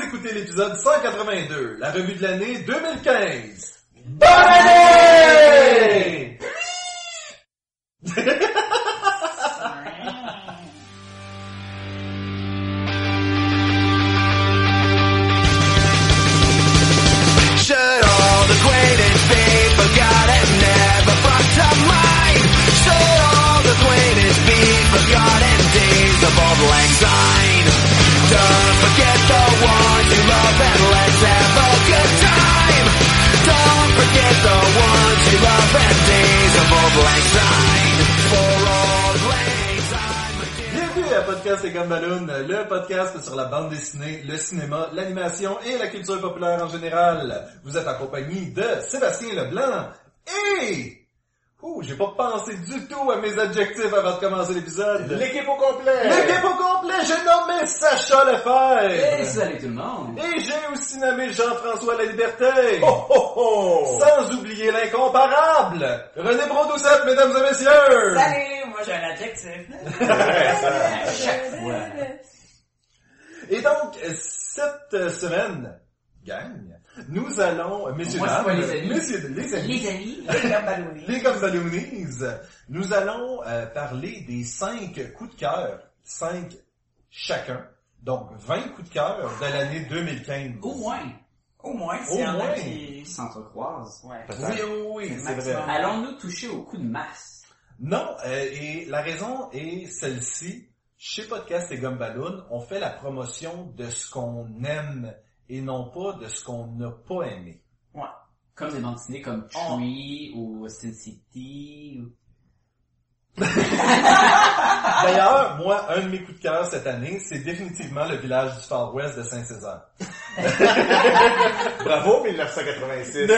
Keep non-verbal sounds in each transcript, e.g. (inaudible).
d'écouter l'épisode 182, la revue de l'année 2015. Bonne année! Hey! Should all the greatest be forgotten, never fucked up mind? Should all the greatest be forgotten, days of old lang syne? Don't forget the ones you love and let's have a good time. Don't forget the ones you love and days of old lang syne. For old lang syne. Bienvenue à Podcast et Gumballoon, le podcast sur la bande dessinée, le cinéma, l'animation et la culture populaire en général. Vous êtes en compagnie de Sébastien Leblanc et... Ouh, j'ai pas pensé du tout à mes adjectifs avant de commencer l'épisode. L'équipe au complet! L'équipe au complet, j'ai nommé Sacha Lefebvre. Hey, salut tout le monde! Et j'ai aussi nommé Jean-François La Liberté. Oh, oh, oh. Sans oublier l'incomparable, René Brodoucette, mesdames et messieurs. Salut, moi j'ai un adjectif. Ouais, ça- Et donc, euh, cette euh, semaine, gang, nous allons, euh, messieurs, Moi, c'est dames, pas les amis. messieurs, les amis, Les amis, les Gumballoonies. les Gumballoonies, nous allons euh, parler des cinq coups de cœur, cinq chacun, donc 20 coups de cœur de l'année 2015. Au moins, Au moins, Au s'il y en moins. a qui... ils s'entrecroisent. Ouais. Oui, oui, oui, c'est vrai. Maximum. Allons-nous toucher au coup de masse? Non, euh, et la raison est celle-ci. Chez Podcast et Gumballoon, on fait la promotion de ce qu'on aime et non pas de ce qu'on n'a pas aimé. Comme des bandes dessinées comme Chewie ou Sin City ou... D'ailleurs, moi, un de mes coups de cœur cette année, c'est définitivement le village du Far West de Saint-César. Bravo 1986.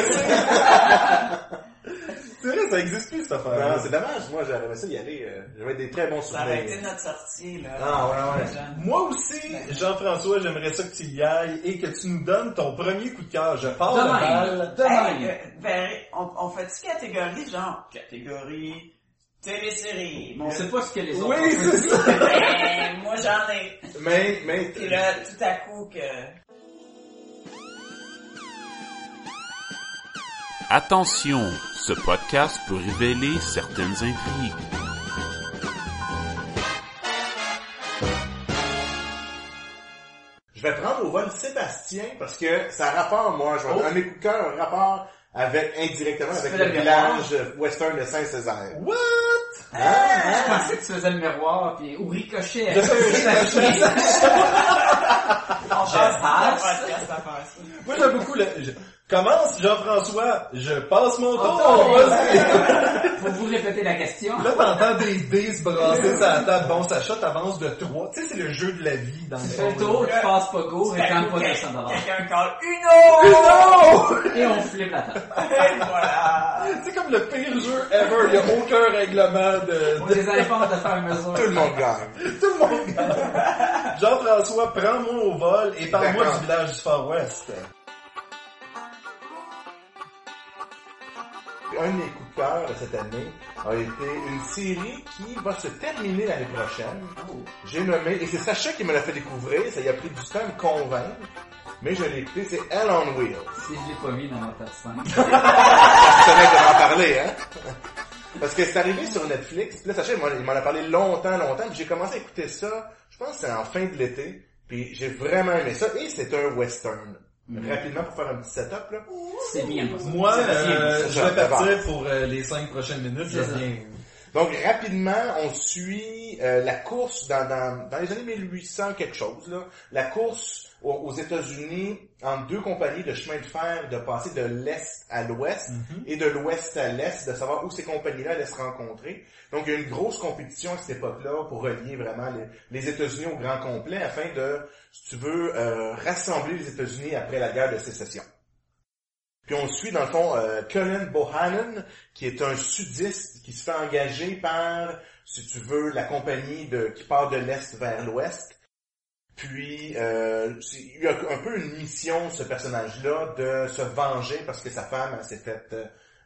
C'est vrai, ça existe plus cette affaire. Non, c'est dommage, moi j'aurais aimé ça y aller. euh, J'avais des très bons Ça aurait été souvenirs. notre sortie, là. Ah, ouais, ouais. Jeune. Moi aussi, Jean-François, j'aimerais ça que tu y ailles et que tu nous donnes ton premier coup de cœur. Je pars de Demain. balle. Demain. Hey, euh, ben, on, on fait-tu catégorie, genre, catégorie télésérie? On sait pas ce que les autres... Oui, ont fait. c'est ça. Ben, moi j'en ai. Mais, mais, Puis là, tout à coup que... Attention, ce podcast peut révéler certaines intrigues. je vais prendre au vol Sébastien parce que ça a rapport, moi, je vais un mes coups de cœur, un rapport avec, indirectement, avec fais le le village western de Saint-Césaire. What? Ah! Je pensais que tu faisais le miroir puis... ou ricochet. (laughs) On passe. passe. podcast, ça passe. Moi, j'aime beaucoup le... Je... Commence, Jean-François, je passe mon tour. Oh, tour. Vas-y. Pour vous répéter la question. Là, t'entends des dés se brasser sur la table. Bon, Sacha, t'avances de 3. Tu sais, c'est le jeu de la vie dans le Tu fais le fond. tour, tu passes pas go, Oh, réclame pas Quelqu'un- 200 dollars. Quelqu'un colle Uno! Uno! Et on flippe la table. Et voilà. Ah, C'est comme le pire jeu ever. Il n'y a aucun règlement On de... de- les indépendances de faire mesure. Tout le monde gagne. Tout le monde... Jean-François, prends-moi au vol et parle-moi D'accord. du village du Far West. Un de mes coups de cœur de cette année a été une série qui va se terminer l'année prochaine. Oh, J'ai nommé, et c'est Sacha qui me l'a fait découvrir, ça y a pris du temps à me convaincre, mais je l'ai écouté, c'est Hell on Wheels. Si je l'ai pas mis dans ma top 5. Ça mec de m'en parler, hein? (laughs) Parce que c'est arrivé sur Netflix, puis là, sachez, il m'en- il m'en a parlé longtemps, longtemps, puis j'ai commencé à écouter ça, je pense que c'est en fin de l'été, puis j'ai vraiment aimé ça, et c'est un western. Rapidement, pour faire un petit setup, là. C'est bien possible. Moi, C'est bien euh, possible. je vais partir pour euh, les 5 prochaines minutes. Je C'est ça. reviens. Donc, rapidement, on suit euh, la course dans, dans, dans les années 1800, quelque chose, là. La course aux, aux États-Unis entre deux compagnies de chemin de fer de passer de l'Est à l'Ouest et de l'Ouest à l'Est, de savoir où ces compagnies-là allaient se rencontrer. Donc, il y a une grosse compétition à cette époque-là pour relier vraiment les, les États-Unis au grand complet afin de, si tu veux, euh, rassembler les États-Unis après la guerre de sécession. Puis on suit dans le fond euh, Colin Bohannon, qui est un sudiste qui se fait engager par, si tu veux, la compagnie de, qui part de l'Est vers l'Ouest. Puis, euh, c'est- il y a un peu une mission, ce personnage-là, de euh, se venger parce que sa femme elle s'est faite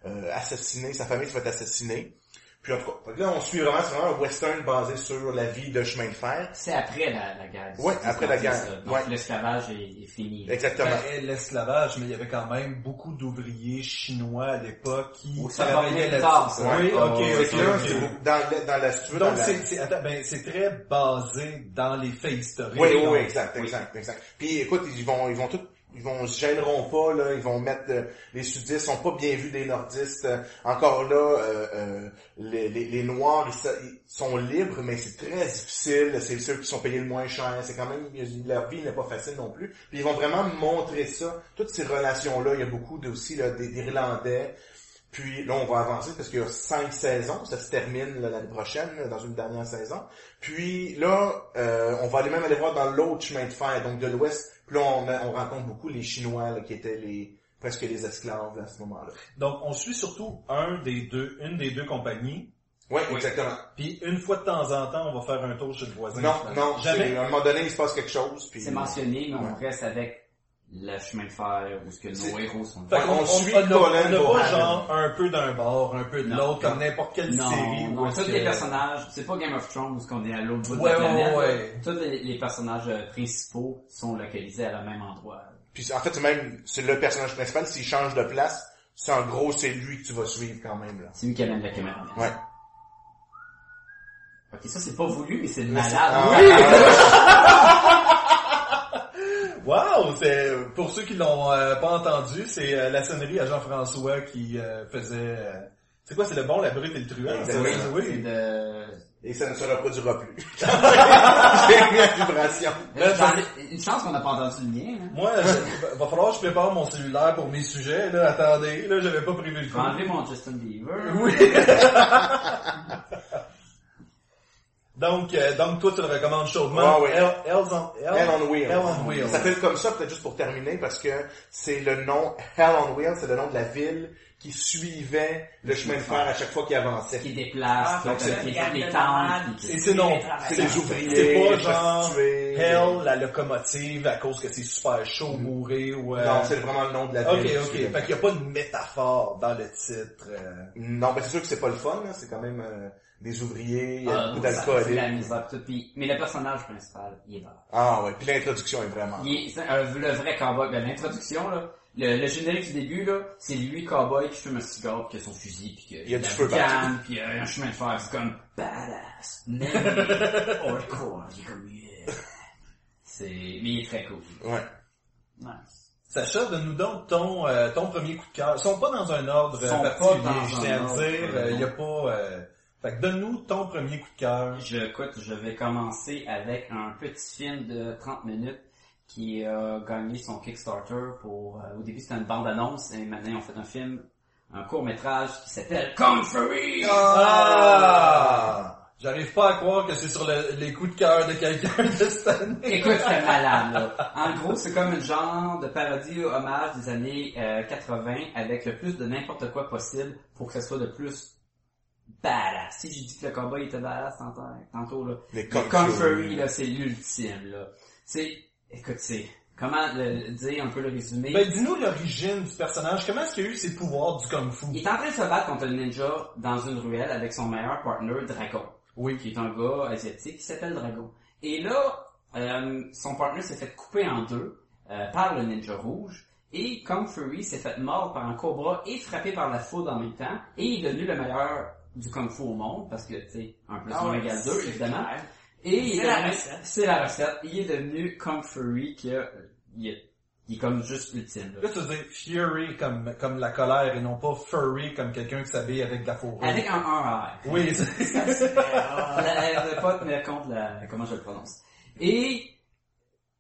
euh, assassiner, sa famille s'est faite assassiner. Puis en tout cas, fait que là, on suit vraiment, c'est vraiment un western basé sur la vie de chemin de fer. C'est après la, la guerre. Ouais, après la guerre, ça. Donc ouais. l'esclavage est, est fini. Exactement. Ben, l'esclavage, mais il y avait quand même beaucoup d'ouvriers chinois à l'époque qui Oh, ça travaillaient va plus tard, là-dessus. Oui, ça. Ouais. ok, Fait que ok, là, ok. c'est beaucoup- dans, le- dans la structure, Donc dans la- c'est c'est- attends, ben, c'est très basé dans les faits historiques. Oui, oui, donc. oui, exact, exact, exact. Puis écoute, ils vont, ils vont tout, ils vont ils se gêneront pas là, ils vont mettre euh, les sudistes sont pas bien vus des nordistes. Euh, Encore là, euh, euh, les, les, les noirs ils, se- ils sont libres, mais c'est très difficile. C'est ceux qui sont payés le moins cher. C'est quand même leur vie n'est pas facile non plus. Puis ils vont vraiment montrer ça, toutes ces relations là. Il y a beaucoup de, aussi là, des d'Irlandais. Puis là, on va avancer parce qu'il y a cinq saisons. Ça se termine là, l'année prochaine, là, dans une dernière saison. Puis là, euh, on va aller même aller voir dans l'autre chemin de fer, donc de l'ouest. Puis là, on, on rencontre beaucoup les Chinois là, qui étaient les presque les esclaves à ce moment-là. Donc on suit surtout un des deux, une des deux compagnies. Ouais, exactement. Puis une fois de temps en temps, on va faire un tour chez le voisin. Non, finalement. non, jamais. c'est- À un moment donné, il se passe quelque chose. Puis... C'est mentionné, mais on Ouais. reste avec le chemin de fer où ce que nos C'est- héros sont. Fait Ouais, qu'on- on on suit on a- Colin on n'a pas Bohan. genre un peu d'un bord, un peu de Non. l'autre, comme n'importe quelle non, série. où non, est-ce tous que- les personnages, c'est pas Game of Thrones où ce qu'on est à l'autre bout Ouais, de la planète. ouais, ouais. Tous les, les personnages euh, principaux sont localisés à le même endroit. Puis en fait, c'est même c'est le personnage principal. S'il change de place, c'est en gros c'est lui que tu vas suivre quand même là. C'est lui qui amène la caméra. Ouais. Ok, ça c'est pas voulu, mais c'est Mais c'est- malade. Ah, ah, Wow, c'est pour ceux qui l'ont euh, pas entendu, c'est euh, la sonnerie à Jean-François qui euh, faisait. euh, c'est quoi, c'est le bon, la brute et le truand. ça, Exactement. c'est- C'est oui. de... Et ça ne se reproduira plus. (laughs) J'ai mis la vibration. Là, J'en ai- Une chance qu'on n'a pas entendu le mien. Hein. Moi, je- va falloir que je prépare mon cellulaire pour mes sujets. Là, attendez, là, j'avais pas prévu le Je coup. vais enlever mon Justin Bieber. Oui. (laughs) donc, euh, donc toi, tu le recommandes chaudement. Ah oui. Hell, Hell's on, Hell- Hell on Wheels. Hell on Wheels. Ça s'appelle comme ça, peut-être juste pour terminer, parce que c'est le nom, Hell on Wheels, c'est le nom de la ville qui suivait le chemin de fer à chaque fois qu'il avançait. Qui déplace, Ah, donc qui c'est- fait des tentes. Et puis qui- c'est non, C'est c'est des ouvriers, c'est pas des genre prostituées. Hell, la locomotive, à cause que c'est super chaud, bourré ou... euh, Non, c'est vraiment le nom de la Ok, ville. qui ok. suivait. Fait qu'il n'y a pas de métaphore dans le titre. euh. Non, ben c'est sûr que c'est pas le fun, là. c'est quand même euh, des ouvriers, euh, il y a Ah, beaucoup ça, c'est la d'alcool. misère, tout. Puis- mais le personnage principal, il est là. Ah ouais, puis l'introduction est vraiment... Il est, c'est un- le vrai cowboy. Ben, l'introduction, là, le, le générique du début, là, c'est lui cowboy qui fume un cigare, puis qui a son fusil, puis qui Il y a du la feu canne, partout. puis euh, un chemin de fer, c'est comme badass, man, (laughs) hardcore, il est comme yeah. C'est, mais il est très cool. Ouais. Nice. Sacha, donne-nous donc ton, euh, ton premier coup de cœur. Ils sont pas dans un ordre Ils euh, sont pas particulier, dans je un tiens à ordre, dire. euh, Il y a pas... euh, Fait que donne-nous ton premier coup de cœur. Je, écoute, je vais commencer avec un petit film de 30 minutes qui a gagné son Kickstarter pour... euh, au début, c'était une bande-annonce, et maintenant, on fait un film, un court-métrage qui s'appelle Kung Ah! Fury! Ah! J'arrive pas à croire que c'est sur le- les coups de cœur de quelqu'un de cette année. Écoute, c'est malade, là. En gros, c'est comme un genre de parodie hommage des années euh, 80 avec le plus de n'importe quoi possible pour que ce soit le plus badass. Si j'ai dit que le cowboy était badass tantôt, tantôt là, Les le Kung Kung Fury. Fury, là, c'est l'ultime, là. C'est, écoute, c'est, comment le dire, un peu le résumer? Ben, dis-nous l'origine du personnage. Comment est-ce qu'il a eu ses pouvoirs du kung-fu? Il est en train de se battre contre un ninja dans une ruelle avec son meilleur partner, Dragon. Oui. Qui est un gars asiatique qui s'appelle Dragon. Et là, euh, son partner s'est fait couper en deux euh, par le ninja rouge. Et Kung Fury s'est fait mordre par un cobra et frappé par la foudre en même temps. Et il est devenu le meilleur du Kung Fu au monde. Parce que, tu sais, un plus Ah un ouais, égale c'est deux, évidemment. Ah, clair. Et il est C'est la devenu- recette. C'est la recette. Il est devenu Kung Fury qui a- il est, il est comme juste ultime. là. Là, tu veux dire Fury comme, comme la colère et non pas Furry comme quelqu'un qui s'habille avec de la fourrure. Avec un 1 r Oui, c'est- Ah, Euh, la, ne pas tenir compte de la, comment je le prononce. Et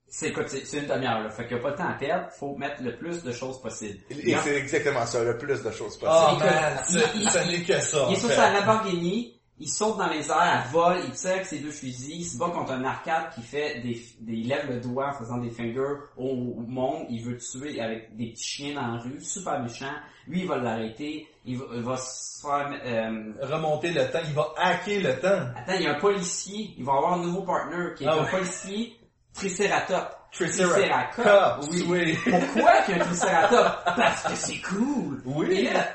c'est écoute, c'est c'est une demi-heure, là. Fait qu'il n'y a pas de temps à perdre, faut mettre le plus de choses possible. Et c'est exactement ça, le plus de choses possibles. Ah, Il- man, il- ça- ça n'est que ça. Il en est sur fait. sa Lamborghini, il saute dans les airs, il vole, il tire avec ses deux fusils, il se bat contre un arcade qui fait des, des il lève le doigt en faisant des fingers au monde, il veut tuer avec des petits chiens dans la rue, super méchant. Lui, il va l'arrêter, il va, il va se faire, euh, remonter le temps, il va hacker le temps. Attends, il y a un policier, il va avoir un nouveau partner qui est Ah un ouais. policier Triceratops. Triceratops, oui. oui. Pourquoi qu'il y a un Triceratops Parce que c'est cool. Oui. Et là,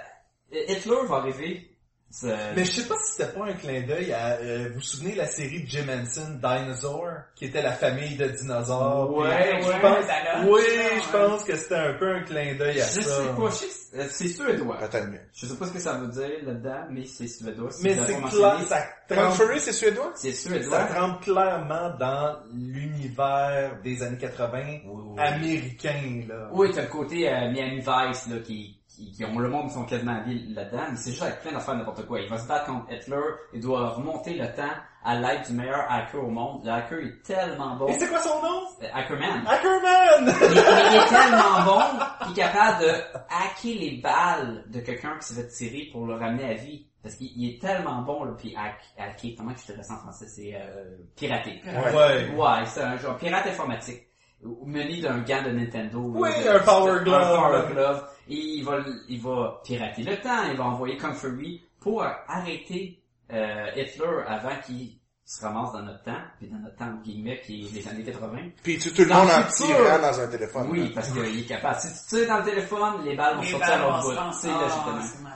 Hitler va arriver C'est- (laughs) Mais je sais pas si c'était pas un clin d'œil à... euh, vous vous souvenez la série de Jim Henson, Dinosaur, qui était la famille de dinosaures? Ouais, Puis, ouais, je pense... ça l'a- Oui, Ouais. je pense que c'était un peu un clin d'œil Je à sais ça. pas, je sais que c'est- euh, c'est suédois. Peut-être mieux. Je sais pas ce que ça veut dire là-dedans, mais c'est suédois. si Mais vous avez c'est pas clair, mentionné. ça Frank trempe, Fury, c'est suédois? C'est ça suédois. trempe clairement dans l'univers des années 80 américain, là. Oui, t'as le côté euh, Miami Vice, là, qui, qui, qui ont le monde, qui sont quasiment habiles là-dedans, mais c'est juste avec plein d'affaires n'importe quoi. Il va se battre contre Hitler, il doit remonter le temps à l'aide du meilleur hacker au monde. Le hacker est tellement bon. Et c'est quoi son nom? Euh, Hackerman. Ackerman! il, il est tellement bon qu'il est capable de hacker les balles de quelqu'un qui se fait tirer pour le ramener à vie. Parce qu'il il est tellement bon, là, puis hack, hacker, comment que je te le dis en français, c'est euh, pirater. Ouais. Ouais. Ouais, c'est un genre pirate informatique. Ou- Mené d'un gars de Nintendo. Oui, là, de- un Power Glove. Un Power Glove. Et il va, il va pirater le temps, il va envoyer Kung Fury pour arrêter euh, Hitler avant qu'il se ramasse dans notre temps, puis dans notre temps, entre guillemets, qui est les années 80. Puis tu tout le Dans monde le en futur. tirant dans un téléphone. Oui, parce qu'il est capable. Si tu tires dans le téléphone, les balles vont Les sortir à l'autre balles vont se bout. lancer. C'est Ah, logiquement. c'est malin.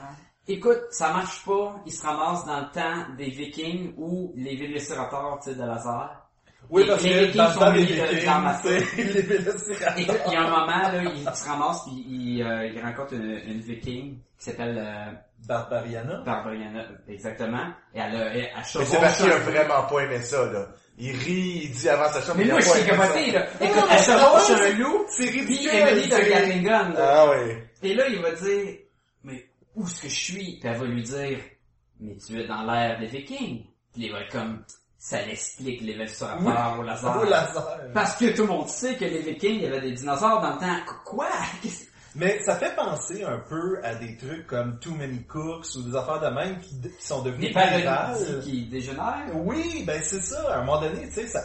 Écoute, ça marche pas. Il se ramasse dans le temps des Vikings ou les vélociraptors, tu sais, de laser. Oui, Les- parce les que Vikings dans le sont temps des mis, euh, dans ma- Vikings, c'est (laughs) les (laughs) Et Vélociraptors. il y a un moment, là, il se ramasse, puis il, euh, il rencontre une, une viking qui s'appelle euh, Barbariana. Barbariana, exactement, et elle a, elle, elle Mais chevauche Sébastien a un peu. vraiment pas aimé ça, là. Il rit, il dit avant sa chambre. Mais il a moi, je pas suis aimé capoté, ça. là. Écoute, elle chevauche un loup, C'est puis ridicule. elle est d'un c'est- Gatling Gun, là. Ah oui. Et là, il va dire, mais où est-ce que je suis? Puis elle va lui dire, mais tu es dans l'ère des vikings. Puis il va être comme, ça l'explique les vélociraptors au laser. Au laser. Parce que tout le monde sait que les vikings, il y avait des dinosaures dans le temps. Qu- Quoi? Qu'est-ce- Mais ça fait penser un peu à des trucs comme Too Many Cooks ou des affaires de même qui, qui sont Des devenues virales. parodies qui dégénèrent? Oui, ben c'est ça. À un moment donné, tu sais, ça,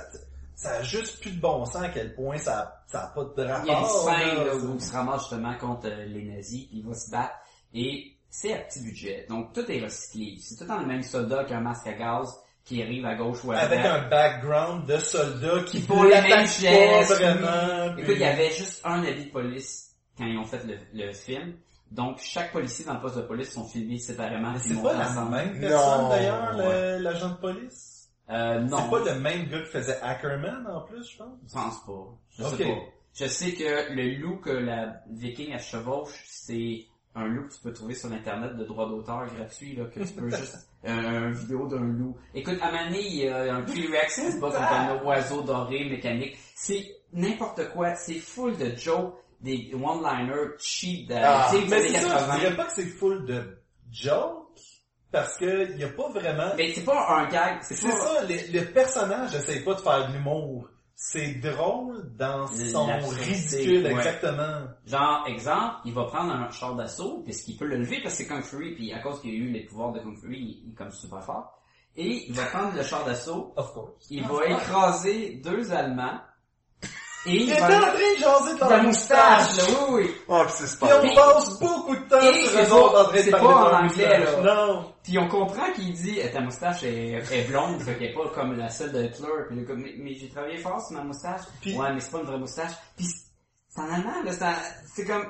ça a juste plus de bon sens à quel point ça, ça a pas de rapport. Il y a une scène Oh, là. là, où il se ramasse justement contre euh, les nazis, puis il va se battre, et c'est à petit budget. Donc tout est recyclé. C'est tout dans le même soldat qu'un masque à gaz qui arrive à gauche ou à droite. Avec un background de soldats qui Pour les l'attaquent mêmes gestes, pas vraiment. Écoute, puis- il y avait juste un habit de police quand ils ont fait le, le film. Donc, chaque policier dans le poste de police sont filmés séparément. puis C'est montés pas la ensemble. même Non. personne d'ailleurs, le- l'agent de police? Euh, non, C'est pas le même gars qui faisait Ackerman en plus, je pense. je pense pas. Je Ok. sais pas. Je sais que le loup que la viking à chevauche, c'est un loup que tu peux trouver sur Internet de droit d'auteur gratuit, là, que tu peux (laughs) juste... Euh, une vidéo d'un loup. Écoute, à Mané, il y a un T-Rex qui se bat (laughs) contre un oiseau doré mécanique. C'est n'importe quoi. C'est full de jokes, des one-liners cheap. De, Ah, tu sais, Mais des c'est années ça, 80. je dirais pas que c'est full de jokes, parce que y a pas vraiment... Mais c'est pas un gag, c'est C'est pas... ça, le, le personnage essaye pas de faire de l'humour. C'est drôle dans son L'absurdité, ridicule, ouais. exactement. Genre, exemple, il va prendre un char d'assaut, puisqu'il peut le lever, parce que c'est Kung Fury, puis à cause qu'il a eu les pouvoirs de Kung Fury, il, il est comme super fort. Et il va prendre le char d'assaut, Of course. il va écraser deux Allemands, et Il il était (laughs) en va... train de jaser de De leur la moustache. moustache, là, oui, oui. Oh, pis c'est Puis pas on passe beaucoup de temps Et sur c'est eux autres en train de c'est parler pas de leur en anglais, moustache. là. Non. Puis on comprend qu'il dit, eh, ta moustache est, est blonde, fait qu'elle est pas comme la celle de Hitler. Puis il est comme, mais, mais j'ai travaillé fort sur ma moustache. Puis- ouais, mais c'est pas une vraie moustache. Puis c'est en allemand, là, c'est en- c'est comme...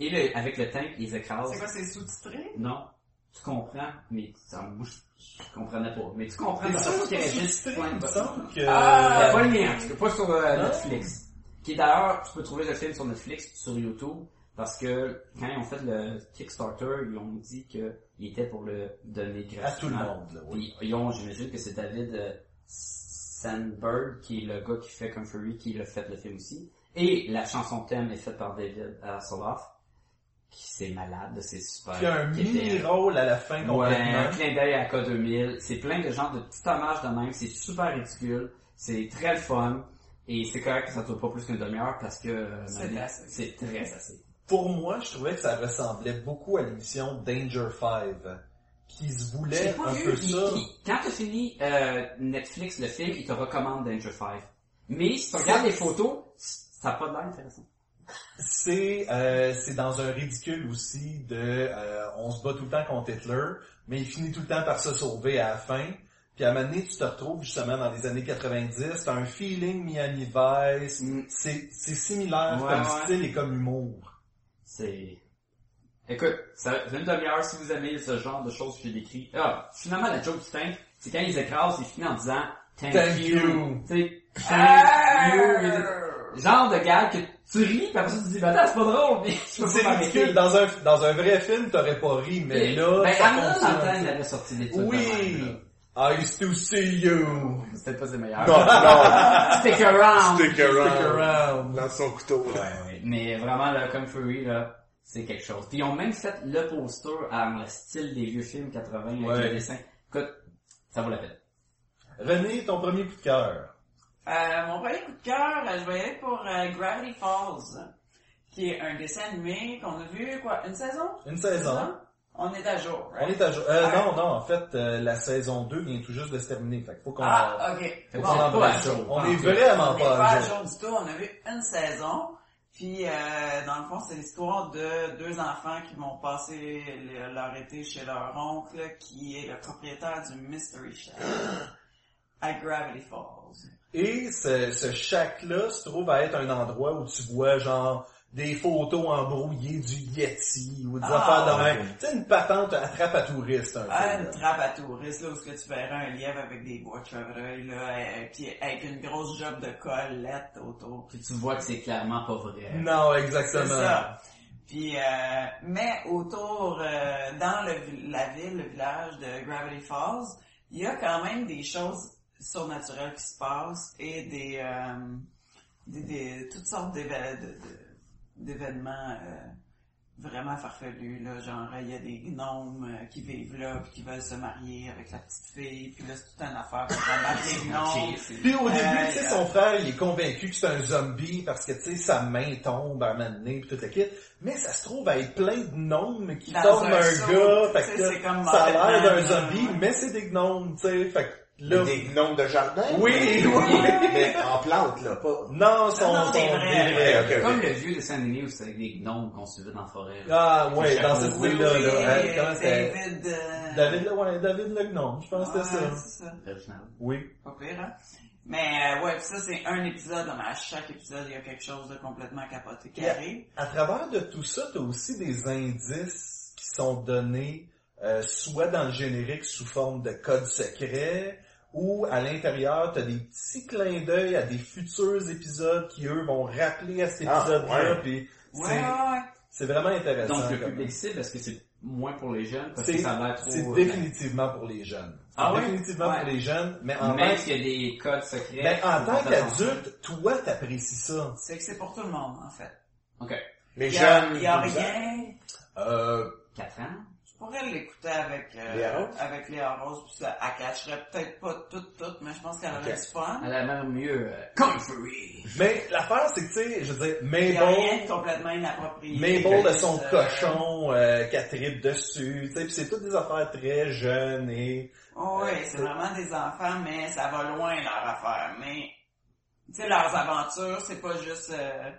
Et là, avec le tank, ils écrasent. C'est quoi, c'est sous-titré? Non, tu comprends, mais ça, moi, je, je comprenais pas. Mais tu comprends, C'est dans sûr le sens qu'il y avait que juste c'est plein de il me semble que... euh, Ah, pas le mien, parce que pas sur euh, Non. Netflix. Qui d'ailleurs, tu peux trouver le film sur Netflix, sur YouTube, parce que quand ils ont fait le Kickstarter, ils ont dit que il était pour le donner gratuitement. à tout le monde, là, oui. Puis ils ont, j'imagine que c'est David euh, Sandberg, qui est le gars qui fait Kung Fury, qui l'a fait le film aussi. Et la chanson thème est faite par David Hasselhoff, qui c'est malade, c'est super. Puis un qui était- mini-rôle à la fin Ouais, un complètement. clin d'œil à K2000. C'est plein de genres de petits hommages de même. C'est super ridicule. C'est très le fun. Et c'est correct que ça dure pas plus qu'une demi-heure parce que... euh, C'est maintenant, assez. C'est très assez. Pour moi, je trouvais que ça ressemblait beaucoup à l'émission Danger 5, qui se voulait un peu Il- ça. il- quand t'as fini euh, Netflix, le film, il te recommande Danger 5. Mais si tu regardes les photos, ça n'a pas l'air intéressant. C'est euh, c'est dans un ridicule aussi de euh, on se bat tout le temps contre Hitler, mais il finit tout le temps par se sauver à la fin. Puis à un moment donné, tu te retrouves justement dans les années 90, t'as un feeling Miami Vice, Mm. c'est c'est similaire Ouais, comme ouais. style et comme humour. C'est... Écoute, ça fait une demi-heure si vous aimez ce genre de choses que j'ai décrit. Ah, finalement, la joke du tank, c'est quand ils écrasent, ils finissent en disant Thank, Thank you. you. Tu sais, Thank you. Arrgh. Genre de gag que tu ris, puis après ça, tu dis, ben là, c'est pas drôle, mais (laughs) je peux C'est pas ridicule. m'arrêter. Dans un, dans un vrai film, t'aurais pas ri, mais là, ben, ça Arnold fonctionne. Martin avait sorti des trucs. de même, Oui! I used to see you! là. C'était pas le meilleur. Non, non, Stick around. stick Stick around. around! Lance son couteau. Ouais, Euh, Mais vraiment, là, comme Fury, là, c'est quelque chose. Puis ils ont même fait le poster en style des vieux films 80 avec Ouais. le dessin. Écoute, ça vaut la peine. René, ton premier coup de cœur. Euh, mon premier coup de cœur, euh, je vais y aller pour euh, Gravity Falls, qui est un dessin animé qu'on a vu, quoi, une saison? Une saison. Non? On est à jour, On right? est à jour. Euh, Ouais. non, non, en fait, euh, la saison 2 vient tout juste de se terminer. Fait qu'il faut qu'on... Ah, ok. faut Fait qu'on qu'on en est pas à parle. jour. On Ah, est ok. vraiment On est pas à jour. jour du tout, on a vu une saison. Puis, euh, dans le fond, c'est l'histoire de deux enfants qui vont passer le- leur été chez leur oncle, qui est le propriétaire du Mystery Shack à Gravity Falls. Et ce, ce shack-là se trouve à être un endroit où tu vois genre des photos embrouillées du Yeti ou des Ah, affaires de ouais. même. Tu sais, une patente attrape à touristes un Ah, peu. une là. trappe à touristes, là, où ce que tu verrais un lièvre avec des bois de chevreuil, là, et, puis avec une grosse job de collette autour. Puis tu vois que c'est clairement pas vrai. Non, C'est exactement. ça. Puis, euh, mais autour, euh, dans le vi- la ville, le village de Gravity Falls, il y a quand même des choses surnaturelles qui se passent et des, euh, des, des- toutes sortes d'éve- de- de- d'événements euh, vraiment farfelus. Là, genre, il y a des gnomes euh, qui vivent là puis qui veulent se marier avec la petite fille. Puis là, c'est toute une affaire pour combattre (laughs) les gnomes. Puis au début, Euh, tu sais, euh, son frère, il est convaincu que c'est un zombie parce que, tu sais, sa main tombe à un moment donné, pis tout le kit. Mais ça se trouve à être plein de gnomes qui Dans tombent un à un saut, gars, tu fait sais, que là, c'est comme euh, ça a l'air d'un Marvel, zombie, ouais. mais c'est des gnomes, tu sais, fait que là... Des gnomes de jardin? Oui, oui. Mais en plante, là, pas. Non, sont, Non, non, sont des vrais. des Ouais, vrais. ok, ok. Comme le vieux dessin animé où c'est avec des gnomes qu'on suivait dans la forêt. là. Ah ouais, Le dans chapeau. cette oui, idée-là, oui, là. Hey, comment c'était? David... euh, David, le- ouais, David le gnome, je pense que c'était ouais, ça. c'est ça. Original. Oui. Pas pire, hein? Mais euh, ouais, pis ça c'est un épisode, mais à chaque épisode, il y a quelque chose de complètement capoté qui Yeah. arrive. À travers de tout ça, t'as aussi des indices qui sont donnés, euh, soit dans le générique sous forme de code secret, ou à l'intérieur, t'as des petits clins d'œil à des futurs épisodes qui, eux, vont rappeler à cet Ah, épisode-là, ouais. puis Ouais, c'est- ouais, ouais. c'est vraiment intéressant. Donc le comme- public cible, est-ce que c'est moins pour les jeunes? Parce que C'est ça a l'air trop... c'est euh, définitivement pour les jeunes. C'est Ah ouais? définitivement Ouais. pour les jeunes, mais en Même même s'il y a des codes secrets... Ben, en c'est tant pas qu'adulte, toi, t'apprécies ça. C'est que c'est pour tout le monde, en fait. Ok. Mais Il y a, j'aime. il y a rien. Euh, 4 ans? Je pourrais l'écouter avec euh, Léa Rose? avec Léa Rose, puis ça, elle cacherait peut-être pas tout, tout, mais je pense qu'elle aurait Ok. du fun. Elle a même mieux... euh, Kung Fury! mais l'affaire, c'est que, tu sais, je veux dire, Il y a rien Mabel, de complètement inapproprié. Mabel de son Euh, cochon, euh, qu'elle tripe dessus, tu sais, pis c'est toutes des affaires très jeunes et... Oh, Euh, oui, c'est vraiment des enfants, mais ça va loin leur affaire. Mais, tu sais, leurs aventures, c'est pas juste... euh,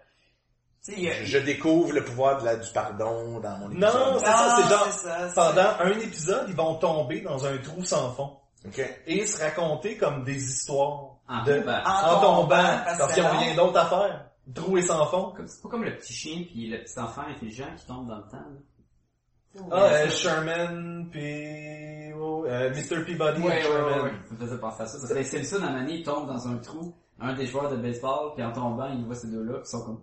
tu sais, il y a... Je découvre le pouvoir de la, du pardon dans mon épisode. Non, c'est ça, c'est Non, genre, ça, c'est- Pendant un épisode, ils vont tomber dans un trou sans fond Ok. et se raconter comme des histoires En de... tombant. En en tombant, tombant, parce, parce qu'ils que ont non. rien d'autre à faire. Trou et sans fond. Comme- C'est pas comme le petit chien puis le petit enfant intelligent qui tombe dans le temps. là. Ah, euh, Sherman, pis... oh, euh, Mr. Peabody et Sherman. Ça me faisait penser à ça. Parce que ben, Simpson, à un moment donné, il tombe dans un trou, un des joueurs de baseball, puis en tombant, il voit ces deux-là, qui sont comme...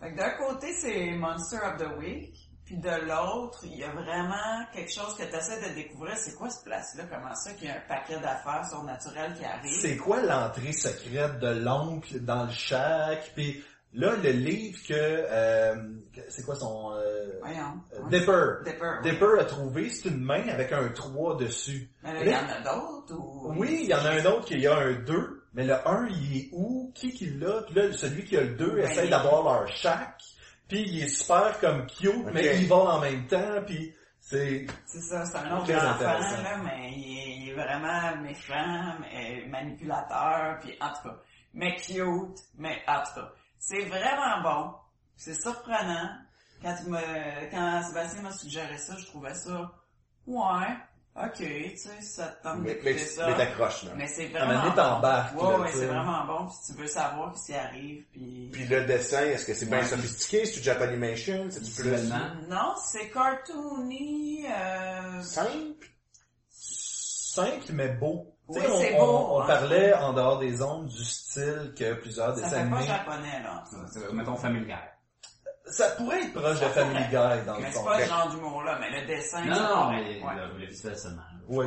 Fait que d'un côté, c'est Monster of the Week, puis de l'autre, il y a vraiment quelque chose que tu essaies de découvrir. C'est quoi cette place-là? Comment ça qu'il y a un paquet d'affaires surnaturelles qui arrive? c'est quoi l'entrée secrète de l'oncle dans le shack puis là le livre que euh, que- c'est quoi son euh, Voyons. euh, Ouais. Dipper Dipper. oui. Dipper a trouvé c'est une main avec un 3 dessus Mais là, il y en a d'autres? Ou... oui il y en a un autre qui a un 2 mais le 1 il est où qui qui l'a puis là celui qui a le 2 Ben, essaie il- d'avoir leur shack puis il est super comme cute mais ils vont en même temps puis c'est C'est ça, c'est un autre Très enfant, intéressant. là, mais il est, il est vraiment méchant, mais manipulateur, puis en tout cas, mais cute, mais en tout cas. C'est vraiment bon, c'est surprenant. Quand, tu me, quand Sébastien m'a suggéré ça, je trouvais ça, ouais, Ok, tu sais, ça te tente Mais, d'écouter mais, Ah, ça. mais t'accroches, là. Mais c'est À un moment vraiment donné, t'embarques, bon. Ouais, là, ouais, tu sais. c'est vraiment bon, puis tu veux savoir ce qui arrive, puis... Puis le dessin, est-ce que c'est bien Ouais. sophistiqué? C'est du Japanimation? C'est du plus Visuellement. Non, c'est cartoony, euh... simple? Simple, mais beau. Tu sais, Oui, c'est on, on- beau, on hein. parlait en dehors des ondes du style que plusieurs Ça dessins fait pas animés... japonais, là. Ça, euh, c'est, mettons Family Guy. Ça pourrait être proche de Family Guy, dans le Mais c'est fond. pas ce genre d'humour-là, mais le dessin... Non, c'est non, pas- mais euh, ouais. le, le visuel seulement. là. Oui.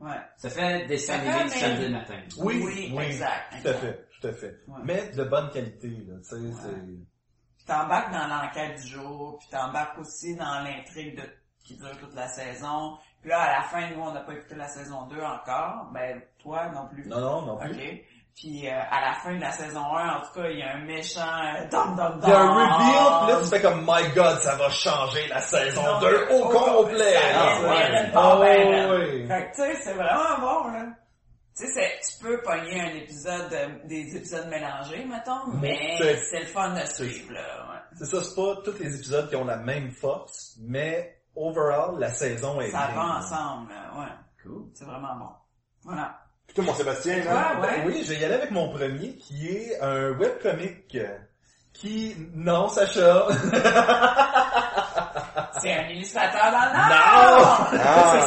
Ouais. Ça fait des Ça fait animés du un- samedi matin. Oui, Oui, oui, exact, Tout à exact. fait, tout à fait. Ouais. Mais de bonne qualité, là, tu sais, c'est... Puis t'embarques dans l'enquête du jour, puis t'embarques aussi dans l'intrigue de... qui dure toute la saison. Puis là, à la fin, nous, on n'a pas écouté la saison 2 encore. Ben, toi non plus. Non, non, non plus. OK. Puis euh, à la fin de la saison 1, en tout cas, il y a un méchant euh, dom dom dom. Il y a un reveal, pis là, tu fais comme, My God, ça va changer la saison 2 au complet! Ça Ah, reste ouais. une Ah, ouais, tempête, là. ouais. Fait que tu sais, c'est vraiment bon là. Tu sais, c'est- tu peux pogner un épisode, euh, des épisodes mélangés, mettons, Mhm. mais c'est- c'est le fun de suivre là. ouais. C'est ça, c'est pas tous les épisodes qui ont la même force, mais overall, la saison est Ça bien. va ensemble, là, ouais. Cool. C'est vraiment bon. Voilà. Putain, mon Sébastien, là. ben, Ah, ouais. Ben Oui, je vais y aller avec mon premier, qui est un webcomic euh, qui... Non, Sacha! (laughs) C'est un illustrateur dans le Nord! Ah.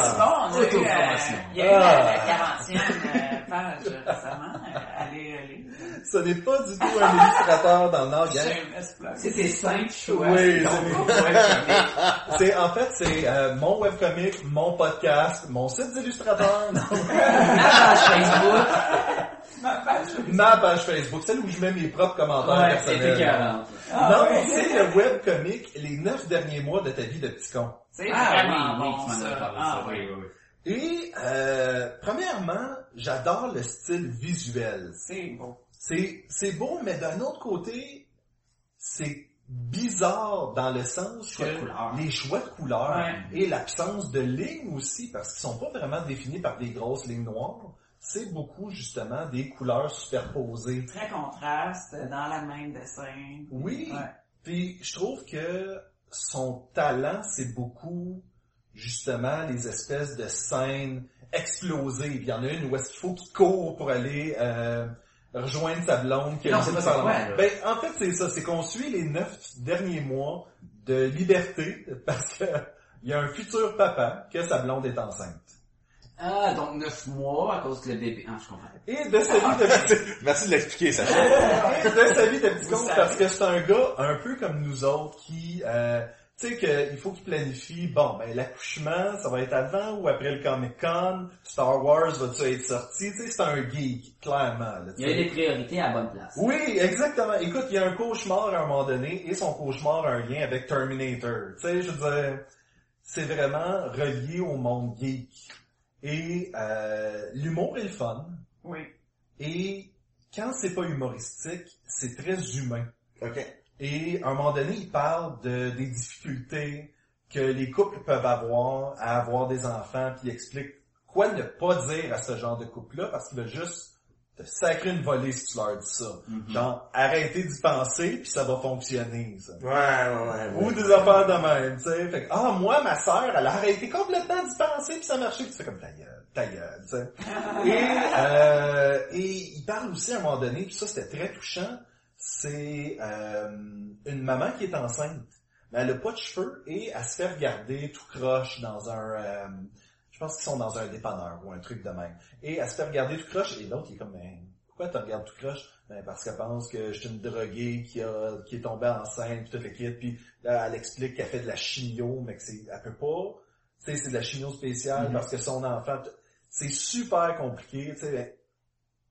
(laughs) C'est si bon, on a eu, Auto-promotion. euh, il y a eu la, la Ah. 40e euh, page récemment. Euh, allez, allez. Ce n'est pas du tout un illustrateur dans le Nord, gang. Shameless plug. C'est tes cinq choix. Oui, c'est c'est- ton choix premier. C'est en fait c'est euh, mon webcomic, mon podcast, mon site d'illustrateur, Ma page Facebook. Ma page. ma page Facebook, celle où je mets mes propres commentaires Ouais, c'est personnels. écœurante. Ah, non, ouais. c'est le webcomic les neuf derniers mois de ta vie de petit con. C'est Ah oui, vraiment oui, bon, tu m'en as ça. parlé, Ah, ça, ouais. oui, oui, oui. Et euh, premièrement, j'adore le style visuel. C'est beau. C'est c'est beau, mais d'un autre côté, c'est bizarre dans le sens Choix de que couleurs. les choix de couleurs Ouais. et l'absence de lignes aussi, parce qu'ils sont pas vraiment définis par des grosses lignes noires. C'est beaucoup justement des couleurs superposées. Très contraste, dans la même dessin. Oui, Ouais. puis je trouve que son talent, c'est beaucoup justement les espèces de scènes explosives. Il y en a une où est-ce qu'il faut qu'il court pour aller euh, rejoindre sa blonde. qui a Non, le c'est bout pas par ça, la ouais, main. là. Ben, en fait, c'est ça. C'est qu'on suit les neuf derniers mois de liberté parce que il y a un futur papa que sa blonde est enceinte. Ah, donc neuf mois à cause que le bébé... Ah, je comprends. Et de sa Ah, vie de Merci de l'expliquer, Sacha. Et de sa vie de petit Vous con, savez. parce que c'est un gars un peu comme nous autres qui, euh, tu sais qu'il faut qu'il planifie, bon, ben l'accouchement, ça va être avant ou après le Comic-Con, Star Wars va-tu être sorti, tu sais, c'est un geek, clairement. là, tu Il y a eu sais. des priorités à la bonne place. Oui, exactement. Écoute, il y a un cauchemar à un moment donné, et son cauchemar a un lien avec Terminator. Tu sais, je veux dire, c'est vraiment relié au monde geek. Et euh, l'humour est le fun, Oui. et quand c'est pas humoristique, c'est très humain. ok. Et à un moment donné, il parle de, des difficultés que les couples peuvent avoir à avoir des enfants, puis il explique quoi ne pas dire à ce genre de couple-là, parce qu'il veut juste te sacrer une volée si tu leur dis ça. Genre, arrêtez d'y penser, puis ça va fonctionner, ça. Ouais, ouais, ouais. Ou des affaires de même, tu sais. Fait que, ah, moi, ma sœur, elle a arrêté complètement d'y penser, puis ça marchait. Puis tu fais comme, ta gueule, ta gueule, tu sais. Et, euh, et il parle aussi à un moment donné, puis ça, c'était très touchant, c'est euh, une maman qui est enceinte, mais elle a pas de cheveux, et elle se fait regarder tout croche dans un... euh, je pense qu'ils sont dans un dépanneur ou un truc de même. Et elle se fait regarder tout croche, et l'autre, il est comme, ben, pourquoi tu regardes tout croche? Ben, parce qu'elle pense que je suis une droguée qui, a, qui est tombée enceinte, puis tout le kit, puis Là, elle explique qu'elle fait de la chimio, mais que c'est, elle peut pas. Tu sais, c'est de la chimio spéciale Mhm. parce que son enfant, t- c'est super compliqué. Tu sais, ben,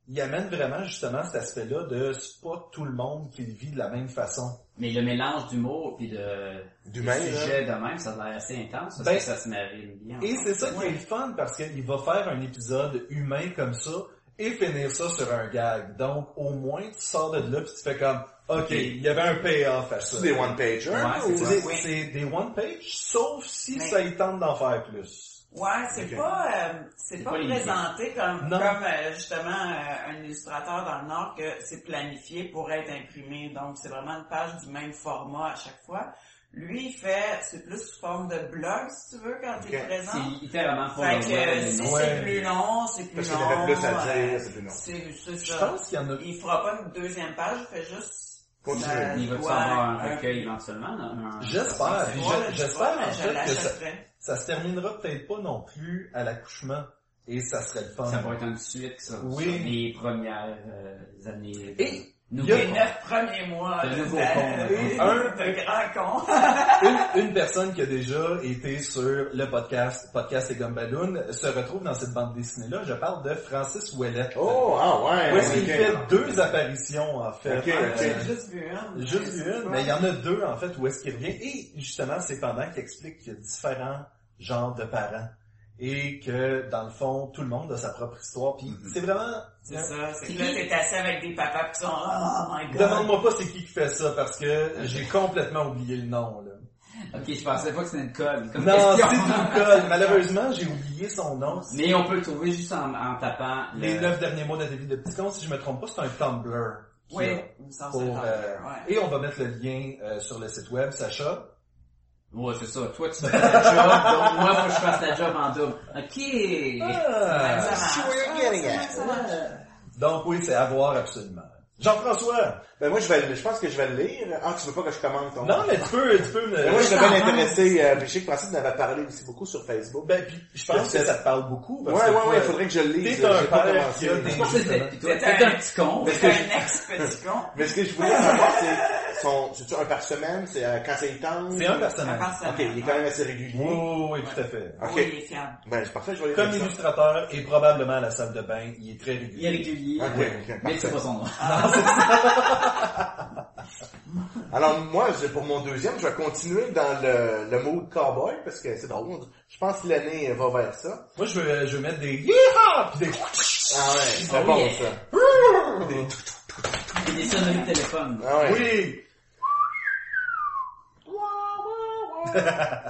il amène vraiment justement cet aspect-là de c'est pas tout le monde qui le vit de la même façon. Mais le mélange d'humour puis de... D'humain, des là. sujets de même, ça a l'air assez intense, parce Ben, que ça se marie bien. Et c'est ça qui est Ouais. le fun parce qu'il va faire un épisode humain comme ça et finir ça sur un gag. Donc au moins tu sors de là puis tu fais comme ok, il y avait un payoff à ça. C'est des one-pagers. Ouais, c'est ou- C'est- Oui. c'est des one page, sauf si Mais- ça y tente d'en faire plus. Ouais, c'est Ok. pas, euh, c'est C'est pas, pas limité. présenté comme, Non. comme euh, justement euh, un illustrateur dans le Nord que c'est planifié pour être imprimé. Donc, c'est vraiment une page du même format à chaque fois. Lui, il fait, c'est plus sous forme de blog, si tu veux, quand tu Ok. es présent. C'est littéralement pas Fait le que, web, si non. c'est plus long, c'est plus Parce long. qu'il y avait plus à euh, dire, c'est plus long. C'est c'est Je ça. pense qu'il y en a... Il fera pas une deuxième page, il fait juste... Continue. ça Il va doit avoir un un- recueil éventuellement. là, un- J'espère, puis Ouais, je- je sais j'espère pas, mais en je fait que ça, l'achèterais. ça se terminera peut-être pas non plus à l'accouchement, et ça serait le fun. Ça pourrait être une suite, ça. Oui. sur Les premières euh, années. Et nous, il y a- Les neuf premiers mois C'est un nouveau de, con, là. un de grand con. une, une personne qui a déjà été sur le podcast Podcast et Gumballoon se retrouve dans cette bande dessinée-là. Je parle de Francis Ouellet. Oh, ah ouais. Où est-ce qu'il ok. fait deux apparitions, en fait. Ok, ok. Euh, J'ai juste vu une. Juste une, mais il y en a deux en fait où est-ce qu'il revient. Et justement, c'est pendant qu'il explique qu'il y a différents genres de parents et que dans le fond, tout le monde a sa propre histoire. Puis c'est vraiment. C'est ça, c'est Puis- que là, t'es assis avec des papas qui sont, oh my god. Demande-moi pas c'est qui qui fait ça parce que j'ai complètement oublié le nom. Là. Ok, je pensais pas que c'était une colle. Comme Non, question. c'est Nicole. Malheureusement, j'ai oublié son nom. Mais on peut le trouver juste en, en tapant Les le- neuf derniers mots de David de Petit Con, si je me trompe pas, c'est un Tumblr. qui Oui, a il me semble que c'est Pour, dans euh, le- ouais. Et on va mettre le lien euh, sur le site web, Sacha. Ouais, c'est ça. Toi, tu fais ta job, donc moi, faut que je fasse ta job en double. Ok. Ah. Ça see where you're marche. getting Ah, at. ça marche. Donc oui, c'est à voir absolument. Jean-François, Ben moi, je vais, le- je pense que je vais le lire. Ah, tu veux pas que je commande ton... non mais tu peux, tu peux Ben, moi, me... je suis bien intéressé. Euh, puis je sais que Francis en avait parlé aussi beaucoup sur Facebook. Ben puis, je pense que ça te parle beaucoup. ouais, parce que ouais, toi, ouais, il faudrait que je le lise. Ben, T'es un J'ai pas père commencé. qui a Je des- pense que c'est puis toi, C'est t'es un- un petit con. C'est un ex-petit con. (laughs) Mais ce que je voulais savoir, c'est... Son... C'est-tu un par semaine? C'est euh, quand c'est le temps? C'est un Un personnage. personnage. Ok, il est quand même assez régulier. Oui, oui, oui, tout à fait. Ok. Oui, il est fiable. Ben, c'est parfait, je vais lire Comme ça. illustrateur et probablement à la salle de bain, il est très Il est régulier. régulier. Ok, oui. ok, Mais parfait. c'est pas son nom. Alors moi, je- pour mon deuxième, je vais continuer dans le, le mode cowboy parce que c'est drôle. Je pense que l'année va vers ça. Moi, je veux, je veux mettre des yeehaw puis des Ah ouais, c'est Ah bon oui. ça. Des- Il y a des sonneries de téléphone. Ben, Ah ouais. oui.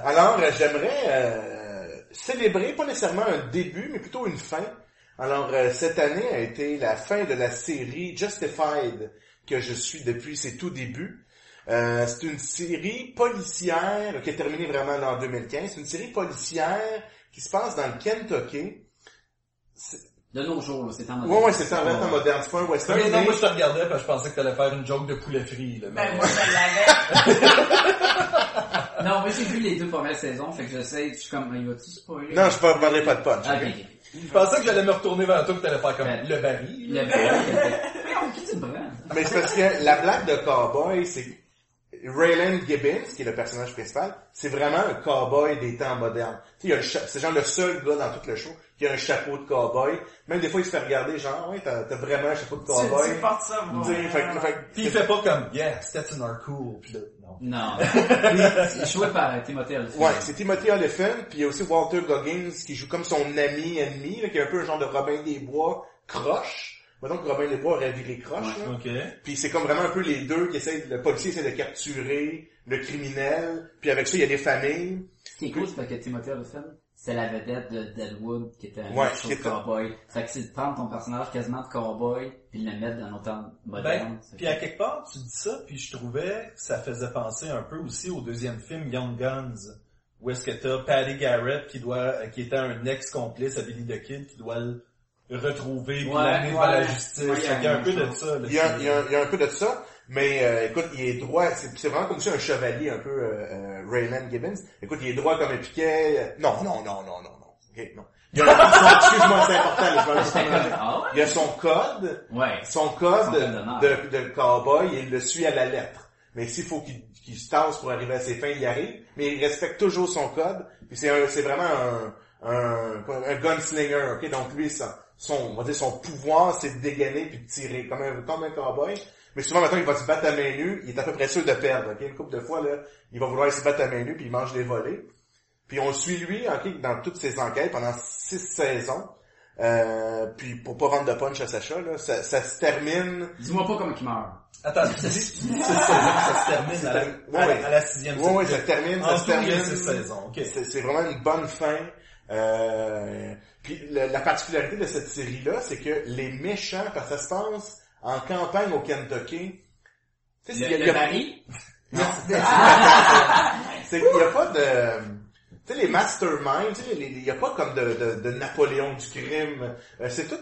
Alors euh, j'aimerais euh, célébrer pas nécessairement un début, mais plutôt une fin. Alors euh, cette année a été la fin de la série Justified que je suis depuis ses tout débuts. Euh, c'est une série policière qui est terminée vraiment là en 2015. C'est une série policière qui se passe dans le Kentucky. De nos jours, là, c'est en mode. Ouais, ouais, c'est en en moderne. C'est pas un western. Non, mais- moi, je te regardais parce que je pensais que t'allais faire une joke de poulet frit. Là, mais- Ben, moi, (laughs) je l'avais. Non, mais j'ai vu les deux premières saisons, fait que je sais, je suis comme, il va-tu spoiler? Non, je ne parlerai pas de punch. Ah, ok? ok. Je pensais que j'allais me retourner vers toi et que t'allais faire comme Ben, le baril. Le Mais on qui tu me prends? Mais c'est parce que la blague de cowboy, c'est que Raylan Gibbons, qui est le personnage principal, c'est vraiment un cowboy des temps modernes. Tu sais, il a le cha- c'est genre le seul gars dans tout le show qui a un chapeau de cowboy. Même des fois, il se fait regarder genre, ouais, t'as t'as vraiment un chapeau de Tu, cowboy. tu portes ça, Tu moi. sais, fait que- fait que- Puis il fait pas comme, yeah, Stetson are cool. Puis là, non. (laughs) Non. C'est joué par Timothée Olyphant. Ouais, c'est Timothy Oliphant, puis il y a aussi Walter Goggins qui joue comme son ami ennemi, là, qui est un peu un genre de Robin des Bois croche. Mettons que Robin des Bois aurait viré croche. là. OK. Puis c'est comme vraiment un peu les deux qui essayent, le policier essaie de capturer le criminel, puis avec ça il y a des familles. Ce qui est cool, c'est parce que Timothée Olyphant, c'est la vedette de Deadwood, qui était un Ouais, show qui de était- cowboy. Fait que c'est de prendre ton personnage quasiment de cowboy, puis de le mettre dans nos temps modernes. Ben, puis à quelque part, tu dis ça, puis je trouvais que ça faisait penser un peu aussi au deuxième film Young Guns, où est-ce que t'as Patty Garrett qui doit, euh, qui était un ex-complice à Billy the Kid, qui doit le retrouver, puis Ouais, l'amener ouais. devant la justice. Ouais, Fait qu'il y a un peu de chose. ça. là, Il y a, qui- il y a- il y a un peu de ça, mais euh, écoute, il est droit, c'est c'est vraiment comme si un chevalier un peu euh, euh, Raylan Gibbons. Écoute, il est droit comme un piquet. euh, Non, non, non, non, non, non. Ok, non. Il y a son- (laughs) excuse-moi, c'est important, là, (laughs) je vais J'étais aller sur comme, le- ah Il y a son code, ouais? Ouais. son Son code code d'honneur. de, de cowboy, il le suit à la lettre. Mais s'il faut qu'il qu'il se tasse pour arriver à ses fins, il y arrive. Mais il respecte toujours son code. Puis c'est un- c'est vraiment un, un, un gunslinger. ok Donc lui, ça- son, on va dire son pouvoir, c'est de dégainer puis de tirer comme un, comme un cowboy. Mais souvent, maintenant, il va se battre à main nue. Il est à peu près sûr de perdre. ok Une couple de fois, là, il va vouloir se battre à main nue puis il mange des volets. Puis on le suit lui ok, dans toutes ses enquêtes pendant six saisons. Euh, puis pour pas vendre de punch à Sacha, là, ça, ça se termine. Dis-moi pas comment il meurt. Attends, tu dis, c'est ça, ça se termine à la, Ouais, à la- ouais. à la sixième Ouais, ouais, saison. ça se termine, En ça se tout, il y termine. a six saisons, ok. C'est c'est vraiment une bonne fin. Euh, puis le- la particularité de cette série-là, c'est que les méchants, parce que ça se passe en campagne au Kentucky. Tu Le, sais, il y a- il y le a- mari? Non. C'est qu'il n'y a pas de... Tu sais, les masterminds, tu sais, les- les- il n'y a pas comme de, de, de Napoléon du crime. Euh, c'est tout...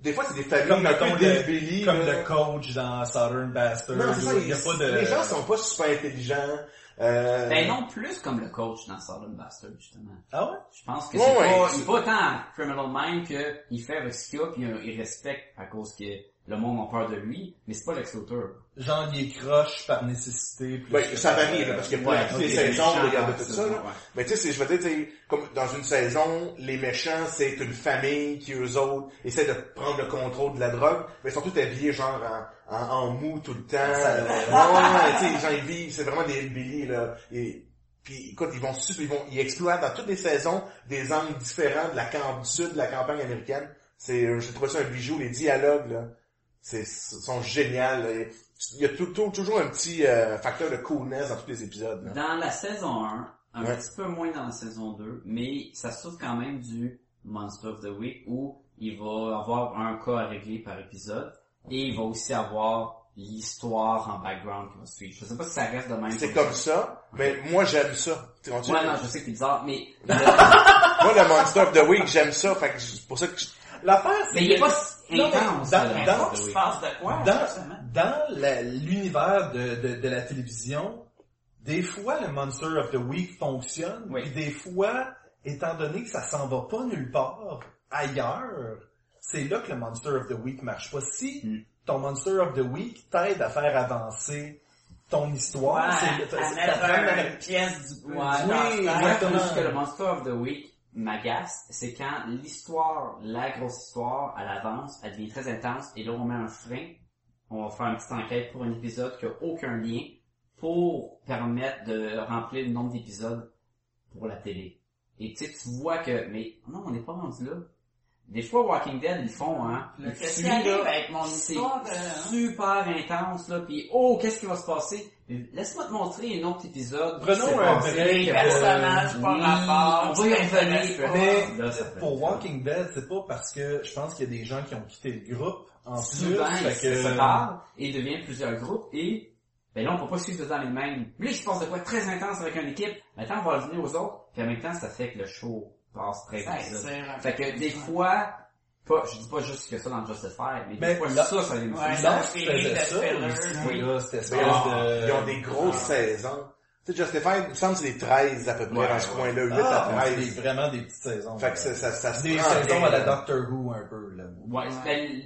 Des fois, c'est des familles Comme, un mettons, peu débilies, le, comme là. le coach dans Southern Bastard. Non, c'est ça, il y a ils- pas de... Les gens sont pas super intelligents. Euh, Ben non, plus comme le coach dans Southern Bastard, justement. Ah ouais? Je pense que Ouais, c'est ouais, pas, c'est- il est pas tant criminal mind que il fait avec ce qu'il a puis euh, il respecte à cause que le monde a peur de lui, mais c'est pas Lex Luthor. Genre, il est croche par nécessité. plus Ouais, que Ben, ça par- varie, là, parce qu'il y a pas Ouais, la- ok. Il les est saisons, méchant, regarde tout c'est ça, là. ouais. Mais tu sais, c'est- je veux dire, tu sais, comme dans une saison, les méchants, c'est une famille qui, eux autres, essaient de prendre le contrôle de la drogue, mais ils sont tous habillés genre en, en, en mou tout le temps. Ça- Euh, ouais, tu sais, les gens, ils vivent, c'est vraiment des hillbillies, là. Et, puis, écoute, ils vont, sup- ils vont, ils exploitent dans toutes les saisons des angles différents de la camp, du sud de la campagne américaine. C'est, euh, j'ai trouvé ça un bijou, les dialogues, là, c'est, sont géniaux, là. Et Il y a tout- tout- toujours un petit euh, facteur de coolness dans tous les épisodes, là. Dans la saison 1, un Ouais. petit peu moins dans la saison 2, mais ça se trouve quand même du Monster of the Week où il va avoir un cas à régler par épisode et il va aussi avoir l'histoire en background qui va suivre. Je sais pas si ça reste de même. C'est comme ça, mais moi j'aime ça. Tu comprends-tu? Ouais, non, je sais que c'est bizarre, (laughs) mais, Moi le Monster of the Week, j'aime ça, fait que c'est pour ça que je- L'affaire, mais c'est il est que pas si Non, mais intense. dans- le dans- Monster of the Il se Week. passe de quoi, justement? dans, dans la- l'univers de, de, de la télévision, des fois le Monster of the Week fonctionne, Oui. puis des fois, étant donné que ça s'en va pas nulle part ailleurs, c'est là que le Monster of the Week marche pas. Si Mm. ton Monster of the Week t'aide à faire avancer ton histoire, c'est Ouais, le- à c'est- mettre t'apprends un- à- une pièce du Ouais, du Oui, dans- exactement. Moi, ce que le Monster of the Week m'agace, c'est quand l'histoire, la grosse histoire, elle avance, elle devient très intense, et là on met un frein, on va faire une petite enquête pour un épisode qui a aucun lien, pour permettre de remplir le nombre d'épisodes pour la télé. Et tu sais, tu vois que, mais non, on n'est pas rendu là. Des fois, Walking Dead, ils font, hein. Le- ils Qu'est-ce qui tuent, arrive là, avec mon c'est histoire de... super intense, là, puis oh, qu'est-ce qui va se passer? Laisse-moi te montrer un autre épisode. Prenons C'est un passé. break, Les euh, personnages, pas Oui, rapport. on va y ça m'intéresse revenir, pas. Mais Là, ça fait pour longtemps. Walking Dead, c'est pas parce que je pense qu'il y a des gens qui ont quitté le groupe en plus, Souvent, ils fait que- se séparent et deviennent plusieurs groupes et ben là, on peut pas suivre tout le temps les mêmes. Lui, il se passe de quoi de très intense avec une équipe. Maintenant, on va revenir aux autres. Puis en même temps, ça fait que le show passe très Ça vite. là. attire un Fait peu. que des fois, pas, je dis pas juste que ça dans Justifier, mais, Mais des fois, Ben, là- ça, ça vient me Ouais. saouler. Lost faisait ça aussi, Oui. là, cette espèce Ah, de... ils ont des grosses saisons. Tu sais, Justified, il me semble que c'est les 13 à peu près Ouais, dans ce ouais. coin-là, 8 Ah, à ouais, c'est 13. des- vraiment des petites saisons. Fait que ça, ça, ça se des prend saisons bien, à la là. Doctor Who un peu, là. Ouais, Ouais. ben,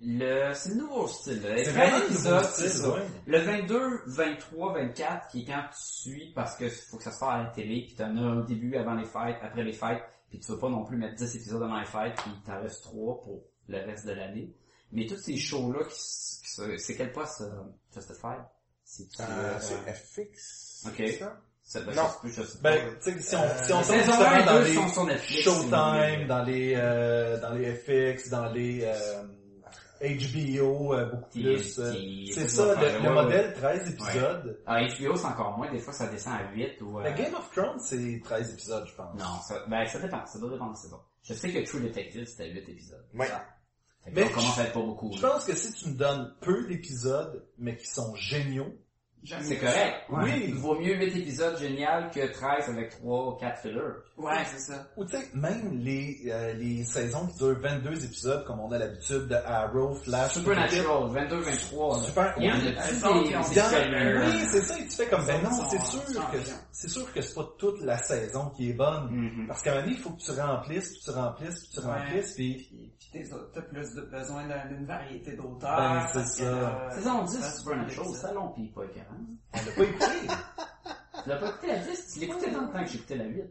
le, c'est le nouveau style, là. C'est Les vraiment vrais un nouveau épisodes, style, c'est ça. ouais. Le 22, 23, 24, qui est quand tu suis parce que faut que ça se fasse à la télé, puis t'en as au début avant les fêtes, après les fêtes, puis tu veux pas non plus mettre 10 épisodes avant les fêtes, puis t'en restes 3 pour le reste de l'année. Mais tous ces shows-là, qui, s- qui se- c'est quel poste, euh, Justified? C'est-tu, Euh, euh, c'est FX. Ok. c'est ça? ça- ben, non. je sais plus, je sais pas. Ben, tu sais, si on, si on tombe Les saisons justement 1 et dans 2 les sont sur Netflix. Showtime, dans les, euh, dans les FX, dans les, euh, HBO, euh, beaucoup Qui- plus. euh, qui- C'est qui ça, va le, faire- le ouais, modèle 13 épisodes. Ah, HBO, c'est encore moins. Des fois, ça descend à 8 ou... euh, Le Game of Thrones, c'est 13 épisodes, je pense. Non, ça, ben, ça dépend, ça doit dépendre de saison. Je sais que True Detective, c'était 8 épisodes. Ouais. Fait Mais qu'on commence à être pas beaucoup. Je là. pense que si tu me donnes peu d'épisodes, mais qui sont géniaux, C'est correct. Oui. Ouais. Il vaut mieux 8 épisodes génial que 13 avec 3 ou 4 fillers. Ouais, c'est ça. Ou tu sais, même les, euh, les saisons qui durent 22 épisodes, comme on a l'habitude de Arrow, Flash... Supernatural, 22, 23. là. Super. Il y en a Oui. Ils des, ont- des Il y en a- fillers. Oui, c'est ça, et tu fais comme, ben non, Sont- c'est sont- sûr sont que, bien. c'est sûr que c'est pas toute la saison qui est bonne. Mhm. Parce qu'à un moment donné, il faut que tu remplisses, puis tu remplisses, puis tu Ouais. remplisses, puis Puis, puis t'es- t'as plus de besoin d'un- d'une variété d'auteurs. Ben, c'est parce que, ça. euh, Saison ça 10, se Supernatural, fait. ça long pis pas écœurant. on l'a pas écouté. (laughs) Tu l'as pas écouté la 10, tu l'écoutais dans le temps que j'écoutais la 8.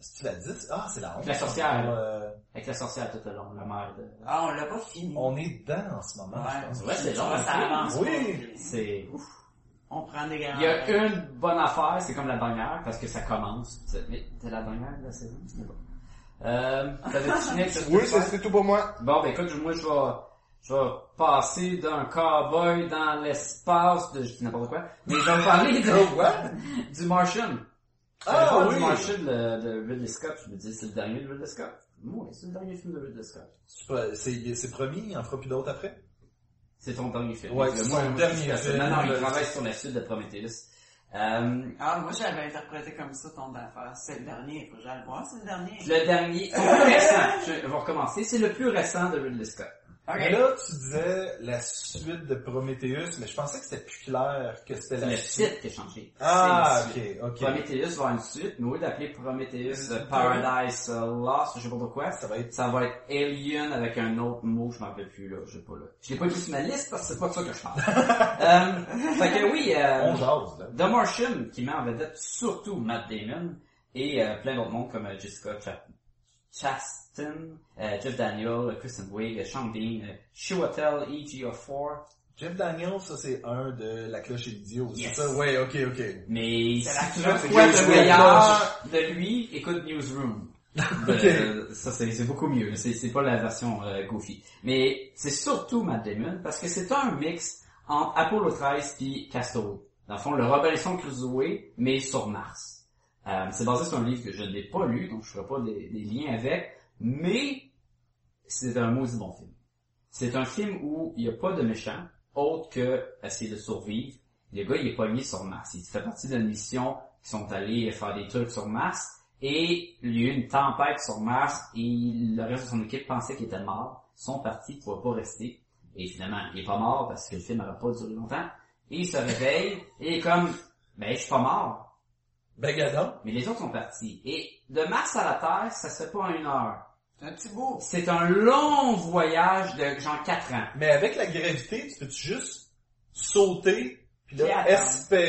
C'est-tu la 10? Ah, c'est la 11. La sorcière. Euh, Avec la sorcière tout à l'heure, la mère de... Ah, on l'a pas fini. on est dedans en ce moment, je pense. Ouais, Ah, c'est Tu long, vois, hein. ça avance. Oui. pas. C'est... On prend des grands. Il y a une bonne affaire, c'est comme la dernière, parce que ça commence. Tu sais, Mais c'est la dernière de la saison, c'est bon. Euh, (laughs) t'avais-tu fini avec ce Oui, truc-là? c'est c'est tout pour moi. Bon, ben écoute, moi je vais, je vais passer d'un cowboy dans l'espace de, je dis n'importe quoi, mais je vais parler de, (laughs) du Martian. Oh, Ah, Je vais parler oui. Du Martian de, de Ridley Scott, je me dis c'est le dernier de Ridley Scott. Oui, c'est le dernier film de Ridley Scott. C'est pas- C'est c'est promis, il en fera plus d'autres après? C'est ton dernier film. Ouais, Donc, c'est moi, son moi, dernier je suis film. Non, non, il Le- travaille sur la suite de Prometheus. Euh, Ah, moi, j'avais interprété comme ça ton affaire. C'est le dernier, faut que j'aille le voir, c'est le dernier. le dernier, c'est le plus récent, je vais recommencer, c'est le plus récent de Ridley Scott. Mais Ok. là, tu disais la suite de Prometheus, mais je pensais que c'était plus clair que c'était C'est la le suite. titre qui est changé. Ah, C'est le ok, titre. ok. Prometheus va avoir une suite, mais au lieu d'appeler Prometheus euh, Paradise euh, Lost, je sais pas pourquoi, Ça va être... ça va être Alien avec un autre mot, je m'en rappelle plus là, je sais pas là. Je l'ai pas mis sur ma liste parce que c'est pas de ça que (laughs) je parle. euh, fait que oui, euh, On jase, là. The Martian qui met en vedette surtout Matt Damon et euh, plein d'autres monde comme euh, Jessica Chap- Chastain, euh, Jeff Daniel, Kristen Wiig, euh, Sean Bean, euh, Chiwetel EGO4, Jeff Daniels, ça c'est un de La Cloche et l'idiot, c'est Yes. ça? Ouais, ok, ok. Mais C'est si la tu cloche, veux c'est quoi Joe de Square. meilleur de lui, écoute Newsroom. De- Ben, Ça c'est c'est beaucoup mieux, c'est c'est pas la version euh, goofy. Mais c'est surtout Matt Damon parce que c'est un mix entre Apollo 13 puis Castaway. Dans le fond, le Robinson Crusoe, mais sur Mars. Euh, c'est basé sur un livre que je n'ai pas lu, donc je ferai pas des, des liens avec, mais c'est un maudit bon film. C'est un film où il n'y a pas de méchant, autre que essayer de survivre. Le gars, il est pogné sur Mars. Il fait partie d'une mission qui sont allés faire des trucs sur Mars. Et il y a eu une tempête sur Mars et le reste de son équipe pensait qu'il était mort. Ils sont partis, il ne pouvait pas rester. Et finalement, il est pas mort parce que le film n'aurait pas duré longtemps. Et il se réveille et il est comme, ben je suis pas mort. Ben, gadon. Mais les autres sont partis. Et de Mars à la Terre, ça se fait pas en une heure. C'est un petit bout. C'est un long voyage de genre 4 ans. Mais avec la gravité, tu peux-tu juste sauter, puis Puis là, attendre. espérer Tu dis ça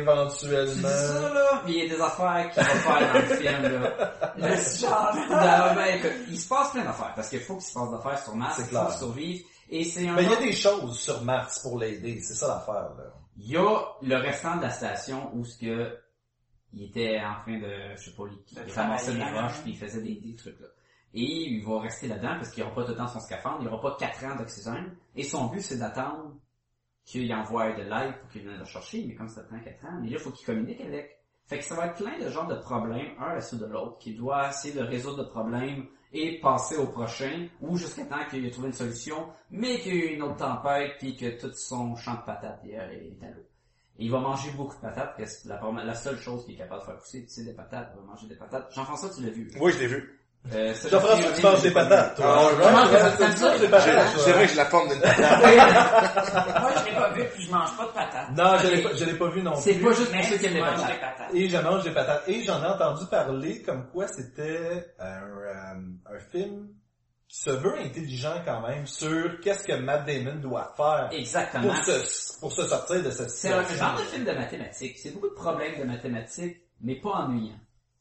éventuellement... là, mais il y a des affaires qui vont faire dans le film là. (laughs) Le genre. Non, ben, écoute, il se passe plein d'affaires, parce qu'il faut qu'il se passe d'affaires sur Mars, C'est il faut clair. qu'il survive, et c'est un Mais il y a autre- des choses sur Mars pour l'aider, c'est ça l'affaire, là. il y a le restant de la station où ce que il était en train de, je sais pas, il, De il ramassait de la travailler, roche hein. puis il faisait des, des trucs là. Et il va rester là-dedans parce qu'il n'aura pas tout le temps son scaphandre, il n'aura pas 4 ans d'oxygène. Et son but c'est d'attendre qu'il envoie de l'aide pour qu'il vienne le chercher, mais comme ça prend 4 ans, mais là il faut qu'il communique avec. Fait que ça va être plein de genres de problèmes, un à la suite de l'autre, qu'il doit essayer de résoudre le problème et passer au prochain, ou jusqu'à temps qu'il ait trouvé une solution, mais qu'il y ait une autre tempête, puis que tout son champ de patates hier est à l'eau. Et il va manger beaucoup de patates, parce que c'est la, première- la seule chose qu'il est capable de faire pousser, c'est des patates. Il va manger des patates. Jean-François, tu l'as vu. Oui, je l'ai vu. Euh, ça, Jean-François, j'ai- tu manges des patates, toi. Ah, ouais, Tu ouais, manges des ouais, patates, ouais, tu manges des ouais. patates, toi. C'est vrai que je la forme d'une patate. Moi, je l'ai pas vu, puis je mange pas de patates. Non, je l'ai pas- je l'ai pas vu non C'est plus. pas juste pour Mais ceux qui aiment tu les manges patates. des patates. Et je mange des patates. Et j'en ai entendu parler comme quoi c'était un, euh, un film qui se veut intelligent quand même sur qu'est-ce que Matt Damon doit faire Exactement. pour se, pour se sortir de cette C'est un situation. genre de film de mathématiques. C'est beaucoup de problèmes de mathématiques, mais pas ennuyants.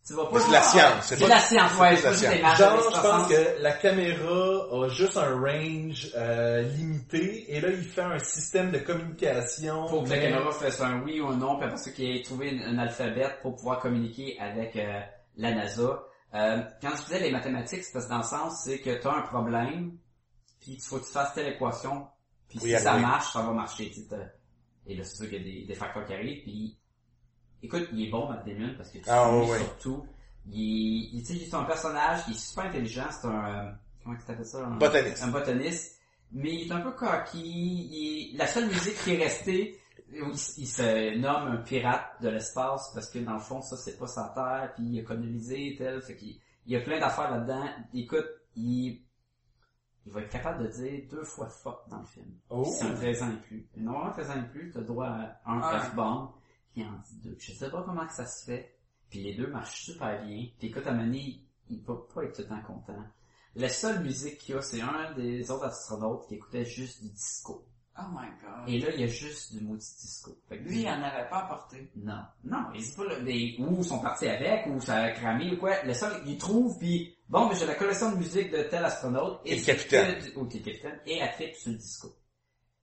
Tu vas pas... C'est de la science. C'est C'est de pas... la science, ouais. c'est C'est de la pas juste des maths, science. Genre, des je pense croissances. que la caméra a juste un range euh, limité et là, il fait un système de communication. Pour que la mais- caméra fasse un oui ou un non, puis après ça, qu'il ait trouvé une- un alphabet pour pouvoir communiquer avec euh, la NASA. Euh, quand je disais les mathématiques, c'est parce que dans le sens, c'est que tu as un problème, puis il faut que tu fasses telle équation, puis Oui, si ça arrivé. marche, ça va marcher. tu sais, t'as- Et là, c'est sûr qu'il y a des, des facteurs qui arrivent, puis... Écoute, il est bon, Matt Damon, parce que tu Ah, suis ouais, ouais. surtout... Il, il, tu sais, c'est un personnage qui est super intelligent, c'est un... euh, comment tu t'appelles ça? un- Botaniste. un botaniste, mais il est un peu coquille. il est- La seule musique qui est restée, il, il se nomme un pirate de l'espace parce que dans le fond, ça c'est pas sa terre, puis il a colonisé tel, fait qu'il il y a plein d'affaires là-dedans. Écoute, il, il va être capable de dire deux fois fuck dans le film. Oh. C'est un 13 ans et plus. Normalement, 13 ans et plus, t'as droit à un Un. craft bomb qui en dit deux. Je sais pas comment que ça se fait. Puis les deux marchent super bien. Puis écoute, à Mané, il peut pas être tout le temps content. La seule musique qu'il y a, c'est un des autres astronautes qui écoutait juste du disco. Oh my god. Et là, il y a juste du maudit disco. Fait que Lui, il en avait pas apporté. non, non, mais c'est pas le, mais où ils sont partis avec, ou ça a cramé ou quoi. Le seul, ils trouvent, puis bon, mais j'ai la collection de musique de tel astronaute. Et le c'est capitaine. que du- ou qui est le capitaine, et elle tripe sur le disco.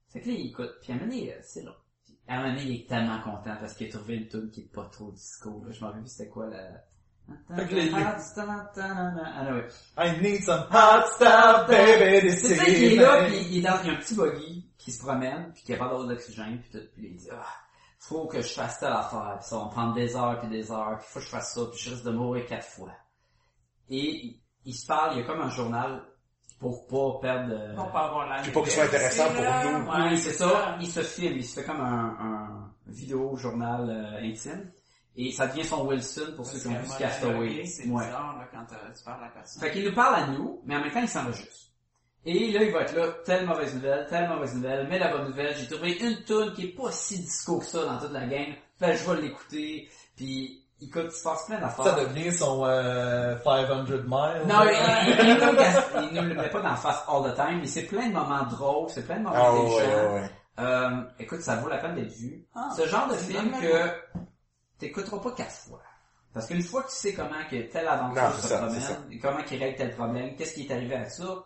Fait que là, il écoute, puis à un moment donné, euh, c'est long. Puis à un moment donné, il est tellement content parce qu'il a trouvé une tune qui est pas trop disco. Là, je m'en rappelle plus c'était quoi la... Fait que les- les- Ah, ouais. I need some hot stuff, baby, this C'est ça, il est là, evening. puis il est dans il y a un petit buggy qui se promène, puis qui a pas d'avoir d'oxygène, puis tout, puis il dit ah, faut que je fasse telle affaire, puis ça va me prendre des heures puis des heures, puis faut que je fasse ça, puis je risque de mourir quatre fois. Et il, il se parle, il y a comme un journal pour pas perdre. de- Pour pas avoir la Puis pour qu'il soit intéressant pour nous. oui, c'est ça. Il se filme, il se fait comme un, un, vidéo journal euh, intime. Et ça devient son Wilson pour ceux qui ont vu Castaway. C'est Ouais. bizarre là, quand euh, tu parles à la personne. Fait qu'il nous parle à nous, mais en même temps, il s'en va juste. Et là, il va être là, telle mauvaise nouvelle, telle mauvaise nouvelle, mais la bonne nouvelle, j'ai trouvé une tune qui est pas si disco que ça dans toute la game, fait que je vais l'écouter, puis écoute, il se passe plein d'affaires. Ça devient son euh, 500 miles. Non, il, il- il nous le casse- il nous le met pas dans la face all the time, mais c'est plein de moments drôles, c'est plein de moments Ah ouais, déchirants. ouais, ouais. Euh, écoute, ça vaut la peine d'être vu. Ah, Ce genre de c'est film normal. que t'écouteras pas quatre fois. Parce qu'une fois que tu sais comment que telle aventure Non, c'est se ça, c'est ça. promène, et comment qu'il règle tel problème, qu'est-ce qui est arrivé à ça,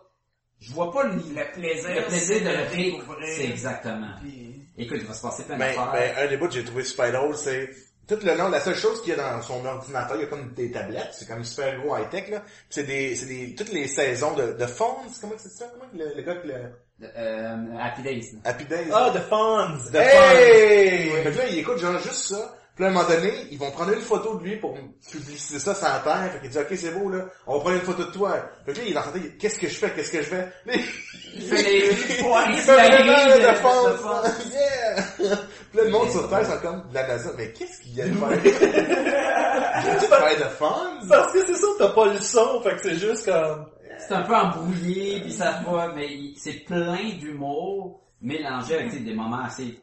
je vois pas le, Le plaisir, le plaisir c'est de de le découvrir. réécouter. C'est exactement. Puis, Écoute, il va se passer plein Mais, d'affaires. mais Ben, un des bouts que j'ai trouvé super drôle, c'est tout le long, la seule chose qu'il y a dans son ordinateur, il y a comme des tablettes, c'est comme super gros high-tech, là. Puis c'est des, c'est des, toutes les saisons de, de Fonz, comment c'est ça? Comment le, le gars que le Euh, Happy (laughs) Days. là. Happy Days? Ah, The Fonz! de Fonz. Fait que là, il écoute genre juste ça. Puis là, à un moment donné, ils vont prendre une photo de lui pour publier ça sur la terre. Fait qu'il dit, OK, c'est beau, là. On va prendre une photo de toi. Fait que là, il est dans sa tête, il dit, qu'est-ce que je fais? Qu'est-ce que je fais? Là, Il fait les points, Il il fait fait vraiment les- de de fond. fond. Yeah! Puis là, le monde sur Terre, sont comme de la NASA. Mais qu'est-ce qu'il y a de faire? Il a dû faire de fond? Parce que c'est ça, t'as pas le son, fait que c'est juste comme... C'est un peu embrouillé, puis ça va, mais il- c'est plein d'humour mélangé avec tu sais, des moments assez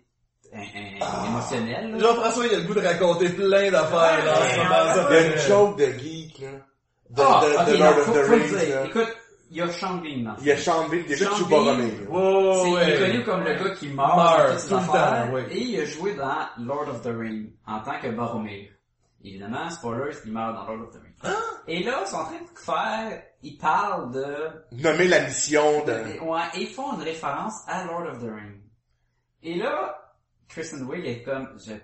hein, hein, Ah. émotionnels. là. Jean-François, il a le goût de raconter plein d'affaires, là, en ce Ouais, moment. ça Il y a fait- une joke de geek, là. De, Ah, de, ok, de non, Lord faut- of the faut le Rings, dire. là. Écoute, il y a Sean Bean dans ce Il y a Oh, Chambille, il y a Sean tout Bean. Choubaromé, là. Wow, C'est il est ouais. connu comme le gars qui meurt, Meurt dans toutes ses tout le affaires, temps, oui. et il a joué dans Lord of the Rings en tant que Boromir. Évidemment, spoilers, il meurt dans Lord of the Rings. Hein? Et là, ils sont en train de faire, ils parlent de... Nommer la mission de... Et- ouais, et ils font une référence à Lord of the Rings. Et là, Kristen Wiig est comme... Je, euh,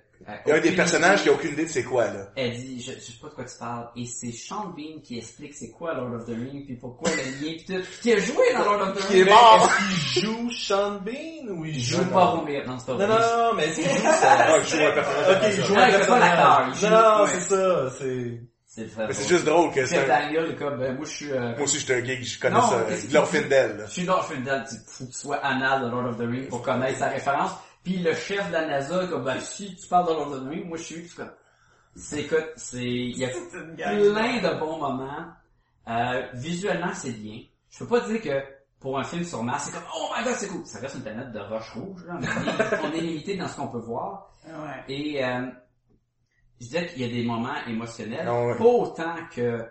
Il y a un des personnages qui a aucune idée de c'est quoi, là. Elle dit, je, je sais pas de quoi tu parles. Et c'est Sean Bean qui explique c'est quoi Lord of the Rings, puis pourquoi le lien, puis tout. Qui a joué dans Lord of the Qui est Rings. mort! Est-ce qu'il joue Sean Bean ou il Il joue... joue Boromir. Non, c'est pas Non, non, vrai. non, mais est-ce qu'il joue Ah, ça? il joue un personnage. Ok, Ah, il joue Ouais, un il fait pas l'acteur, personnage. il joue- Non, non, ouais. c'est ça, c'est... C'est vrai. Mais c'est juste drôle que Puis c'est un... Daniel est comme, ben, moi, je suis, euh, Moi aussi, j'étais un geek, je connais Non, ça. qu'est-ce qu'il L'orphin dit? d'elle, là. je suis Lord Findel, tu faut que tu sois anal de Lord of the Rings pour connaître sa référence. Puis le chef de la NASA est comme, ben, si tu parles de Lord of the Rings, moi, je suis, tu comme, c'est quoi, c'est, il (laughs) y a c'est une plein gueule. de bons moments. Euh, visuellement, c'est bien. Je peux pas dire que pour un film sur Mars, c'est comme, oh my god, c'est cool. Ça reste une planète de roche rouge, là. mais on est- on est limité dans ce qu'on peut voir. Ouais. Et euh, je disais qu'il y a des moments émotionnels, Ah ouais. pas autant que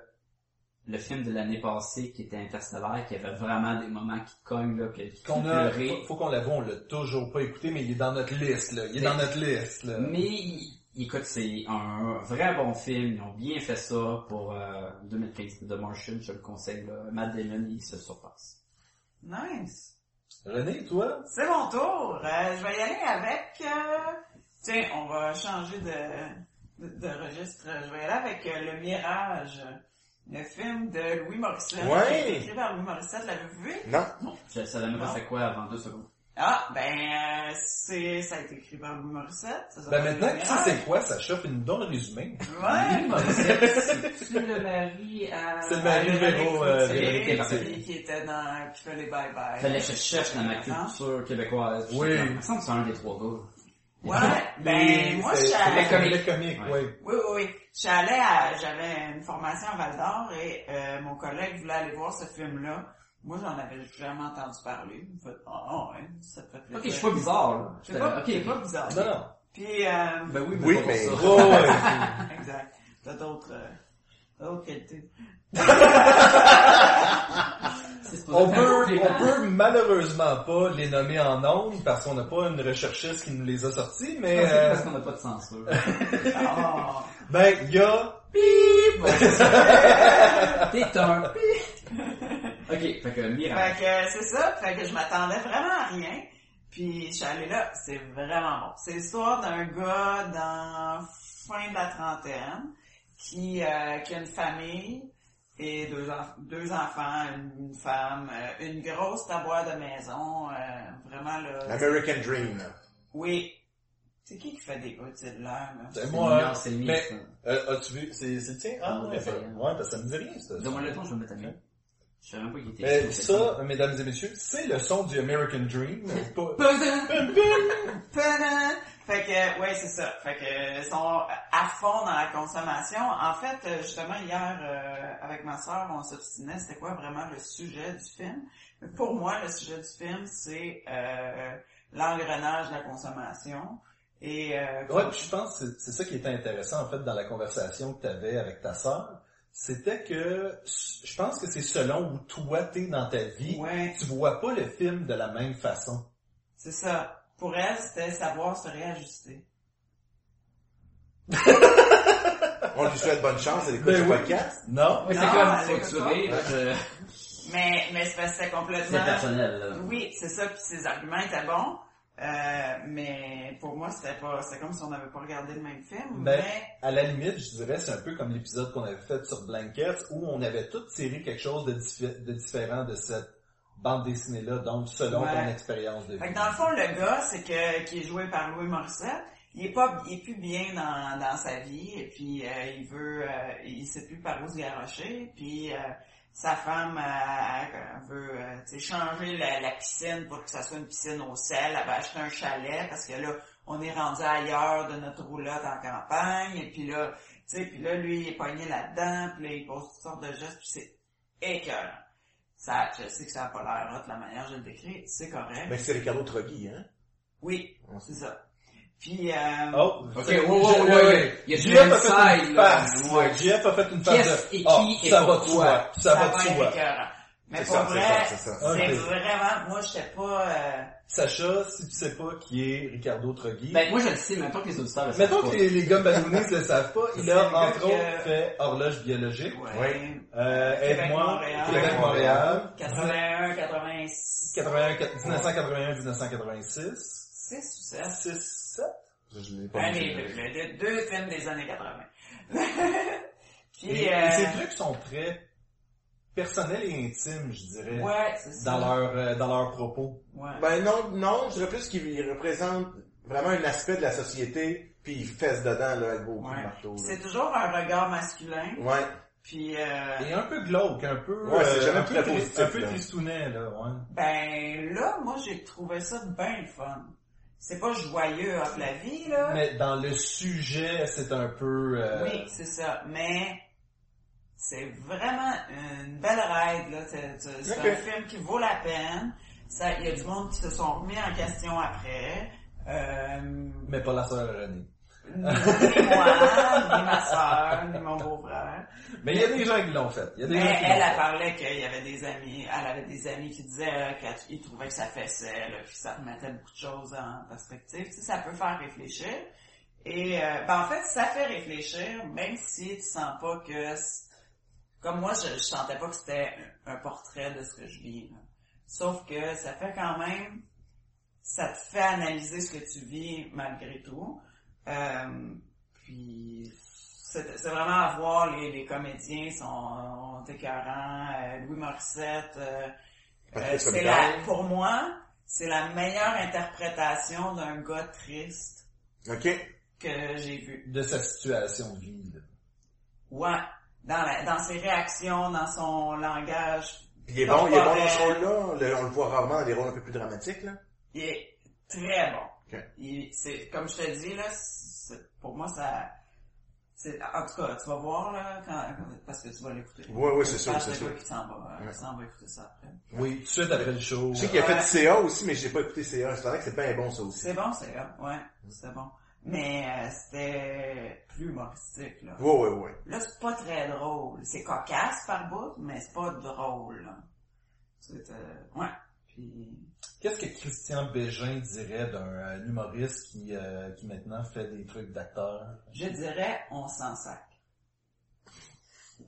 le film de l'année passée qui était Interstellar, qui avait vraiment des moments qui te cognent, là, que, qui te Qu'on a, pleurer. faut, faut qu'on l'avoue, on l'a toujours pas écouté, mais il est dans notre liste, là. Il est Mais- dans notre liste, là. Mais il- écoute, c'est un vrai bon film, ils ont bien fait ça pour euh, 2015 de Martian, je le conseille. Là. Matt Damon, il se surpasse. Nice. René, toi? C'est mon tour. Euh, je vais y aller avec... euh, Tiens, on va changer de, de, de registre. Je vais y aller avec euh, Le Mirage, le film de Louis Morissette. Ouais. qui est Écrit par Louis Morissette, l'avez-vous vu? Non? Je savais même pas Non. c'est quoi avant deux secondes. Ah, ben, euh, c'est, ça a été écrit par Louis Morissette. ça Ben s'appelle maintenant, Le tu sais c'est quoi, Sacha, puis nous donne le résumé. Mirage. Ouais. Lui, Morissette, c'est-tu le mari à... C'est le mari à Véro, euh, Coutier, Véronique qui est Coutier. partie. Qui, qui était dans, qui fait les bye-bye. Fallait que je cherche dans ma culture québécoise. Oui. Il me semble que c'est un des trois gars. Ouais, ben, moi, je C'est- c'est suis allée- le comique. Le comique, ouais. Oui, oui, oui. Je suis allée à, j'avais une formation à Val d'Or et euh, mon collègue voulait aller voir ce film-là. Moi, j'en avais jamais entendu parler. Il me fait, ah ah, ouais, ça te fait plaisir. Ok, je suis pas bizarre, là. C'est pas, ok, c'est pas bizarre. Non, non. Puis, euh, (laughs) Ben oui, mais, Oui, pas pour mais- ça. Ouais, ouais. exact. T'as d'autres, euh, t'as d'autres qualités. C'est supposé On être un peut, compliment. on peut malheureusement pas les nommer en ondes parce qu'on n'a pas une recherchiste qui nous les a sortis, mais Non, c'est euh, parce qu'on n'a pas de censure. Ah, ben il y a T'es un. (laughs) ok, fait que miracle. Ben, Fait que euh, c'est ça, fait que je m'attendais vraiment à rien. Puis je suis allée là, c'est vraiment bon. C'est l'histoire d'un gars dans fin de la trentaine qui, euh, qui a une famille et deux, enf- deux enfants, une, une femme, euh, une grosse taboire de maison, euh, vraiment là. American Dream, là. Oui. C'est qui qui fait des gars de cellulaire, là? c'est Moi, moi. non, c'est Mais miracle. euh, as-tu vu C'est c'est le tien Ah Non, ouais, c'est ça, rien. ouais, parce que ça me dit rien ça. Donne-moi le temps, je vais me mettre à mieux. Je savais même pas qu'il était. Euh, ici, ça, mesdames et messieurs, c'est le son du American Dream. Pas- Tadam! Tadam! Fait que, ouais, c'est ça. Fait que, ils sont à fond dans la consommation. En fait, euh, justement, hier, euh, avec ma soeur, on s'obstinait, c'était quoi vraiment le sujet du film. Mais Pour moi, le sujet du film, c'est euh, l'engrenage de la consommation. Et, euh, Ouais, puis je pense que c'est- c'est ça qui était intéressant en fait dans la conversation que tu avais avec ta sœur, c'était que je pense que c'est selon où toi t'es dans ta vie, ouais, tu vois pas le film de la même façon. c'est ça. Pour elle, c'était savoir se réajuster. On lui souhaite bonne chance, elle écoute Ben le oui. podcast. Non, Oui, c'est Non, Ah, comme elle écoute facturé, là, je- Mais, mais c'est parce que c'était c'est complètement... personnel, là. Oui, c'est ça, puis ses arguments étaient bons. Euh, mais pour moi, c'était pas. C'est comme si on n'avait pas regardé le même film. Ben, Mais, à la limite, je dirais c'est un peu comme l'épisode qu'on avait fait sur Blankets où on avait tout tiré quelque chose de, diffé- de différent de cette bande dessinée là, donc selon Ouais. ton expérience de vie. fait que dans le fond, le gars, c'est que qui est joué par Louis Morissette, il est pas, il est plus bien dans, dans sa vie, et puis euh, il veut, euh, il sait plus par où se garrocher, puis euh, sa femme euh, elle veut, euh, tu sais, changer la, la piscine pour que ça soit une piscine au sel, elle va acheter un chalet parce que là, on est rendu ailleurs de notre roulotte en campagne, et puis là, tu sais, puis là, lui, il est pogné là-dedans, puis là, il pose toutes sortes de gestes, puis c'est écœurant. Ça, je sais que ça n'a pas l'air hot, la manière dont je le décris, c'est correct. Mais c'est Ricardo Trogui, hein? Oui, On sait. c'est ça. Puis, euh, Oh, Ok, c'est- wow, wow, je- ouais, le- ouais. Il y a du JF a fait inside, une là. face. Ouais. JF a fait une face Qu'est-ce de, et qui Ah, et ça va de pourquoi? soi, ça va de être soi. écœurant. Mais C'est pour ça, c'est vrai, ça, c'est ça. c'est Ok. vraiment, moi, j'étais pas, euh, Sacha, si tu sais pas qui est Ricardo Trogui, Ben, moi, je le sais, mettons que les auditeurs le savent Ah. Mettons pas. que les, les gars ballonnés ne le savent pas, il C'est a le gars entre qui autres a- fait horloge biologique. ouais. Euh, Aide-moi, Québec-Montréal. Québec-Montréal, 81, 86 1981-1986, ou 7. 6, 7. Je, je l'ai pas Un vu. des deux, là, deux, deux films des années 80. Et, (laughs) Puis, et euh, ces trucs sont très personnels et intimes, je dirais, ouais, c'est ça. dans, leur, euh, dans leurs propos. Ouais. Ben non, non, je dirais plus qu'il représente vraiment un aspect de la société, puis il fesse dedans, là, le beau coup de Ouais. marteau. Puis là. C'est toujours un regard masculin. Ouais. Puis, euh, Et un peu glauque, un peu... euh, Ouais, c'est jamais un peu très tri- positif, Un peu là. tristounet, là, ouais. ben là, moi, j'ai trouvé ça bien le fun. C'est pas joyeux à la vie, là. Mais dans le sujet, c'est un peu... euh, Oui, c'est ça. Mais c'est vraiment une belle ride. Là. C'est, c'est- c'est Ok. un film qui vaut la peine. Ça, Il y a du monde qui se sont remis en question après. Euh, Mais pas la sœur Renée. ni moi, ni ma soeur, ni mon beau-frère. Mais il y a des gens qui l'ont fait. Il y a des Mais gens qui elle, l'ont elle fait. parlait qu'il y avait des amis, elle avait des amis qui disaient euh, qu'ils trouvaient que ça fessait, là, puis ça remettait beaucoup de choses en perspective. Tu sais, ça peut faire réfléchir. Et euh, ben, en fait, ça fait réfléchir, même si tu sens pas que... c- Comme moi, je, je sentais pas que c'était un, un portrait de ce que je vis. là. Sauf que ça fait quand même... Ça te fait analyser ce que tu vis malgré tout. Euh, puis c'est c'est vraiment à voir, les, les comédiens sont, sont écœurants, euh, Louis Morissette, euh, Patrick euh, c'est Sebald. la, pour moi, c'est la meilleure interprétation d'un gars triste Ok. que j'ai vu. de sa situation de vie. là. Ouais, dans, la, dans ses réactions, dans son langage, Puis il est bon, il est bon dans ce Temporel. rôle-là. Le- On le voit rarement dans des rôles un peu plus dramatiques, là. il est très bon. Ok. Il- c'est- comme je te dis, là, c'est- pour moi, ça... c'est- En tout cas, tu vas voir, là, quand, parce que tu vas l'écouter. Ouais, ouais, c'est sûr, Parce c'est que le sûr. gars qui s'en va, euh, Ouais. qui s'en va écouter ça après. Oui, tout de suite après le show. Je sais qu'il a Ouais. fait CA aussi, mais j'ai pas écouté CA. C'est vrai que c'est bien bon, ça aussi. C'est bon, c'est là, ouais, Mm. c'est bon. Mais euh, c'était plus humoristique, là. Ouais, ouais, ouais. (laughs) Là, c'est pas très drôle. C'est cocasse par bout, mais c'est pas drôle, là. C'est, euh, ouais. Puis, Qu'est-ce que Christian Bégin dirait d'un euh, humoriste qui, euh, qui maintenant fait des trucs d'acteur? je dirais, on s'en sac.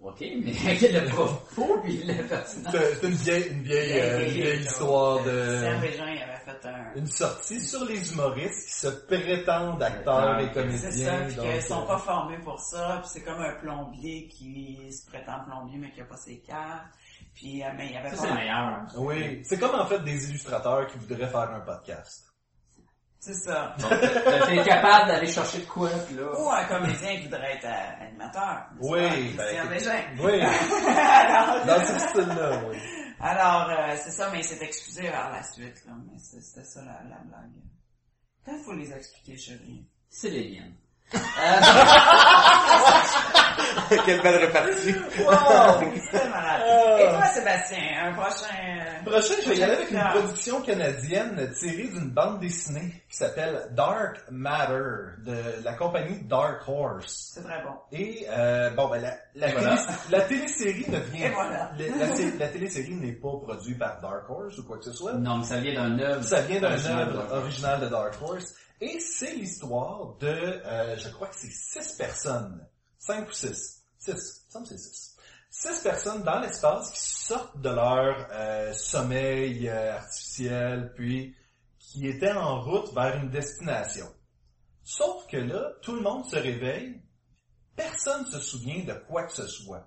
Ok, mais (laughs) quel est le propos, puis le pertinent. C'est c'est une vieille, une vieille, euh, une vieille histoire Serge de... Bégin, il avait fait un... Une sortie sur les humoristes qui se prétendent acteurs et Ah, C'est ça, comédiens. puis donc, qu'ils sont euh, pas formés pour ça, puis c'est comme un plombier qui se prétend plombier, mais qui a pas ses cartes. Puis, euh, mais il y avait Ça, pas... c'est meilleur. Oui, c'est comme en fait des illustrateurs qui voudraient faire un podcast. C'est ça. Bon, t'es t'es capable d'aller chercher de quoi, puis là. Ou un comédien qui voudrait être euh, animateur. n'est-ce Oui, pas, Christian ben, Bégin. (laughs) (laughs) Oui, Alors, dans ce style-là, (laughs) oui. alors, euh, c'est ça, mais il s'est excusé vers la suite. là, mais c'est- C'était ça la, la blague. Peut-être faut les expliquer, chérie. C'est les liens. Quelle belle répartie. Ah Wow! C'était malade. Et toi, Sébastien, un prochain... euh, Prochain, je vais y aller avec une production canadienne tirée d'une bande dessinée qui s'appelle Dark Matter de la compagnie Dark Horse. C'est très bon. Et euh, bon, ben la, la, voilà. télé- la télésérie ne vient Et voilà. la, la té- la télésérie n'est pas produite par Dark Horse ou quoi que ce soit. non, mais ça vient d'un œuvre. Ça vient d'un original œuvre d'un- original de Dark Horse. Et c'est l'histoire de, euh, je crois que c'est six personnes. Cinq ou six. Six. Ça me semble que c'est six. Six personnes dans l'espace qui sortent de leur euh, sommeil euh, artificiel, puis qui étaient en route vers une destination. Sauf que là, tout le monde se réveille, personne ne se souvient de quoi que ce soit.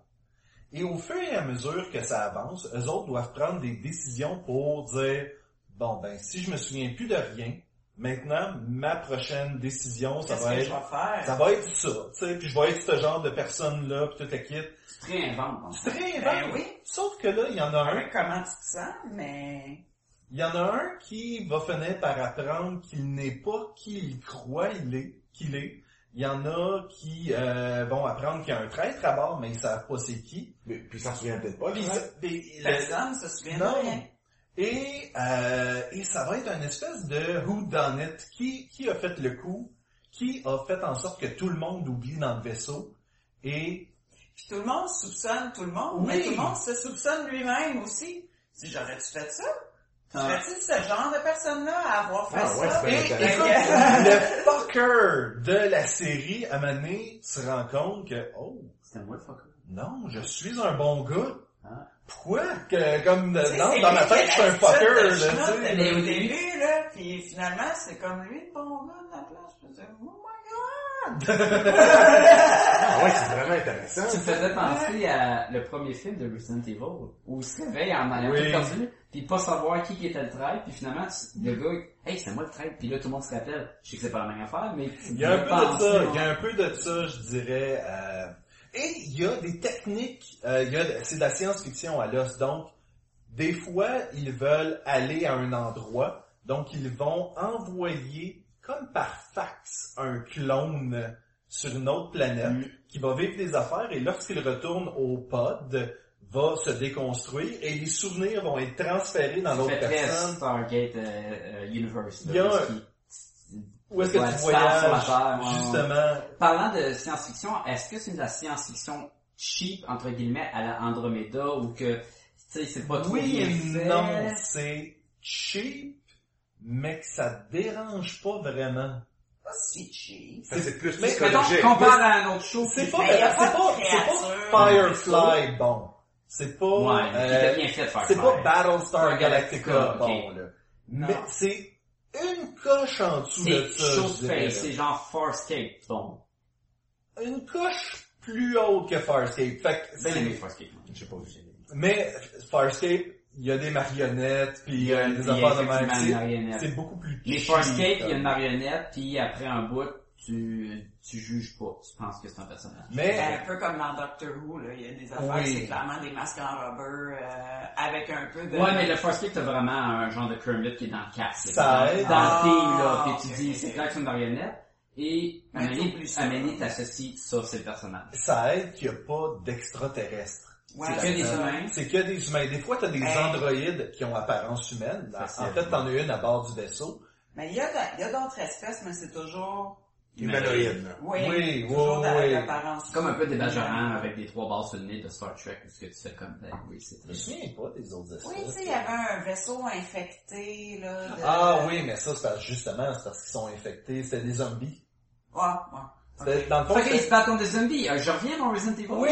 Et au fur et à mesure que ça avance, eux autres doivent prendre des décisions pour dire Bon, ben, si je me souviens plus de rien, maintenant, ma prochaine décision, ça Qu'est-ce va que je être, vais faire? ça va être ça, tu sais, puis je vais être ce genre de personne-là, puis tout le kit. Tu te réinventes, en fait. C'est très Ben bien. oui. Sauf que là, il y en a un, Oui, Comment tu te sens, mais... il y en a un qui va finir par apprendre qu'il n'est pas qui il croit il est, qu'il est. Il y en a qui euh, vont apprendre qu'il y a un traître à bord, mais ils savent pas c'est qui. Mais, puis ils s'en souviennent peut-être pas. Puis lui, hein? ils- puis le- Personne se souvient de Non. rien. Et, euh, et ça va être une espèce de who done it. Qui, qui a fait le coup? Qui a fait en sorte que tout le monde oublie dans le vaisseau? Et Puis tout le monde soupçonne tout le monde, Oui. mais tout le monde se soupçonne lui-même aussi. Si j'aurais-tu fait ça? Serais-tu ce genre de personne-là à avoir fait Ah ça? ouais, c'est bien Et- intéressant. et- le fucker de la série, à un moment donné, se rend compte que, oh, C'était moi le fucker. non, je suis un bon gars. Hein? Pourquoi? Que, comme, Tu euh, sais, non, c'est dans lui ma qui a tête, je suis un l'attitude fucker, de là, tu chinois sais. dès mais- le début, là, puis finalement, c'est comme lui le bon gars de la place. Je faisais, oh my god! Ah ouais, c'est vraiment intéressant. Tu me faisais penser à le premier film de Resident Evil, où il se réveille en allant Oui. tout perdu, puis pas savoir qui, qui était le traître, puis finalement, tu- le gars, il- hey, c'est moi le traître, puis là, tout le monde se rappelle. Je sais que c'est pas la même affaire, mais... tu Il y a un le peu penses, de ça, non? il y a un peu de ça, je dirais. euh, et il y a des techniques, euh, il y a- c'est de la science-fiction à l'os, donc des fois, ils veulent aller à un endroit, donc ils vont envoyer, comme par fax, un clone sur une autre planète Mm. qui va vivre des affaires et lorsqu'il retourne au pod, va se déconstruire et les souvenirs vont être transférés dans Ça fait l'autre très personne. Stargate euh, euh, Universe. là, Il y a parce un- qu'il- Où est-ce que Ouais, tu tu pars sur la voyages, Terre, ouais, ouais. justement, Parlant de science-fiction, est-ce que c'est de la science-fiction cheap, entre guillemets, à la Andromeda, ou que, tu sais, c'est pas trop Oui bien et fait? non, Ben, c'est cheap, mais que ça dérange pas vraiment. Pas si cheap. Ça, c'est plus Mais- Mais donc, psychologique. comparé à un autre show, C'est qui pas, Mais Ben, y c'est a pas pas, de c'est pas créature. Firefly bon. C'est pas, Ouais, mais euh, qui était bien fait de faire c'est ça. pas Battlestar Galactica Galactica, ok. bon là. Non. Mais c'est une coche en dessous de C'est ça. show je dirais, space, c'est genre Farscape, bon. là. Une coche plus haute que Farscape. Fait que J'ai c'est- aimé Farscape, moi. J'ai pas vu. mais Farscape, il y a des marionnettes puis euh, des Il y a affaires de effectivement une même. C'est- marionnette. C'est beaucoup plus. Les cheap, euh. Farscape, il y a comme. une marionnette, puis après un bout, tu, tu juges pas. Tu penses que c'est un personnage. Mais Ben, un peu comme dans Doctor Who, là, il y a des affaires, Oui. c'est clairement des masques en rubber, euh, avec un peu de... Ouais, mais le Farscape, t'as vraiment un genre de Kermit qui est dans le casque. Ça dans, aide. dans le team, là. Ah, Puis tu ok, dis, ok, c'est ok. clair que c'est une marionnette. Et Mais tout plus ça. Amélie t'associe ça, c'est le personnage. ça aide qu'il n'y a pas d'extraterrestres. Ouais. C'est que des humains. C'est que des humains. Des fois, t'as des Hey. androïdes qui ont apparence humaine. En- En fait, t'en as une à bord du vaisseau. Mais il y a, de- il y a d'autres espèces, mais c'est toujours... Humanoïde, là. Oui, Oui, toujours oui, avec oui. l'apparence. C'est comme un peu débajarant avec des trois balles sur le nez de Star Trek, ou ce que tu fais comme, ben oui, c'est Je me souviens pas des autres espèces. Oui, tu sais, il y avait un vaisseau infecté, là. de- Ah oui, mais ça, c'est parce, justement, c'est parce qu'ils sont infectés. C'était des zombies. Ouais, ouais. C'était- Dans le fond, Fait qu'ils se c'était- battent contre des zombies. Euh, je reviens dans Resident Evil. Oui.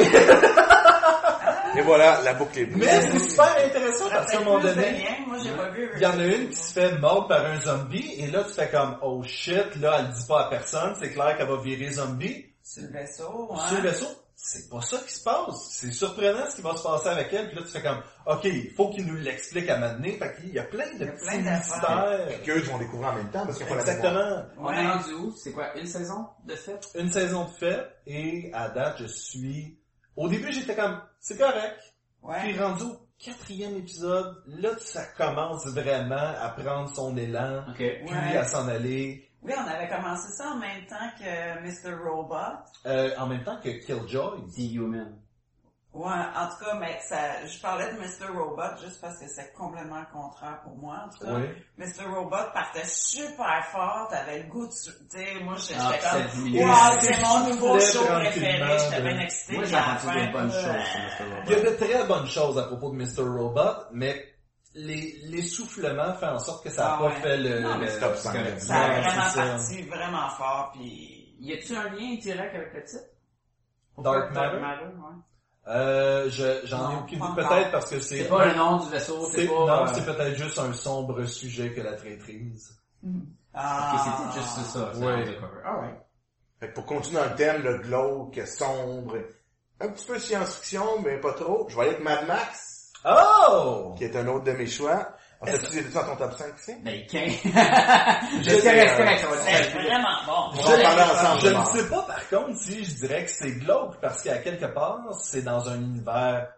Et voilà, la boucle est bouclée. Mais c'est super intéressant parce qu'à un moment Plus de donné, hein, liens, moi j'ai pas vu. il y en a une qui se fait mordre par un zombie et là, tu fais comme, oh shit, là, elle le dit pas à personne. C'est clair qu'elle va virer zombie. Sur le vaisseau, ouais. sur le vaisseau, c'est pas ça qui se passe. C'est surprenant ce qui va se passer avec elle. Puis là, tu fais comme, OK, il faut qu'il nous l'explique à m'amener. Fait qu'il y a plein de y a petits plein d'affaires. mystères. Qu'eux vont découvrir en même temps, parce qu'ils n'ont pas la mémoire. Exactement. On Ouais. est rendu où? C'est quoi, une saison de fait? Une saison de fête et à date, je suis... Au début, j'étais comme, c'est correct. Ouais. Puis rendu au quatrième épisode, là, ça commence vraiment à prendre son élan. Ok. Puis Ouais. à s'en aller. Oui, on avait commencé ça en même temps que Mr. Robot. Euh, en même temps que Killjoy. The Human. Ouais, en tout cas, mais ça, je parlais de Mr. Robot juste parce que c'est complètement le contraire pour moi, en tout cas. Oui. Mr. Robot partait super fort, t'avais le goût de... Tu sais, moi, j'étais Ah, puis ça comme... diminue. Wow, c'est mon nouveau Très show préféré, tranquillement, j'étais bien de- excitée. Moi, puis j'ai à la entendu fin, des bonnes euh, choses sur Mr. Il y a Robot. de très bonnes choses à propos de Mr. Robot, mais les- l'essoufflement fait en sorte que ça n'a Ah pas ouais. fait le... Non, mais le- c'est top cinq. le- Ça a Ouais, vraiment c'est ça. parti vraiment fort, puis... Y a-tu un lien direct avec le titre? Dark Matter? ouais. Euh, je- j'en ai Non, aucune pas idée, encore. peut-être parce que c'est... C'est pas le nom du vaisseau, c'est- c'est pas... non, euh, c'est peut-être juste un sombre sujet que la traîtrise. Ah, Ok, c'était juste ça. c'est Ouais. un undercover. Alright. Fait que pour continuer dans le thème, le glauque, sombre, un petit peu science-fiction, mais pas trop, je vais aller avec Mad Max, Oh! qui est un autre de mes choix. En fait, tu es dans ton top 5, c'est? Ben, (laughs) Ken. J'étais resté avec ça. C'est Ben, vraiment bon. On va parler ensemble. Je ne sais pas par contre si je dirais que c'est glauque parce qu'à quelque part, c'est dans un univers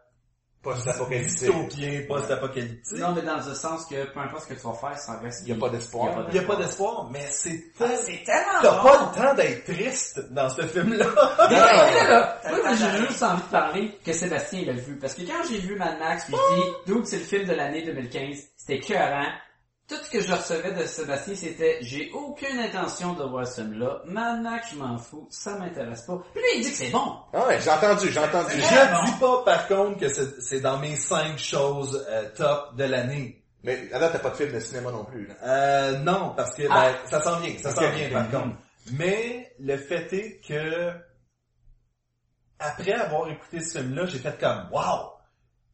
Post-apocalyptique. dystopien, post-apocalyptique. Non, mais dans le sens que peu importe ce que tu vas faire, ça reste... Il n'y a pas d'espoir. Il n'y a pas d'espoir, mais c'est Ah, tel- C'est tellement T'as bon. pas le temps d'être triste dans ce film-là. Non, mais là, là, T'as moi, le temps j'ai d'aller. juste envie de parler que Sébastien l'a vu. Parce que quand j'ai vu Mad Max, puis je dis, Dude, c'est le film de l'année 2015, c'était écœurant. Tout ce que je recevais de Sébastien, c'était, j'ai aucune intention de voir ce film-là. Mad Max, je m'en fous, ça m'intéresse pas. Puis lui, il dit que c'est bon. Ah ouais, j'ai entendu, j'ai entendu. Je Ah, dis pas par contre que c'est c'est dans mes cinq choses euh, top de l'année. Mais là, t'as pas de film de cinéma non plus. là. Euh, non, parce que Ah. ben, ça s'en vient, ça Ok, s'en vient ok. par contre. Mais le fait est que après avoir écouté ce film-là, j'ai fait comme Wow!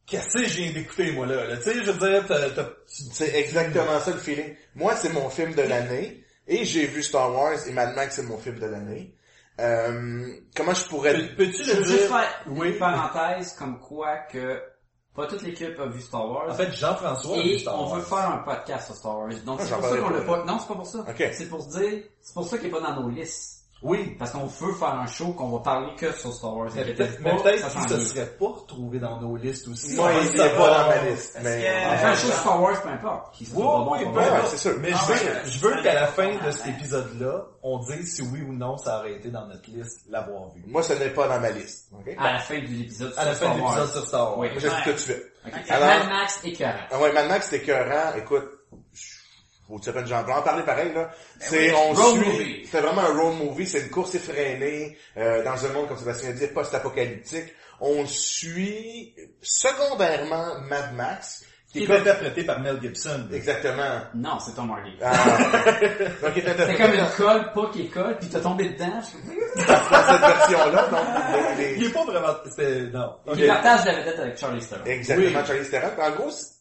Qu'est-ce que je viens d'écouter moi là? là? Tu sais, je veux dire, t'as- t'as- tu- C'est exactement ça le feeling. Moi, c'est mon film de l'année. Et j'ai vu Star Wars et Mad Max, c'est mon film de l'année. Euh, comment je pourrais... peux- peux-tu Je le veux juste dire? faire oui. une parenthèse comme quoi que pas toute l'équipe a vu Star Wars. En fait, Jean-François, a vu et Star on veut Wars. faire un podcast sur Star Wars. Donc Ah, c'est j'en pour ça qu'on l'a parlais pas, pas. Non, c'est pas pour ça. Ok. C'est pour se dire, c'est pour ça qu'il est pas dans nos listes. Oui, Parce qu'on veut faire un show qu'on va parler que sur Star Wars. Mais Inquiétez-vous peut-être pas, mais peut-être ça qu'il s'en se vient. serait pas retrouvé dans nos listes aussi. Moi, On va il le est savoir. pas dans ma liste. Parce Mais... que- On fait un show sur Star Wars, peu importe. Qui se Oui, voit bon, oui, pas peu bon. Ouais, importe. ouais, c'est sûr. Mais Ah, je ouais. euh, veux, je veux qu'à la fin de cet Ouais. épisode-là, on dise si oui ou non ça aurait été dans notre liste l'avoir vu. Moi, ce n'est pas dans ma liste. ok? À la fin de l'épisode sur À la fin Star de Wars. l'épisode sur Star Wars. Oui. Moi, je le dis Ouais. tout de suite. Ok. Alors- Mad Max et Karen. Ah ouais, Mad Max, c'était écœurant. Écoute, je- faut tirer une jambe. On en parlait pareil, là. c'est, oui. on Road suit- movie. C'est vraiment un road movie. C'est une course effrénée, euh, dans un monde, comme Sébastien dit, post-apocalyptique. On suit, secondairement, Mad Max, qui Qui est est interprété par Mel Gibson. Exactement. Non, c'est Tom Hardy. Ah. donc, il est C'est interprété comme dans une colle, pas qui colle, puis t'as tombé dedans. dans cette version-là, donc, les- les- Il est pas vraiment... c'est- Non. Il Ok. partage la vedette avec Charlie Theron. Exactement, Oui. Charlie Theron. Puis En gros, c'est-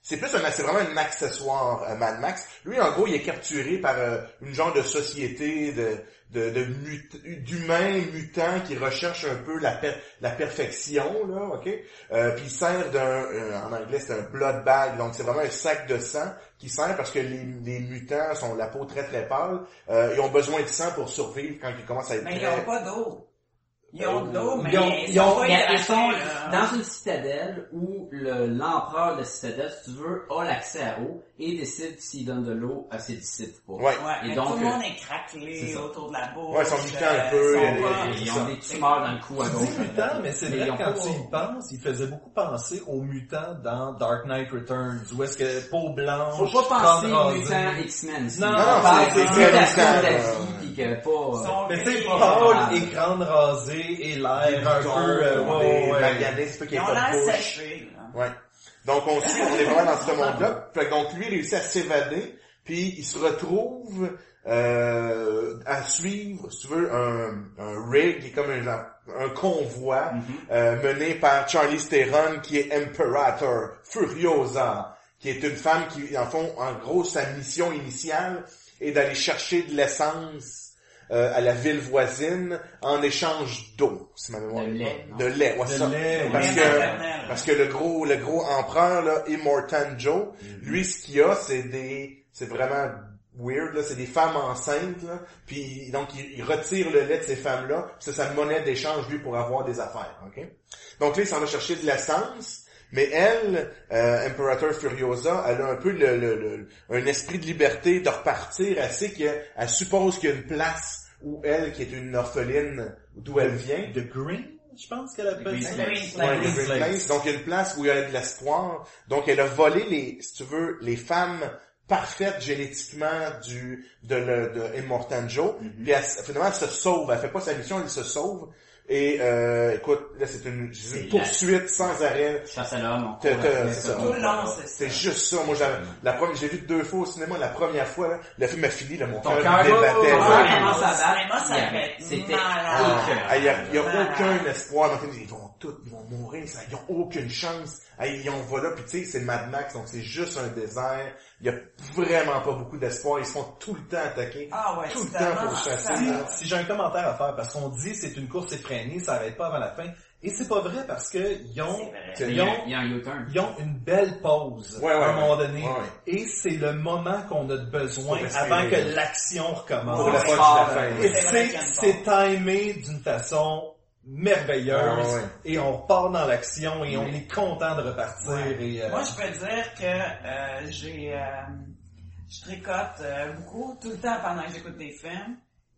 c'est plus un, c'est vraiment un accessoire euh, Mad Max. Lui, en gros, il est capturé par euh, une genre de société de de- de mut- d'humains mutants qui recherchent un peu la per- la perfection là, ok. Euh, puis il sert d'un, euh, en anglais, c'est un blood bag, donc c'est vraiment un sac de sang qui sert parce que les, les mutants sont la peau très très pâle. Euh, ils ont besoin de sang pour survivre quand ils commencent à être Mais ils très- ont pas d'eau. Ils ont de l'eau, Ils mais ont- ils ils ont- sont pas Mais elles hydratés, sont hein. là. dans une citadelle où le- l'empereur de la citadelle, si tu veux, a l'accès à l'eau et décide s'il donne de l'eau à ses disciples ou pas. Ouais. Ouais, Et mais donc, tout le euh, monde est c'est craquelé ça. autour de la bouche. Ouais, ils sont mutants un euh, ils peu, il y a sont des- pas- Ah, Ils ont des tumeurs dans le cou à gauche. 18 ans, mais c'est ils vrai ont que quand pas- tu y penses, il faisait beaucoup penser aux mutants dans Dark Knight Returns, où est-ce que peau blanche, Faut pas crâne penser rasé. mutant X-Men. Non, On non, parle c'est- de c'est mutation très de la mutant, vie, euh, puis que Ils pas... sont Mais tu sais, gris, Paul grave. et crâne rasée et l'air un Boutons, peu... euh, ouais, des ouais. maganés, c'est pas qu'il y Ils ait ont pas de l'air bouche. séchés, là. Ouais. Donc on suit, on est vraiment dans ce monde-là. Fait que donc lui il réussit à s'évader, puis il se retrouve euh, à suivre, si tu veux, un, un rig qui est comme un, genre- un convoi Mm-hmm. euh, mené par Charlie Theron qui est Imperator Furiosa, qui est une femme qui, en fond, en gros, sa mission initiale est d'aller chercher de l'essence euh, à la ville voisine en échange d'eau, si ma mémoire De est lait, bonne. non? De lait, ouais, De c'est ça. lait, Parce Rien que- maternel. parce que le gros, le gros empereur, là, Immortan Joe, lui, ce qu'il a, c'est des, c'est vraiment weird, là, c'est des femmes enceintes, là, puis donc il, il retire le lait de ces femmes-là, puis c'est sa monnaie d'échange, lui, pour avoir des affaires, ok? Donc là, il s'en va chercher de l'essence, Mais elle, euh, Imperator Furiosa, elle a un peu le, le- le- un esprit de liberté de repartir. Elle sait qu'elle elle suppose qu'il y a une place où elle, qui est une orpheline, d'où elle vient, The Green, je pense qu'elle appelle Green ça. Place. Ouais, Ouais, Green Place. Place. Donc, il y a une place où il y a de l'espoir. Donc, elle a volé les, si tu veux, les femmes parfaites génétiquement du, de, le, de Immortanjo. Mm-hmm. Puis, elle s- finalement, elle se sauve. Elle fait pas sa mission, elle se sauve. Et, euh, écoute, là, c'est une, c'est une C'est poursuite sans arrêt. Je chasse à l'homme, on T'as- court t'as- après c'est ça, ça. Tout on le long, court. c'est ça. C'est juste ça. Moi, j'avais, la première, j'ai vu deux fois au cinéma. La première fois, là, le film a fini, là, mon Ton cœur cœur, débattait. oh, Ah, ouais, là. ouais. vraiment, ça au bat. cinéma, ça Yeah. fait C'était malade. Ah, écœurant. Il n'y a, y a Malade. aucun espoir. Donc, ils vont tous, ils vont mourir. Ça, ils ont aucune chance. Ah, Ils ont voilà. Puis tu sais, c'est Mad Max, donc c'est juste un désert. Il y a vraiment pas beaucoup d'espoir. Ils se font tout le temps attaquer. Ah ouais, tout le c'est temps vraiment pour chasser. ça. là. Ah. Si j'ai un commentaire à faire, parce qu'on dit c'est une course effrénée, ça arrête pas avant la fin. Et c'est pas vrai parce que ils ont, C'est C'est- vrai. Il y a- il y a un U-turn. ils ont une belle pause Ouais, ouais, à un ouais. moment donné. Ouais, ouais. Et c'est le moment qu'on a besoin Faut respirer, avant là. que l'action recommence. Pour la Ouais. fin de la fin. Et C'est c'est vrai qu'il y a une c'est timé d'une façon merveilleuse Ouais, ouais. et on part dans l'action et on Ouais. est content de repartir et euh, Moi, je peux dire que euh, j'ai... euh, je tricote euh, beaucoup, tout le temps pendant que j'écoute des films.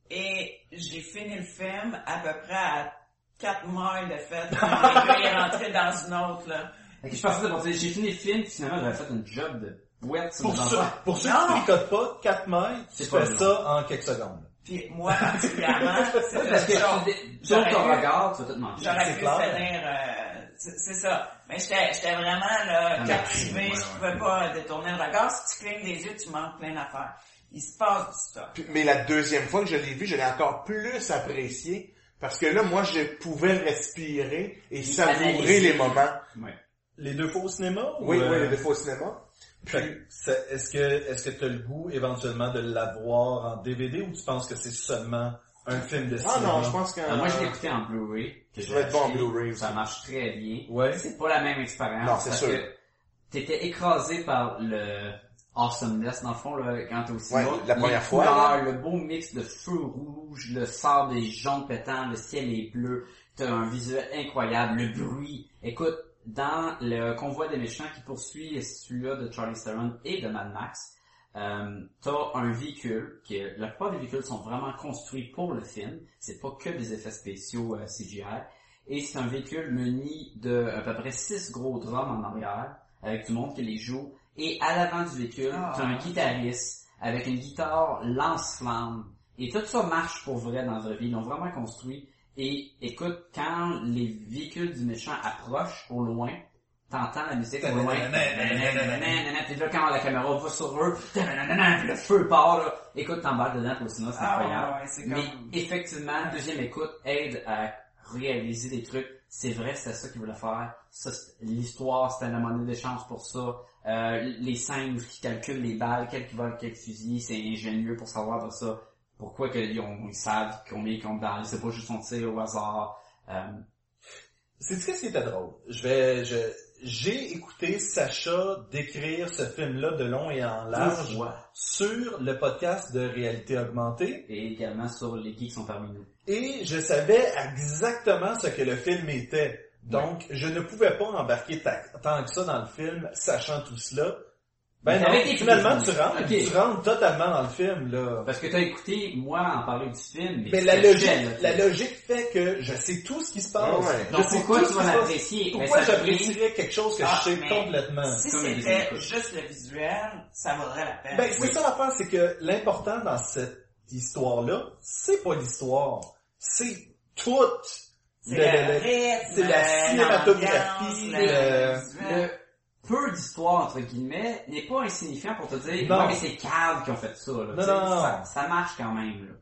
Et j'ai fini le film à peu près à 4 mailles de fête. Quand (laughs) le gars il est rentré dans une autre, là. Fait que Je pensais d'abord, j'ai fini le film, puis finalement j'avais fait une job de boîte sur pour mes ceux, enfants. pour ceux Non. qui tricotent pas 4 mètres, tu C'est pas fais long. ça en quelques secondes. Puis moi, (laughs) particulièrement, Ouais, Parce que c'est genre... tu dis- tu tournes ton j'aurais- regard, tu vas tout manger. J'aurais C'est pu clair. finir, euh, c'est c'est ça. Mais j'étais j'étais vraiment là, Ah, captivée, ouais, ouais. je pouvais pas détourner le regard. Si tu clignes des yeux, tu manques plein d'affaires. Il se passe du stuff. Puis- mais la deuxième fois que je l'ai vu, je l'ai encore plus apprécié. Parce que là, moi, je pouvais respirer et savourer analyser. les moments. Ouais. Les deux fois au cinéma? ou, Oui, euh, oui, les défauts au cinéma. Fait que c'est- Est-ce que est-ce que t'as le goût éventuellement de l'avoir en DVD ou tu penses que c'est seulement un film de cinéma? Ah non, je pense que... Alors, moi je l'ai écouté en Blu-ray. que Ça j'ai doit être bon en acheté. Blu-ray, Ça ça. marche très bien. Ouais. C'est pas la même expérience. Non, c'est parce sûr. que T'étais écrasé par le awesomeness, dans le fond, là, quand t'es au cinéma. Ouais, la Les première fois, couleurs, le beau mix de feu rouge, le sable des jaune pétant, le ciel est bleu. T'as un visuel incroyable, le bruit. Écoute, dans le convoi des méchants qui poursuit celui-là de Charlie Theron et de Mad Max, euh, t'as un véhicule, que la plupart des véhicules sont vraiment construits pour le film, c'est pas que des effets spéciaux euh, CGI, et c'est un véhicule muni de à peu près 6 gros drums en arrière, avec du monde qui les joue, et à l'avant du véhicule, Ah. t'as un guitariste avec une guitare lance-flamme, et tout ça marche pour vrai dans la vraie vie, ils l'ont vraiment construit, et écoute, quand les véhicules du méchant approchent au loin, t'entends la musique au loin, Nanana, puis là, quand la caméra va sur eux, nanana, puis le feu part, là. Écoute, t'emballes dedans, pour le cinéma, c'est Ah incroyable. ouais, ouais, c'est Mais comme... effectivement, la deuxième écoute aide à réaliser des trucs. C'est vrai, c'est ça qu'ils voulaient faire. Ça, c'est- l'histoire, c'était la monnaie d'échange pour ça. Euh, les scènes qui calculent les balles, quel qui vole quel fusil, c'est ingénieux pour savoir de ça. Pourquoi qu'ils ont- ils savent combien ils comptent balles, c'est pas juste on tire au hasard. Euh, C'est ce qui était drôle. Je vais je j'ai écouté Sacha décrire ce film-là de long et en large deux fois. sur le podcast de réalité augmentée Et également sur les geeks qui sont parmi nous. et je savais exactement ce que le film était. Donc, je ne pouvais pas embarquer ta- tant que ça dans le film, sachant tout cela. Ben Mais non, t'avais été finalement, tu prévenu. rentres, Ok. tu rentres totalement dans le film, là. Parce que t'as écouté, moi, en parler du film, mais, Mais tu la cachais logique, le la film. logique fait que je sais tout ce qui se passe. Ouais. Je Donc sais pourquoi tout tu ce qui se vas passe. l'apprécier? Ben, Pourquoi ça vient- j'apprécierais quelque chose que Ah, je sais mais- complètement? Si Comme les c'était écoutes. euh, juste le visuel, ça vaudrait la peine. Ben, c'est ça l'affaire, c'est que l'important dans cette histoire-là, c'est pas l'histoire, c'est tout. c'est Le- le le- le- rythme, c'est la euh, cinématographie, l'ambiance, euh, visuel. le peu d'histoire entre guillemets n'est pas insignifiant pour te dire Non. ouais mais c'est Cave qui ont fait ça là. Tu non, sais, ça, non. ça marche quand même là.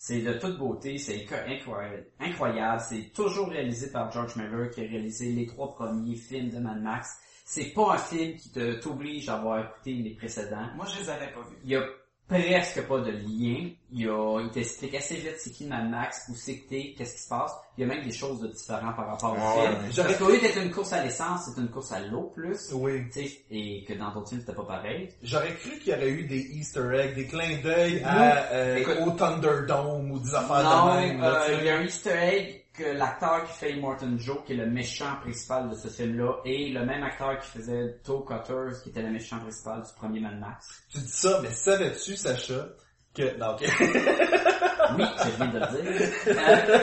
C'est de toute beauté, c'est inco- incroyable, incroyable. c'est toujours réalisé par George Miller qui a réalisé les trois premiers films de Mad Max. C'est pas un film qui te t'oblige à avoir écouté les précédents. Moi, je les avais pas vus. Il y a presque pas de lien. Il, y a, il t'explique assez vite c'est qui Mad Max, où c'est que t'es, qu'est-ce qui se passe. Il y a même des choses de différents par rapport au Ouais, film. ouais. Parce qu'au lieu d'être une course à l'essence, c'est une course à l'eau plus. Oui. Tu sais, et que dans ton film c'était pas pareil. J'aurais cru qu'il y aurait eu des easter eggs, des clins d'œil à, euh, Écoute. au Thunderdome ou des affaires non, de même. euh, là, tu sais. il y a un easter egg que l'acteur qui fait Immortan Joe, qui est le méchant principal de ce film-là, et le même acteur qui faisait Toe Cutters, qui était le méchant principal du premier Mad Max. Tu dis ça, mais savais-tu, Sacha, que... Non, (laughs) ok. Oui, je viens de le (laughs) dire.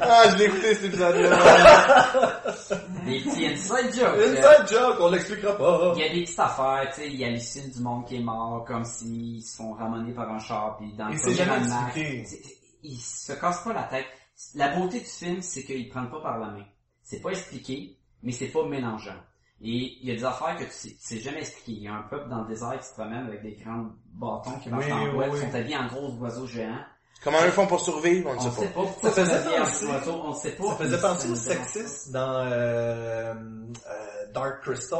Ah, je l'ai écouté (laughs) cet épisode-là. Euh, des petits inside jokes. euh, Inside joke, on l'expliquera pas. Il y a des petites affaires, tu sais, il hallucine du monde qui est mort, comme s'ils se font ramener par un char, puis dans Et le c'est premier jamais Mad Max, expliqué. c'est- il se casse pas la tête. La beauté du film, c'est qu'il prend pas par la main. C'est pas expliqué, mais c'est pas mélangeant. Et il y a des affaires que tu sais, tu sais jamais expliquer. Il y a un peuple dans le désert qui se promène avec des grands bâtons qui marchent Oui, en oui, bois, oui. qui sont habillés en gros oiseaux géants. Comment ils font pour survivre, on On sait ne sait pas pourquoi Ça faisait ils sont habillés en penser- oiseaux, on sait pas. Ça faisait mais penser au nous dérange sexisme dans euh, euh, Dark Crystal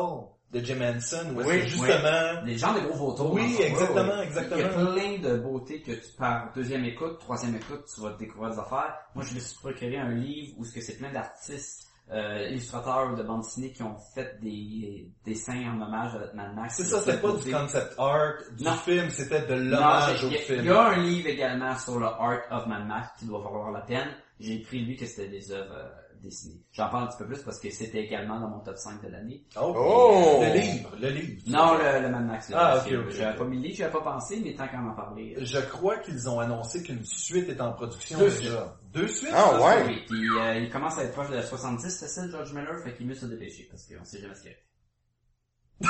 de Jim Henson, où est-ce Oui, que justement... pas. Des gens de gros vautours. Oui, dans son- exactement, Il y a exactement. plein de beautés que tu, par deuxième écoute, troisième écoute, tu vas découvrir des affaires. Moi, je me suis procuré un livre où ce que c'est plein d'artistes, euh, illustrateurs de bande dessinée qui ont fait des dessins en hommage à Mad Max. C'est ça, c'était pas du Beauté. concept art du Non. film, c'était de Non, l'hommage j'ai- au il y a- film. Il y a un livre également sur le Art of Mad Max qui doit valoir la peine. J'ai pris lui que c'était des œuvres euh, dessinées. J'en parle un petit peu plus parce que c'était également dans mon top 5 de l'année. Oh. Oh! Le livre, le livre. Non, le, le Mad Max. là, Ah, parce ok, que ok, J'avais ok. pas mis le livre, j'avais pas pensé, mais tant qu'on en parlait. euh, Je crois qu'ils ont annoncé qu'une suite est en production Deux déjà. Deux suites? Ah ça, ouais? Oui, puis euh, il commence à être proche de la 70, c'est ça, George Miller, fait qu'il est mieux de se dépêcher, parce qu'on sait jamais ce qu'il y a.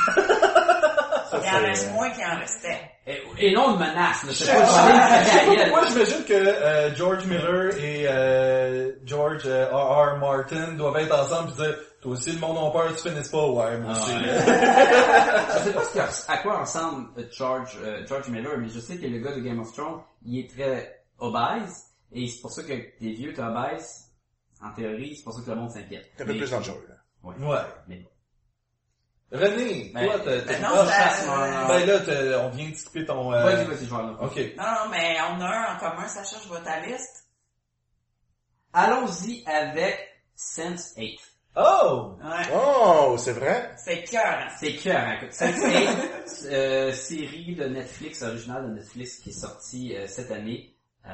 pas. Il en reste moins qu'il en restait. Et, et non, une menace, là, c'est Je- pas (laughs) je- je- je- Moi, j'imagine que euh, George Miller et euh, George euh, R.R. Martin doivent être ensemble et dire « Toi aussi, le monde en peur, tu finisses pas. Ouais, Ah, moi aussi. Je sais pas ce que- à quoi ressemble euh, George, euh, George Miller, mais je sais que le gars de Game of Thrones, il est très obèse, et c'est pour ça que t'es vieux, t'es obèse, en théorie, c'est pour ça que le monde s'inquiète. C'est un peu Mais- plus dangereux, là. Ouais. Mais- René, Ben, toi, t'as... t'as- ben non, ah, ça- chasse, moi. Ben là, t'as- on vient de skipper ton... euh, Vas-y, vas-y, je vais aller. Ok. Non, non, mais on a un en commun, Sacha, je vois ta liste. Allons-y avec Sense 8. Oh! Ouais. Oh, c'est vrai? C'est cœur, hein. C'est cœur, hein. écoute. Sense eight, euh, série de Netflix, originale de Netflix, qui est sortie euh, cette année. Euh,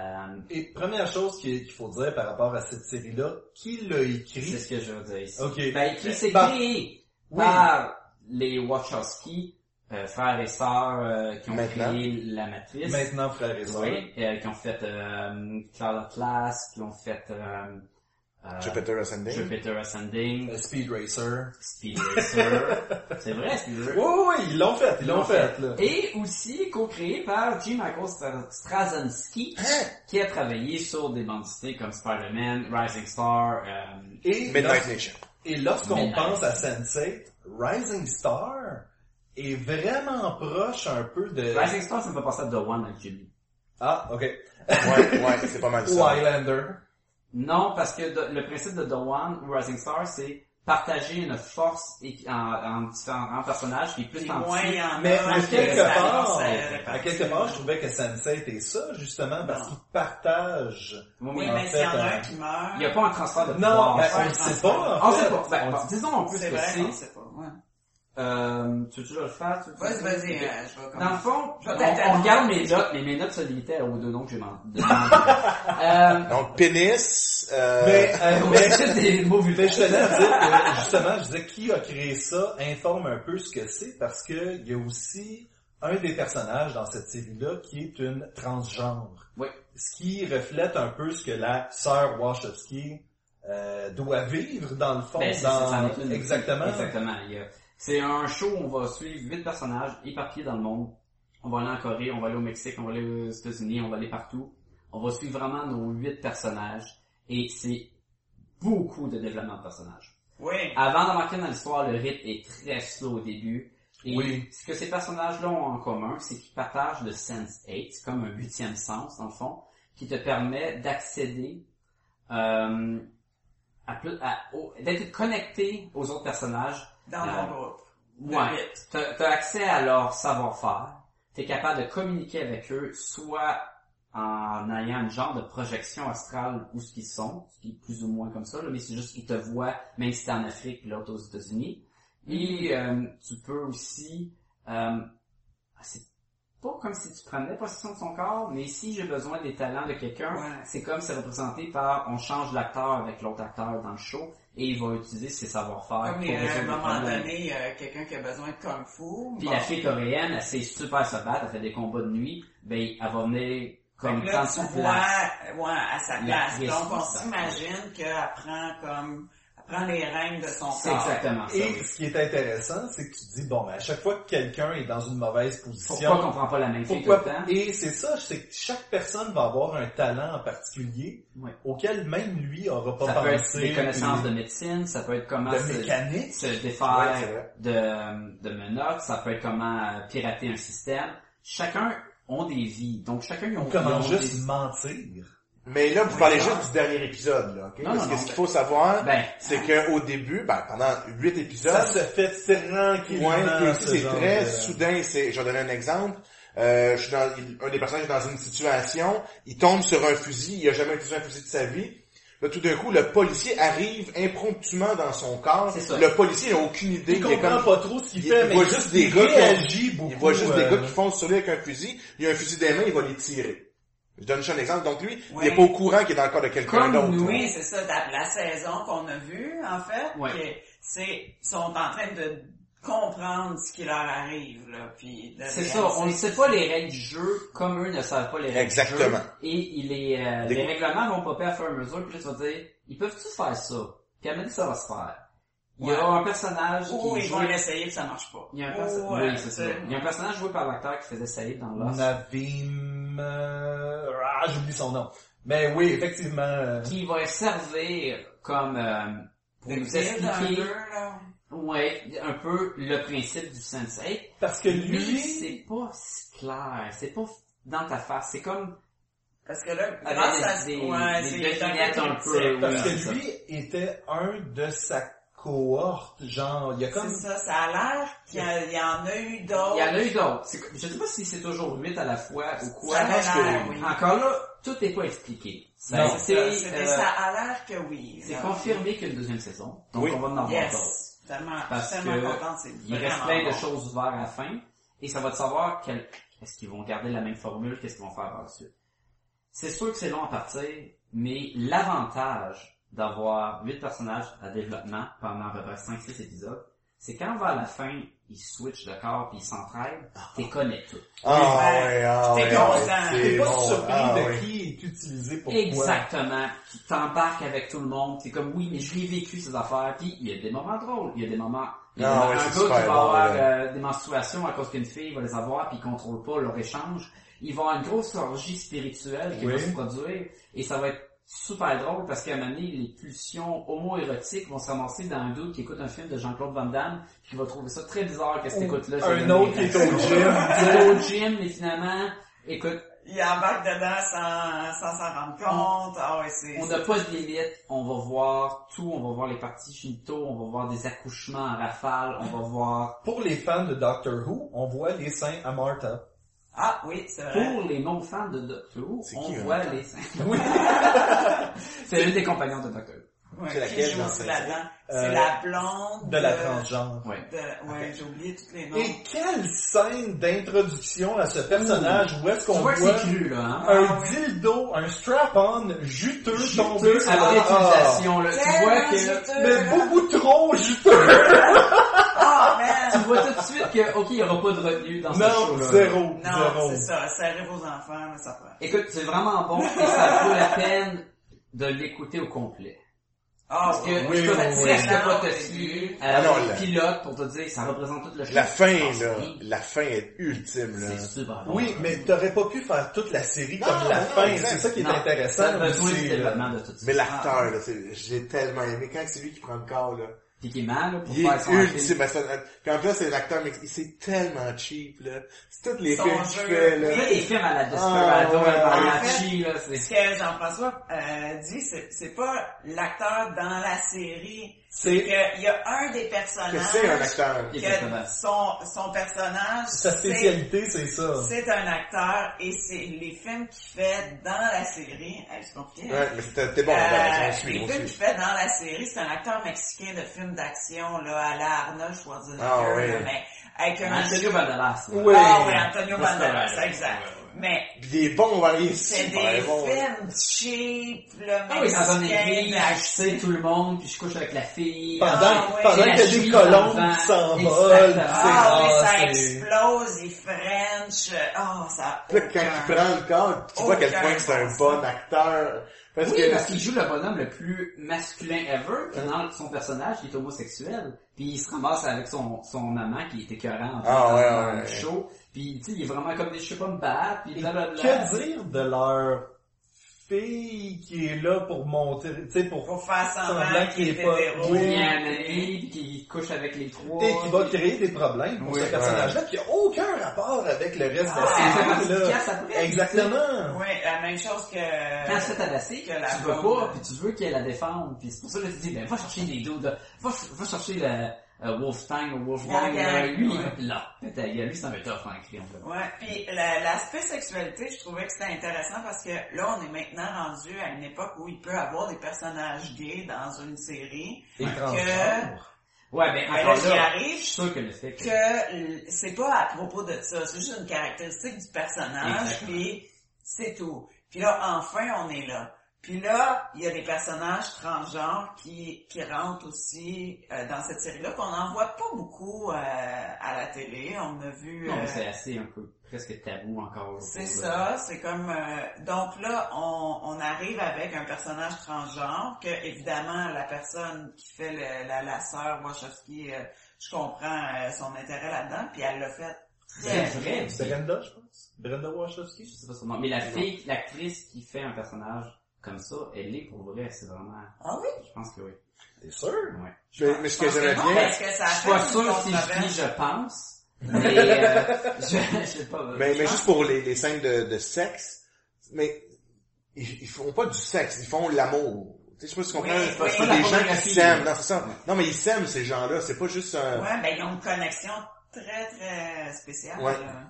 Et première chose qu'il qu'il faut dire par rapport à cette série-là, qui l'a c'est écrit? ce que je veux dire ici. Ok. Ben, qui s'est Bon. créé Oui. par les Wachowski, euh, frères et sœurs euh, qui ont Maintenant. créé la matrice. Maintenant, frère et sœur. Oui, euh, qui ont fait euh, Cloud Atlas, qui ont fait euh, euh, Jupiter Ascending? Jupiter Ascending, Euh, Speed Racer. Speed (laughs) Racer. c'est vrai, Speed Racer. Oui, oui, oui, ils l'ont fait, ils l'ont fait, là. Et aussi co-créé par J. Michael Stra- Straczynski, Hein? qui a travaillé sur des bandes dessinées comme Spider-Man, Rising Star, euh, Et, Midnight Nation. et lorsqu'on Midnight. pense à Sensei, Rising Star est vraiment proche un peu de... Rising Star, ça me fait penser à The One avec Jimmy. Ah, ok. Ouais, ouais, c'est pas mal Ou (laughs) ça. Highlander. Non, parce que de- le principe de The One ou Rising Star, c'est partager une force et- en, en différents personnages qui est plus C'est en moins, il y en a. Mais Ah, parce à que quelque ça part, avance, ça à répartit. quelque part, je trouvais que Sensei était ça, justement, parce Non. qu'il partage. Oui, En mais s'il y en fait, a un euh, qui meurt, Il n'y a pas un transfert de pouvoir. Non, ben, on ouais, ne sait ouais. pas, en on fait. sait pas. Ben, On- disons en plus c'est que vrai, c'est... on sait pas. Ouais. Euh, tu veux toujours le faire? tu veux- Vas-y, vas-y, euh, je vais Dans le commencer. fond, Je on, vais on t'interrompre. regarde mes notes, mais mes notes se limitaient aux deux noms que j'ai man- (laughs) demandé. Donc, pénis, euh... Mais, euh, euh, on mais, a des mots vulgaires. mais je tenais à dire que, justement, je disais, qui a créé ça informe un peu ce que c'est, parce que il y a aussi un des personnages dans cette série-là qui est une transgenre. Oui. ce qui reflète un peu ce que la sœur Wachowski euh, doit vivre dans le fond. Ben, c'est- dans- c'est- ça va être une- Exactement. Exactement. Il y a- C'est un show où on va suivre huit personnages éparpillés dans le monde. On va aller en Corée, on va aller au Mexique, on va aller aux États-Unis, on va aller partout. On va suivre vraiment nos huit personnages et c'est beaucoup de développement de personnages. Oui. Avant d'embarquer dans l'histoire, le rythme est très slow au début. Et Oui. ce que ces personnages-là ont en commun, c'est qu'ils partagent le Sense 8, comme un huitième sens, dans le fond, qui te permet d'accéder euh, à plus- à- au- d'être connecté aux autres personnages. Dans Euh, mon groupe. De Ouais. huit. T'as t'as accès à leur savoir-faire. T'es capable de communiquer avec eux, soit en ayant une genre de projection astrale où ce qu'ils sont, ce qui est plus ou moins comme ça, là, mais c'est juste qu'ils te voient, même si t'es en Afrique, puis l'autre aux Mm-hmm. États-Unis. Et euh, tu peux aussi... euh, c'est pas comme si tu prenais possession de son corps, mais si j'ai besoin des talents de quelqu'un, Ouais. c'est comme c'est représenté par on change l'acteur avec l'autre acteur dans le show et il va utiliser ses savoir-faire Comme pour euh, à un résoudre le moment problème. donné, euh, quelqu'un qui a besoin de kung fu. Puis bon. la fille coréenne, elle sait super se battre, elle fait des combats de nuit, ben elle va venir comme Fait que là, dans tu sa vois, place. ouais, à sa La place. crise, Donc, on ça. s'imagine qu'elle prend comme, elle prend les règnes de son C'est corps. exactement ça. Et ce qui est intéressant, c'est que tu te dis, bon, ben, à chaque fois que quelqu'un est dans une mauvaise position, Pourquoi qu'on prend pas la même fille tout Pourquoi le temps? Et c'est ça, c'est que chaque personne va avoir un talent en particulier Ouais. auquel même lui aura pas Ça peut être pensé. des connaissances de euh, puis médecine, ça peut être comment de se, mécanique. se Ouais, c'est défaire vrai. de, de menottes, ça peut être comment euh, pirater un système. Chacun ont des vies, donc chacun ils ont, ils Comment ont juste mentir. Mais là, vous Ouais, parlez ouais. juste du dernier épisode, là, ok? Non, Parce non, que non, ce qu'il mais- faut savoir, des... Ben, c'est qu'au début, ben, pendant huit épisodes, Ça se fait Ouais, tranquillement. puis aussi, ce c'est genre très de- soudain. C'est, je vais donner un exemple. Euh, je suis dans, il- un des personnages est dans une situation, il tombe sur un fusil, il a jamais utilisé un fusil de sa vie. Là, tout d'un coup, le policier arrive impromptument dans son corps. C'est ça. Le policier n'a aucune idée. Il il est comprend comme- pas trop ce qu'il il- fait, il mais voit juste des gars qui ont- réagit beaucoup. il voit juste des euh, gars qui foncent sur lui avec un fusil, il a un fusil des mains, il va les tirer. Je donne juste un exemple. Donc lui, il Ouais. est pas au courant qu'il est dans le corps de quelqu'un Comme d'autre. nous. Oui, c'est ça, la, la saison qu'on a vue, en fait, Ouais. que c'est, ils sont en train de comprendre ce qui leur arrive, là, puis de c'est réaliser. ça, on ne sait pas les règles du jeu comme eux ne savent pas les règles du Exactement. jeu. Et il est, euh, Des- les règlements vont popper à fur et à mesure, puis là tu vas dire, ils peuvent-tu faire ça? Puis elle m'a dit ça va se faire. Il y Ouais. a un personnage Ou qui ils joue- vont l'essayer que ça marche pas. Il y a un, Ou, perso- euh, oui, c'est ça. Il y a un personnage joué par l'acteur qui faisait Saïd dans Lost, Navim... euh, Ah, j'oublie son nom. Mais oui, effectivement. euh, qui va servir comme euh, pour Le nous guide, un expliquer peu, là. ouais, un peu le principe du sensei. Parce que Mais lui... c'est pas si clair, c'est pas dans ta face, c'est comme Parce que là, Avec grâce à Ah, des- ouais, des c'est- devinettes un peu, c'est- Parce oui, c'est que ça. lui était un de sa cohorte, genre, il y a C'est comme... ça, ça a l'air qu'il y, a- il y en a eu d'autres. il y en a eu d'autres. C'est- Je sais pas si c'est toujours 8 à la fois ou quoi. Ça a parce que- l'air, oui. Encore là, tout n'est pas expliqué. Ça a Non. été, Ben, Ça, c'était- euh, ça a l'air que oui. c'est là. confirmé qu'il y a une deuxième saison, donc Oui. on va en avoir d'autres. Yes. Tellement, Parce tellement que contente, c'est Il reste vraiment plein de bon. choses ouvertes à la fin, et ça va te savoir quel... est-ce qu'ils vont garder la même formule, qu'est-ce qu'ils vont faire par la suite. C'est sûr que c'est long à partir, mais l'avantage d'avoir 8 personnages à développement pendant à peu près 5-6 épisodes, c'est quand vers la fin, ils switchent de corps puis ils s'entraident, t'es connais tout. Ah Ouais. ouais, ah T'es ouais, content. ah ouais, T'es pas bon. surpris Ah de ouais. qui est utilisé pour quoi. Exactement. Tu t'embarques avec tout le monde. C'est comme, oui, mais je l'ai vécu ces affaires. Puis, il y a des moments drôles. Il y a des moments... il y a Ah des moments- ouais, un c'est gars qui super va drôle, avoir ouais. euh, des menstruations à cause qu'une fille va les avoir puis il contrôle pas leur échange. Il va y avoir une grosse orgie spirituelle qui Oui. va se produire. Et ça va être super drôle parce qu'à un moment donné, les pulsions homo-érotiques vont se ramasser dans un doute qui écoute un film de Jean-Claude Van Damme puis qui va trouver ça très bizarre qu'est-ce que t'écoutes là. un autre qui est au (laughs) gym. C'est au gym, mais finalement, écoute, Il embarque dedans sans sans s'en rendre compte. Ah ouais, c'est... On n'a pas de limite, on va voir tout, on va voir les parties finito, on va voir des accouchements en rafale, on (laughs) va voir... Pour les fans de Doctor Who, on voit les seins à Martha. Ah oui, c'est vrai. Pour les non-fans de Doctor Who, C'est on qui, hein? voit les... Oui. (laughs) C'est l'une des compagnons de Doctor Who. Ouais, C'est qui laquelle joue dans aussi cette là-dedans? Euh, C'est la blonde... De la transgenre. Ouais. de- Ouais, j'ai oublié tous les noms. Et quelle scène d'introduction à ce personnage où est-ce On, qu'on voit voit que c'est cru, là, hein? un Ah, oui. dildo, un strap-on juteux, tombé Juteux sur après la ah. utilisation, là. Tu Tellement vois que... Ah, juteux, Mais là. beaucoup trop juteux. Ah, (laughs) Tu man! vois tout de suite que, ok, il n'y aura pas de retenue dans ce Non, show-là. zéro, Non, zéro. c'est ça. Ça arrive aux enfants, mais ça prend. Écoute, c'est vraiment bon et ça vaut la peine de l'écouter au complet. Ah, Parce que oui, je peux oui, oui. presque pas te fier à Ah non, un la- pilote pour te dire ça représente tout le show. La fin, Ah, là, oui, la fin est ultime, là. C'est super bon. hein. Oui, mais t'aurais pas pu faire toute la série Non, comme la non, fin. exact. C'est ça qui est Non, ça intéressant euh, a besoin du aussi. là. développement de tout ça. Mais l'acteur, là, c'est- j'ai tellement aimé. Quand c'est lui qui prend le corps, là, Puis qui est mal, là, pour il faire est son ultime. à ça. Puis en plus, c'est l'acteur, mais c'est tellement cheap, là. C'est tous les Son films qu'il jeu. fait, film. là. Tu sais, les films à la Ah, Desperado, ouais. à la En fait, Mariachi, là, Ce c'est... que Jean-François euh, dit, c'est c'est pas l'acteur dans la série, c'est qu'il y a un des Que c'est un personnages acteur. Il est que exactement. son, son personnage, Sa c'est spécialité, c'est ça. c'est un acteur et c'est les films qu'il fait dans la série. Hey, c'est compliqué. hein? Ouais, mais c'était c'était bon, ben, Euh, on les suit, on films qu'il suit. fait dans la série, c'est un acteur mexicain de films d'action là à la Arnold Schwarzenegger, Ah, ouais. là, mais avec un... Antonio Banderas. Oui. Ah oui, Antonio Ouais, c'est Banderas, vrai. exact. Mais Pis des bons variés c'est super des bons. films cheap, le Ah oui, dans un église, Mexicain, je sais tout le monde, puis je couche avec la fille. Pendant, Ah, ouais. pendant C'est la qu'il y a des chimie dans le colombes vent. qui s'envolent, Exactement. pis c'est- Ah oui, ça c'est- explose, il French. Ah, ça a Puis là, quand il aucun- prend le corps, tu vois à quel Aucun point que c'est un sens. bon acteur. Parce Oui, que... parce Hein? qu'il joue le bonhomme le plus masculin ever, puis dans son personnage, il est homosexuel, puis il se ramasse avec son, son maman qui est écœurante Ah, dans, ouais, dans ouais, le ouais. show, puis tu sais, il est vraiment comme des, je sais pas, me battre, puis blablabla. Que dire de leur fille qui est là pour monter, tu sais, pour Pour faire Semblant semblant qu'il qu'il est est pas hétéro. gay. Il y a un ami, puis qui couche avec les trois. et qui va créer des problèmes pour Oui, ce personnage-là qui a aucun rapport avec le reste Ah, Ah, de la série. là. Exactement. Oui, la même chose que... Quand c'est tabassé, Que la tu veux bombe. pas, puis tu veux qu'elle la défende. Puis c'est pour ça que je te dis, ben, va chercher les dos, là. Va, ch- va chercher le euh, Wolf Tang ou Wolf Wang, Gang, là. Lui, ouais. là, ta gueule, lui, c'est un tough en cri, on peut pas. Ouais, puis la- l'aspect sexualité, je trouvais que c'était intéressant parce que là, on est maintenant rendu à une époque où il peut avoir des personnages gays dans une série, Et transgenre. Ouais, ben, Mais encore là, j'y là, arrive. je suis sûr que le fait que... que l- c'est pas à propos de ça, c'est juste une caractéristique du personnage, Exactement. puis c'est tout. Puis là, enfin, on est là. Puis là, il y a des personnages transgenres qui, qui rentrent aussi euh, dans cette série-là, qu'on n'en voit pas beaucoup euh, à la télé. On a vu... Non, mais euh, c'est assez un peu, presque tabou encore. c'est Là. ça, c'est comme euh, donc là on, on arrive avec un personnage transgenre que évidemment la personne qui fait le- la, la sœur Wachowski, euh, je comprends euh, son intérêt là-dedans, puis elle l'a fait C'est très vrai, C'est puis- Brenda, je pense. Brenda je Wachowski. sais pas son nom. Mais la fille, l'actrice qui fait un personnage comme ça, elle est pour vrai, c'est vraiment... Ah oui? Je pense que oui. T'es sûr? Ouais. Mais, mais ce que j'aimais Non, bien, parce que ça Je suis pas fait une sûr si je dis controverse. je pense, (laughs) mais euh, je, je sais pas. euh, mais, je mais pense- juste pour les, les scènes de, de sexe, mais ils, ils font pas du sexe, ils font l'amour. Tu sais, je sais pas si tu comprends, Oui, c'est parce oui, que la des gens qui chorégraphie. s'aiment, non, c'est ça. Non, mais ils s'aiment, ces gens-là, c'est pas juste un... Ouais, ben ils ont une connexion très très spéciale. Ouais. là.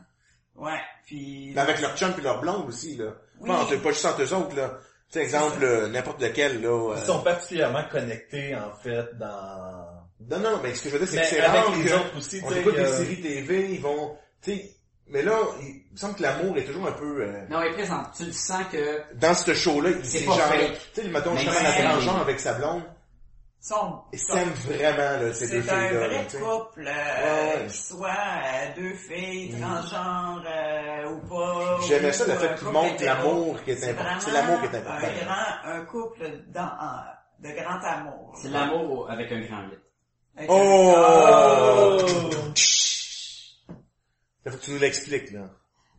Ouais, puis Ben, Mais avec leur chum et leur blonde aussi, là. Oui. Pas, entre- pas juste entre eux autres, là. Tu sais, exemple, euh, n'importe lequel, là. Ils euh, sont particulièrement connectés, en fait, dans... Non, non, mais ce que je veux dire, c'est Mais que c'est avec rare les que- autres aussi, On tu sais, écoute des euh, séries TV, ils vont... tu sais, mais là, il il me semble que l'amour est toujours un peu... euh, Non, elle est présente. Tu le sens que... dans ce show-là, il- C'est ces pas gens-là... fake. Tu sais, mettons, Mais justement, la c'est- transgenre avec sa blonde, sont ils s'aiment vraiment, là, ces C'est deux un filles-là. vrai là, tu sais. couple, euh, Ouais, ouais. qui soit euh, deux filles, transgenres euh, ou pas. J'aimais ou ça, le un fait qu'ils couple montrent euh, hétéro. l'amour qui est important. C'est l'amour qui est vraiment important. Un, grand, un couple dans, en- de grand amour. C'est l'amour avec un grand lit. Avec Oh! un- Ça faut que tu nous l'expliques, là. (laughs)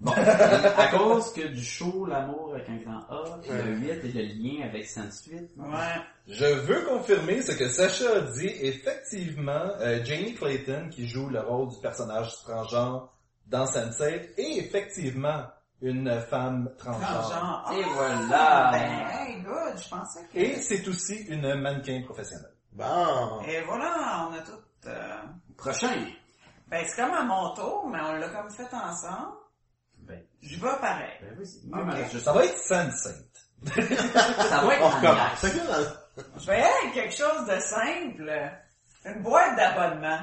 Bon, à cause que du show, l'amour avec un grand A, le Ouais. 8 et le lien avec Sensuit. Oh! Ouais. Je veux confirmer ce que Sacha a dit. Effectivement, euh, Jamie Clayton, qui joue le rôle du personnage transgenre dans Sense8, est effectivement une femme transgenre. Transgenre. Et Ah, voilà. Ben, hey, good, je pensais que... Et c'est aussi une mannequin professionnelle. Bon. Et voilà, on a tout... euh, Prochain. Ben, c'est comme à mon tour, mais on l'a comme fait ensemble. Ben, Je vais pareil. ben vas-y. Ok. Moi, je- Ça va être Sense8. Ça va être On en recommence. glace. Chacun dans- Je vais y aller avec quelque chose de simple. Une boîte d'abonnement.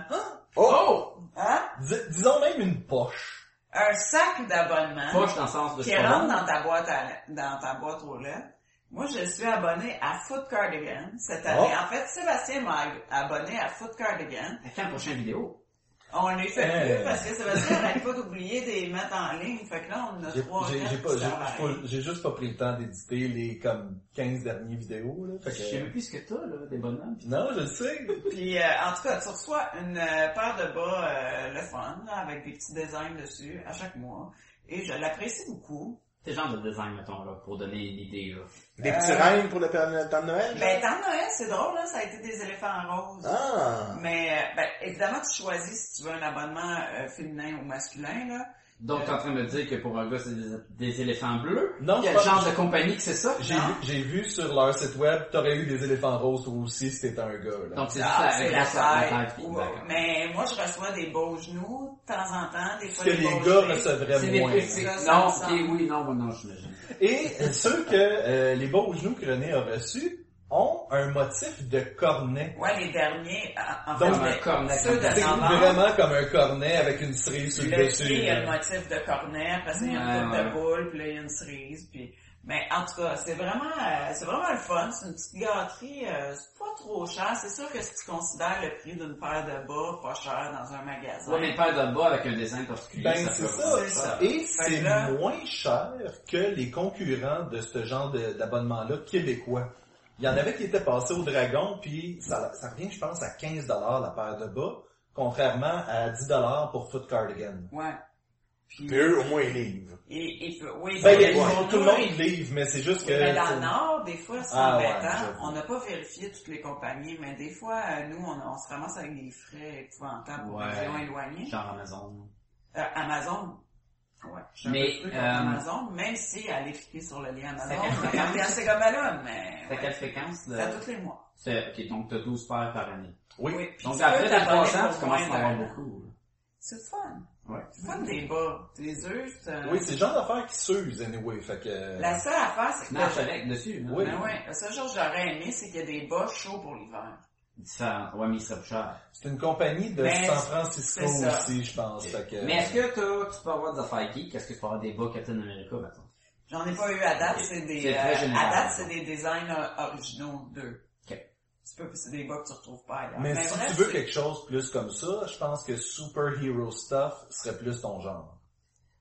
Oh! Hein? Dis- disons même une poche. Un sac d'abonnement Poche dans le sens de qui rentre dans ta boîte à la- dans ta boîte aux lettres. Moi, je suis abonné à Foot Cardigan cette Ah. année. En fait, Sébastien m'a abonné à Foot Cardigan. À quand la prochaine vidéo? On les fait Euh. plus parce que Sébastien (laughs) n'arrête pas d'oublier de les mettre en ligne. Fait que là, on en a J'ai trois. j'ai- quatre j'ai qui pas- j'ai- sont j'ai pareils. pas- j'ai juste pas pris le temps d'éditer les comme 15 dernières vidéos. Là, Fait Je sais même que- plus ce que t'as, là, des bonhommes. pis- Non, je le sais. Puis, euh, en tout cas, tu reçois une euh, paire de bas euh, le fun, là, avec des petits designs dessus, à chaque mois. Et je l'apprécie beaucoup. C'est genre de design, mettons, là, pour donner une idée, là. Des petits rêves pour le Père- le temps de Noël? Euh. Ben, tant Noël, c'est drôle, hein, ça a été des éléphants roses. Ah! Mais, euh, ben, évidemment, tu choisis si tu veux un abonnement euh, féminin ou masculin, là. Donc, t'es en train de me dire que pour un gars, c'est des, des éléphants bleus? Non, Quel pas- genre de compagnie que c'est ça? J'ai Non. vu- j'ai vu sur leur site web, t'aurais eu des éléphants roses toi aussi si t'étais un gars. Là. Donc, c'est Ah, juste la, c'est la grosse- la, taille. taille. Ou- D'accord. Mais moi, je reçois des beaux genoux, de temps en temps, des Ce fois que des les beaux gars genoux. C'est recevraient des moins. petits. Ça, ça Non, me semble. ok, oui, non, moi, non, j'imagine. Et ceux que euh, les beaux genoux que René a reçus ont un motif de cornet. Ouais, les derniers, en- en Donc, fait, un cornet, ceux de comme C'est novembre, vraiment comme un cornet avec une cerise sur le Ah, le dessus. pied, il y a le là. motif de cornet, parce qu'il y a une Ouais, coupe ouais. de boule, puis là, il y a une cerise, puis... Mais en tout cas, c'est vraiment, euh, c'est vraiment le fun, c'est une petite gâterie, euh, c'est pas trop cher, c'est sûr que si tu considères le prix d'une paire de bas pas cher dans un magasin, Ouais, mais une paire de bas avec un dessin particulier, Ben, ça c'est peut ça. faire ça. Et Fait c'est que là- moins cher que les concurrents de ce genre de- d'abonnement-là québécois. Il y en avait qui étaient passés au Dragon, puis ça, ça revient, je pense, à 15 la paire de bas, contrairement à 10 pour Foot Cardigan. ouais. Puis, Puis eux, au moins, ils livrent. et, et, oui, Ben, c'est- ils oui. ont- tout le monde livre, mais c'est juste que... Mais ben, dans le Nord, des fois, c'est Ah, ouais, embêtant. j'avoue. on n'a pas vérifié toutes les compagnies, mais des fois, euh, nous, on, on se ramasse avec des frais épouvantables pour Ouais. des clients éloignés. Genre Amazon. Euh, Amazon. Ouais, je suis un Mais, peu truc euh, contre Amazon, même si aller cliquer sur le lien Ça Amazon, fait- on va assez comme à l'homme, mais C'est à ouais, quelle fréquence? c'est Là? à tous les mois. C'est- Ok, donc t'as 12 paires par année. Oui. puis Donc tu après peux ta t'abonner 300, tu pour commences à en moins avoir d'un an. beaucoup. C'est le fun. là. Ouais. C'est le fun des bas, des œufs. c'est- Oui, c'est le genre d'affaire qui s'use, anyway, fait que... euh, La seule affaire, c'est Tu que... marches avec dessus. là. Oui. Ben ouais, la seule chose que j'aurais aimé, c'est qu'il y a des bas chauds pour l'hiver. Différent. Ouais, mais ça coûte cher. C'est une compagnie de Ben, San Francisco c'est ça. aussi, je pense, fait que... Mais est-ce que t'as- tu peux avoir des affaires geek? Est-ce que tu peux avoir des bas Captain America, maintenant? J'en ai pas eu à date, c'est des C'est euh, très général. à date c'est des designs euh, originaux d'eux. Ok. Tu peux c'est des bas que tu retrouves pas ailleurs. euh, Mais si bref, tu veux c'est- quelque chose plus comme ça, je pense que Super Hero Stuff serait plus ton genre.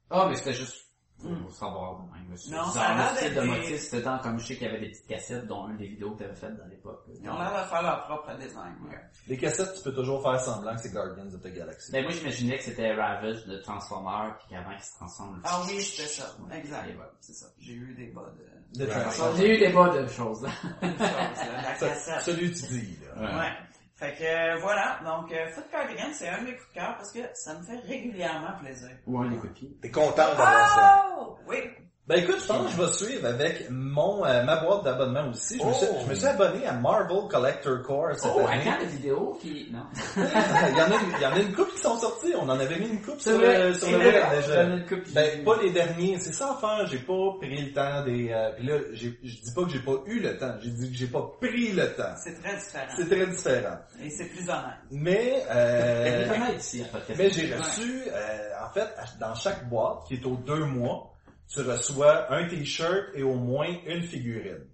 Ah, mais c'était juste pour Hmm. savoir. de même, là, c'est Non, bizarre, ça a là, l'air style de d'être motif, des- c'était dans comme je sais qu'il y avait des petites cassettes dont une des vidéos que t'avais faites dans l'époque. ils ont l'air de faire leur propre design. ouais. Les cassettes, tu peux toujours faire semblant que c'est Guardians of the Galaxy. Ben moi j'imaginais que c'était Ravage de Transformer puis qu'avant qu'il se transforme. Ah oui, c'était ça. Exact. Et voilà. C'est ça. J'ai eu des bas de De Transformers. J'ai eu des bas de choses. hein. là. de choses, là, de la Ça- cassette. Celui que tu dis, là. Ouais. Fait que euh, voilà, donc euh, Foot Cardigan, c'est un de mes coups de cœur parce que ça me fait régulièrement plaisir. Ou un des copies. T'es content Ah, d'avoir ça. Oh! Oui! Ben écoute, je pense que je vais suivre avec mon euh, ma boîte d'abonnement aussi. Je, me suis, Oh. je me suis abonné à Marvel Collector Core cette Oh, à année. quand les vidéos qui... Non. (laughs) il, y en a, une- il y en a une coupe qui sont sorties. On en avait mis une coupe sur, le- sur le C'est vrai, web déjà. j'en ai une copie. Ben, pas les derniers, c'est ça enfin, j'ai pas pris le temps des... Euh, pis là, j'ai- je dis pas que j'ai pas eu le temps, j'ai dit que j'ai pas pris le temps. C'est très différent. C'est très différent. Et c'est plus honnête. Mais, Elle est euh, vraiment ici, en podcast. mais j'ai reçu, euh, en fait, à- dans chaque boîte, qui est aux deux mois, tu reçois un t-shirt et au moins une figurine.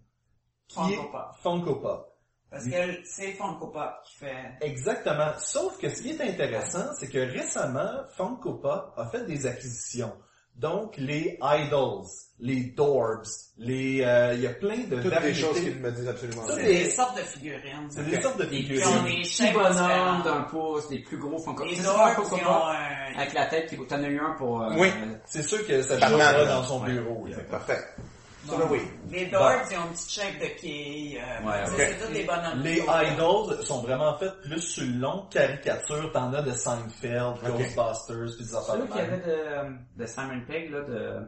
Qui est Funko Pop. Funko Pop. Parce que c'est Funko Pop qui fait... Exactement. Sauf que ce qui est intéressant, c'est que récemment, Funko Pop a fait des acquisitions. Donc, les idols, les dorbs, les, euh, il y a plein de Toutes les variétés. choses qu'ils me disent absolument Ça, rien. C'est des- des sortes de figurines. C'est des sortes de Des Ils ont figurines. des petits chèques bonhommes d'un différents. pouce, des plus gros font comme... Les C'est autres, ça, un pouce au ils bord, ont euh, un... Avec la tête qui... T'en as eu un pour... euh, Oui. euh, C'est sûr que ça Batman, jouera là. dans son Ouais. bureau. là. Fait que Parfait. Ça, Bon. là, oui. Les Dorks, ils ont une petite chèque de quilles. Euh, Ouais, tu sais, ouais. C'est tous des bonhommes. Les (laughs) idols sont vraiment faites plus sur le long caricature. T'en as de Seinfeld, Ok. Ghostbusters, pis des affaires Celui de qui avait même. de, de Simon Pegg, là, de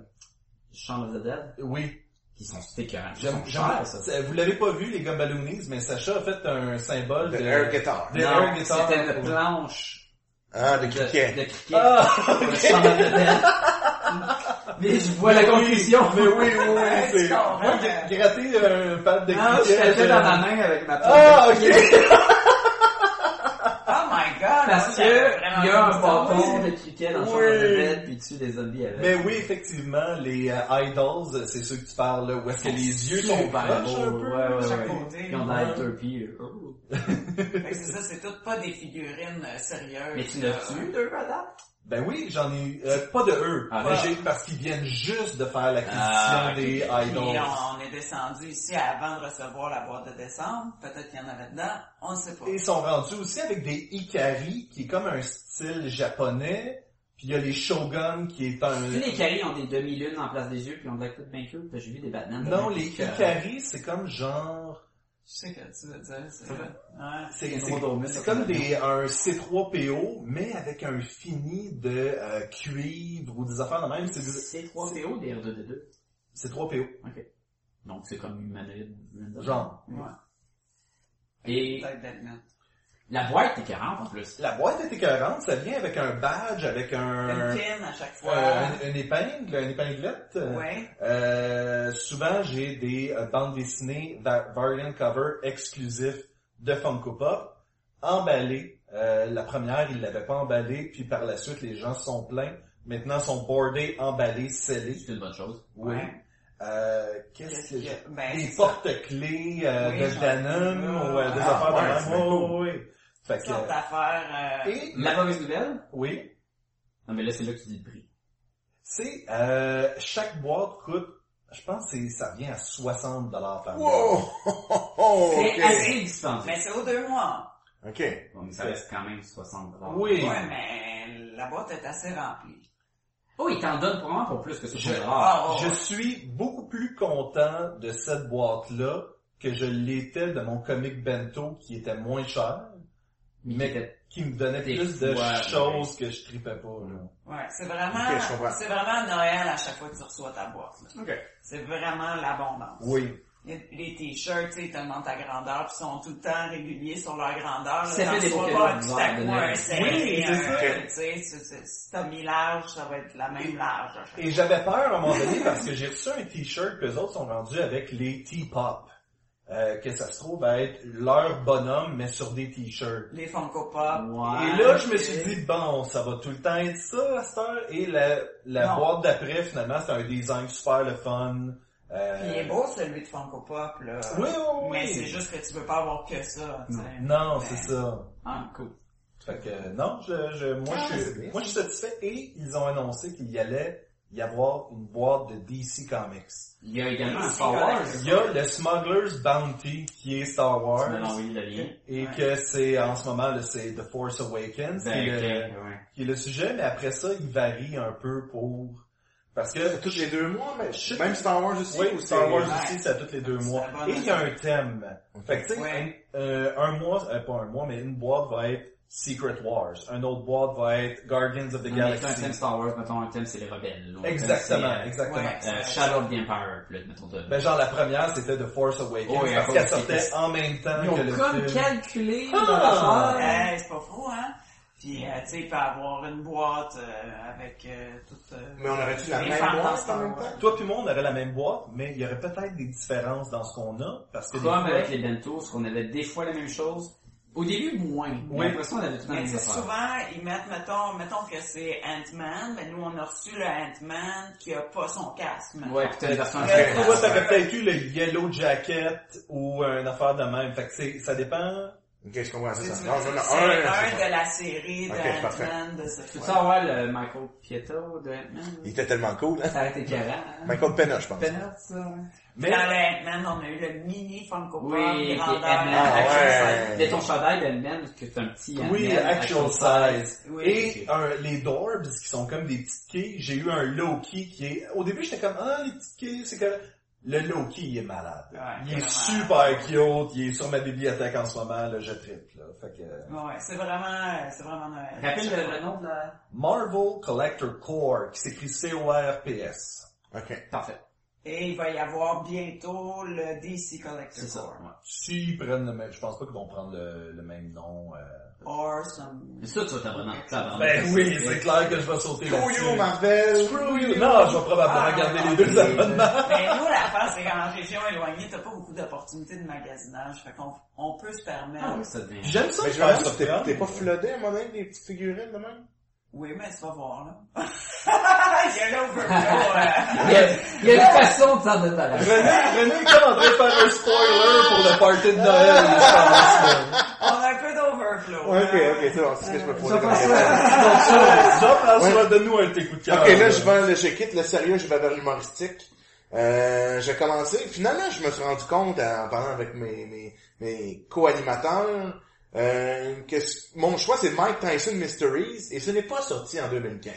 Shaun of the Dead, Oui, qui sont stickers. Ils j'aime sont j'aime- chers, ça. Vous l'avez pas vu, les Gumballoonies, mais Sacha a fait un symbole The de... air guitar. de- Non, Eric Guitar. c'était une planche Ah, de de, cricket. de cricket. Ah! de Shaun of the Dead. (laughs) Mais je vois la conclusion. Mais (laughs) oui, oui, oui, c'est... (laughs) C'est con, Moi, hein? j'ai gratté un pad de Non, Ah, je cricket, l'ai fait euh, dans ma main avec ma planche. Ah, ok! Oh my god! Ah, Parce que, moi, j'avais vraiment il y a pas un ça. bâton de cricket dans Shaun of the Oui. Dead, puis il tue des zombies avec. Mais oui, effectivement, les euh, idols, euh, c'est ceux que tu parles, là, où est-ce que Ah, les yeux sont verts. proches un peu. Ouais, ouais, chaque ouais. côté. Puis on a deux pieds. oh. Fait que C'est ça, c'est tout pas des figurines euh, sérieuses. Mais tu là. l'as tué, deux, madame? Ben oui, j'en ai... euh, pas de eux, Ah, mais ouais. j'ai- parce qu'ils viennent juste de faire l'acquisition Ah, ok. des Puis idols. on, on est descendu ici avant de recevoir la boîte de décembre. Peut-être qu'il y en avait dedans. On ne sait pas. Ils sont rendus aussi avec des Ikari, qui est comme un style japonais, puis il y a les Shogun, qui est un... Tous les caries ont des demi-lunes en place des yeux, puis on de la coupe bien cute, puis j'ai vu des Batman. Non, les Puis, euh, Ikari, c'est comme genre... Je sais que tu veux dire. C'est vrai. C'est Une c'est- rhodome, c'est ça, comme ça. des, un C3PO, mais avec un fini de euh, cuivre ou des affaires de même. C'est du- C'est 3PO des R2D2. C3PO, Donc c'est comme humanoïde. genre. Ouais. Et Peut-être d'admettre. La boîte est 40 en plus. La boîte est écœurante, ça vient avec un badge, avec un... Une pin à chaque fois. euh, une, une épingle, une épinglette. ouais. Euh, souvent, j'ai des euh, bandes dessinées va- variant cover exclusifs de Funko Pop emballées. Euh, la première, ils l'avaient pas emballée, puis par la suite, les gens se sont plaints. Maintenant, ils sont boardés, emballés, scellés. C'est une bonne chose. Oui. Ouais. Euh, Qu'est-ce Qu'est-ce que qu'il y j'ai? a? Ben, Des c'est ça. porte-clés euh, Oui, de j'en- Danone ou euh, des Ah, affaires ouais, de c'est même. bien Oui, oui, oui. Fait Toutes que... sortes d'affaires. euh, et, La mauvaise nouvelle? oui, Non, mais là, c'est là que tu dis le prix. c'est... Euh, chaque boîte coûte, je pense que c'est- ça vient à 60$ par boîte. Wow! (laughs) ok. C'est assez dispendieux. Mais c'est aux deux mois. Ok. Bon, mais ça reste quand même 60 Oui. Ouais, mais la boîte est assez remplie. Oh, ils t'en donnent probablement pour plus que 60 Ah, ouais, Je ouais. suis beaucoup plus content de cette boîte-là que je l'étais de mon comic bento qui était moins cher, Mais mais qui me donnait Des plus de fois, choses que je tripais pas. là. oh, Ouais, c'est vraiment, Ok, je comprends. c'est vraiment Noël à chaque fois que tu reçois ta boîte. là. Ok. C'est vraiment l'abondance. Oui. Les, les t-shirts, tu sais, ils demandent ta grandeur, puis ils sont tout le temps réguliers sur leur grandeur. là. Ça T'en fait des reçois beaux pas cadeaux tout à de coup Noël. un serré, Oui, c'est un- ça. tu sais, c'est- c'est- Si t'as mis large, ça va être la même large. à chaque Et j'avais peur à un moment donné parce que j'ai reçu un t-shirt que les autres sont rendus avec les T-pop. euh, que ça se trouve à être leur bonhomme, mais sur des t-shirts. Les Funko Pop. Ouais. Et là, je me suis dit, bon, ça va tout le temps être ça à cette heure. Et la, la Non. boîte d'après, finalement, c'est un design super le fun. Euh, Puis il est beau celui de Funko Pop, là. Oui, oui, Mais oui. c'est juste que tu veux pas avoir que ça, tu sais. Non, c'est ça. Ah, cool. Fait que, non, je, je, moi, Ah, je, c'est suis- bien. moi, je suis satisfait. Et ils ont annoncé qu'il y allait y avoir une boîte de DC Comics. Il y a également C'est Star correct. Wars. Il y a le Smuggler's Bounty qui est Star Tu Wars. m'as envoyé le lien. Et que c'est, en ce moment, là, c'est The Force Awakens. qui est le- Ben, ok, ouais. qui est le sujet, mais après ça, il varie un peu pour... Parce que Tous les deux mois, mais Je- même Star Wars aussi. oui, ou Star c'est- Wars Ouais. aussi, c'est à tous les deux C'est mois. la bonne Et il y a un thème. Fait que tu sais, Ouais. un, euh, un mois, euh, pas un mois, mais une boîte va être Secret Wars. Un autre boîte va être Guardians of the Mais c'est un Galaxy. thème Star Wars, mettons, un thème c'est les rebelles. L'autre thème, Exactement, c'est, exactement. Ouais. Euh, euh, Shadow of the Empire, puis là, mettons, t'as- Ben genre la première c'était The Force Awakens Oh, et parce à qu'elle cause qu'il sortait était- en même temps Ils que ont le comme film. calculé Ah! leur affaire. Ouais, c'est pas fou, hein? Puis, euh, tu sais, il peut avoir une boîte euh, avec euh, toute... euh, Mais on aurait-tu la Les même fans dans boîte en Star même Wars. temps? Toi puis moi on aurait la même boîte, mais il y aurait peut-être des différences dans ce qu'on a parce que des Comme fois- avec les bentos, qu'on avait des fois la même chose. Au début, moins. Oui. Oui. Après ça, on avait tout le Mais même tu sais, affaire. souvent, ils mettent, mettons, mettons que c'est Ant-Man, mais nous, on a reçu le Ant-Man qui a pas son casque. mettons. Ouais, puis t'as la version Mais Fait que Star toi, Wars. t'aurais peut-être eu le Yellow Jacket ou une affaire de même. Fait que c'est- ça dépend. Ok, je comprends, c'est C'est ça. c'est- Non, non, non, c'est un, un c'est ça. de la série de Ok, parfait. Ant-Man de ce Tu veux film. savoir le Michael Pietro de Ant-Man? Il était tellement cool, hein. Ça a été carré. Michael Pena, je pense. Penner, ça. Dans Mais le Ant-Man, on a eu le mini Funko Pop, Oui, grandeur. Ah, Ant-Man. ouais. Il y a ton chandail d'Ant-Man, que c'est un petit Euh, oui, Ant-Man, actual size. Oui. Et un- les Dorbs qui sont comme des petites quilles. J'ai eu un low key qui est. Au début, j'étais comme ah les petites quilles, c'est comme le low key il est malade. Ouais, il est vraiment. super cute. Il est sur ma bibliothèque en ce moment. Là, je tripe. Là. Fait que Ouais, c'est vraiment, euh, c'est vraiment Noël. Rappelle le, le nom de la... Marvel Collector Core qui s'écrit C O R P S. Ok. Parfait. Et il va y avoir bientôt le DC C'est Collector ça. Core. Ouais. S'ils prennent le même, je pense pas qu'ils vont prendre le, le même nom. euh. Or some... Mais ça, tu vas t'abonner. Ça, Ben oui, c'est clair que je vais sauter Screw là-dessus. you, Marvel! Screw you. Non, je vais probablement Ah, garder les ah, deux ah, abonnements. Mais Ben, nous, l'affaire, c'est qu'en région éloignée, t'as pas beaucoup d'opportunités de magasinage. Fait qu'on on peut se permettre. Ah oui, ça devient... J'aime ça. Mais de je Hein? me faire demande si ça. t'es- t'es pas floodé à un moment donné avec des petites figurines de même? Oui, mais tu vas voir, là. (laughs) il y a l'overflow, euh, Il y a, il y a une façon de s'en débarrasser. René, René est comme en train de faire un spoiler pour le party de Noël. je euh, on a un peu d'overflow. Ok, hein. ok, c'est bon, c'est ce que je me Ça posais comme passe question. là. pense. Jean-François, donne-nous un de tes coups de cœur. Ah. Ok, là, je vends le, je quitte le sérieux, je vais vers l'humoristique. Euh, j'ai commencé, finalement, je me suis rendu compte, en parlant avec mes, mes, mes co-animateurs, euh, que c- mon choix, c'est Mike Tyson Mysteries, et ce n'est pas sorti en 2015.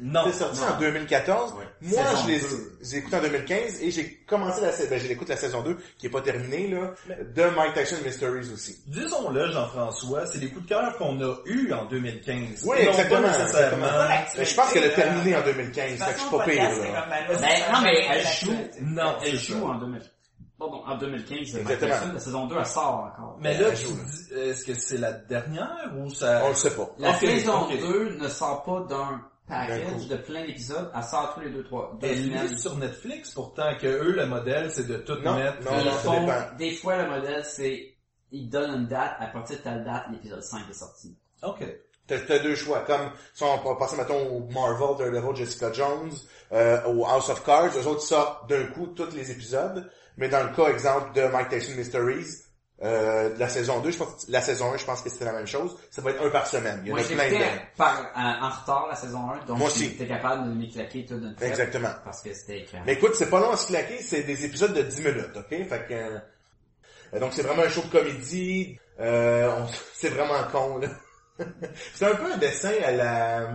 Non. C'est sorti en 2014. Ouais. Moi, Saison je l'ai deux. j'ai écouté en 2015 et j'ai commencé la saison, ben, je l'écoute la saison 2 qui est pas terminée, là, de Mike Tyson Mysteries aussi. Disons-le, Jean-François, c'est les coups de cœur qu'on a eus en 2015. Oui, Non, pas exactement, nécessairement. exactement. l'actualité, Mais je pense qu'elle a là. terminé en De 2015, toute fait que je Ah, façon, suis le pas pire, podcast, c'est là. comme, ben là, Ben, ça non, mais fait elle l'actualité. joue. Non, Elle c'est joue ça. en 2000. Pardon, en 2015, de Mike Exactement. Tyson, la saison 2, elle sort encore. Mais Ben, là, elle tu joue, là. dis, est-ce que c'est la dernière ou ça... On le sait pas. La Ok, saison ok. 2 ne sort pas d'un D'un package coup. de plein d'épisodes, elle sort tous les deux, trois, Oh, deux Elle est semaines. sur Netflix, pourtant, que eux, le modèle, c'est de tout Non, mettre. non, Ils non. ça font- dépend. Euh, des fois, le modèle, c'est, ils donnent une date, à partir de telle date, l'épisode 5 est sorti. OK. T'as t'as deux choix. Comme si on va passer, mettons, au Marvel, Daredevil, Jessica Jones, euh, au House of Cards, eux autres sortent d'un coup tous les épisodes. Mais dans le cas, exemple, de Mike Tyson Mysteries, euh, de la saison 2, je pense, la saison 1, je pense que c'était la même chose. Ça va être un par semaine. Il y en Moi, a plein j'écoutais de... par, euh, en- en retard la saison 1, donc Moi aussi. j'étais capable de m'éclater tout d'un traite. Exactement. Parce que c'était éclairant. Mais écoute, c'est pas long à se claquer, c'est des épisodes de 10 minutes, ok? Fait que... euh, donc c'est vraiment un show de comédie, euh, on- (laughs) c'est vraiment con, là. (laughs) c'est un peu un dessin à la...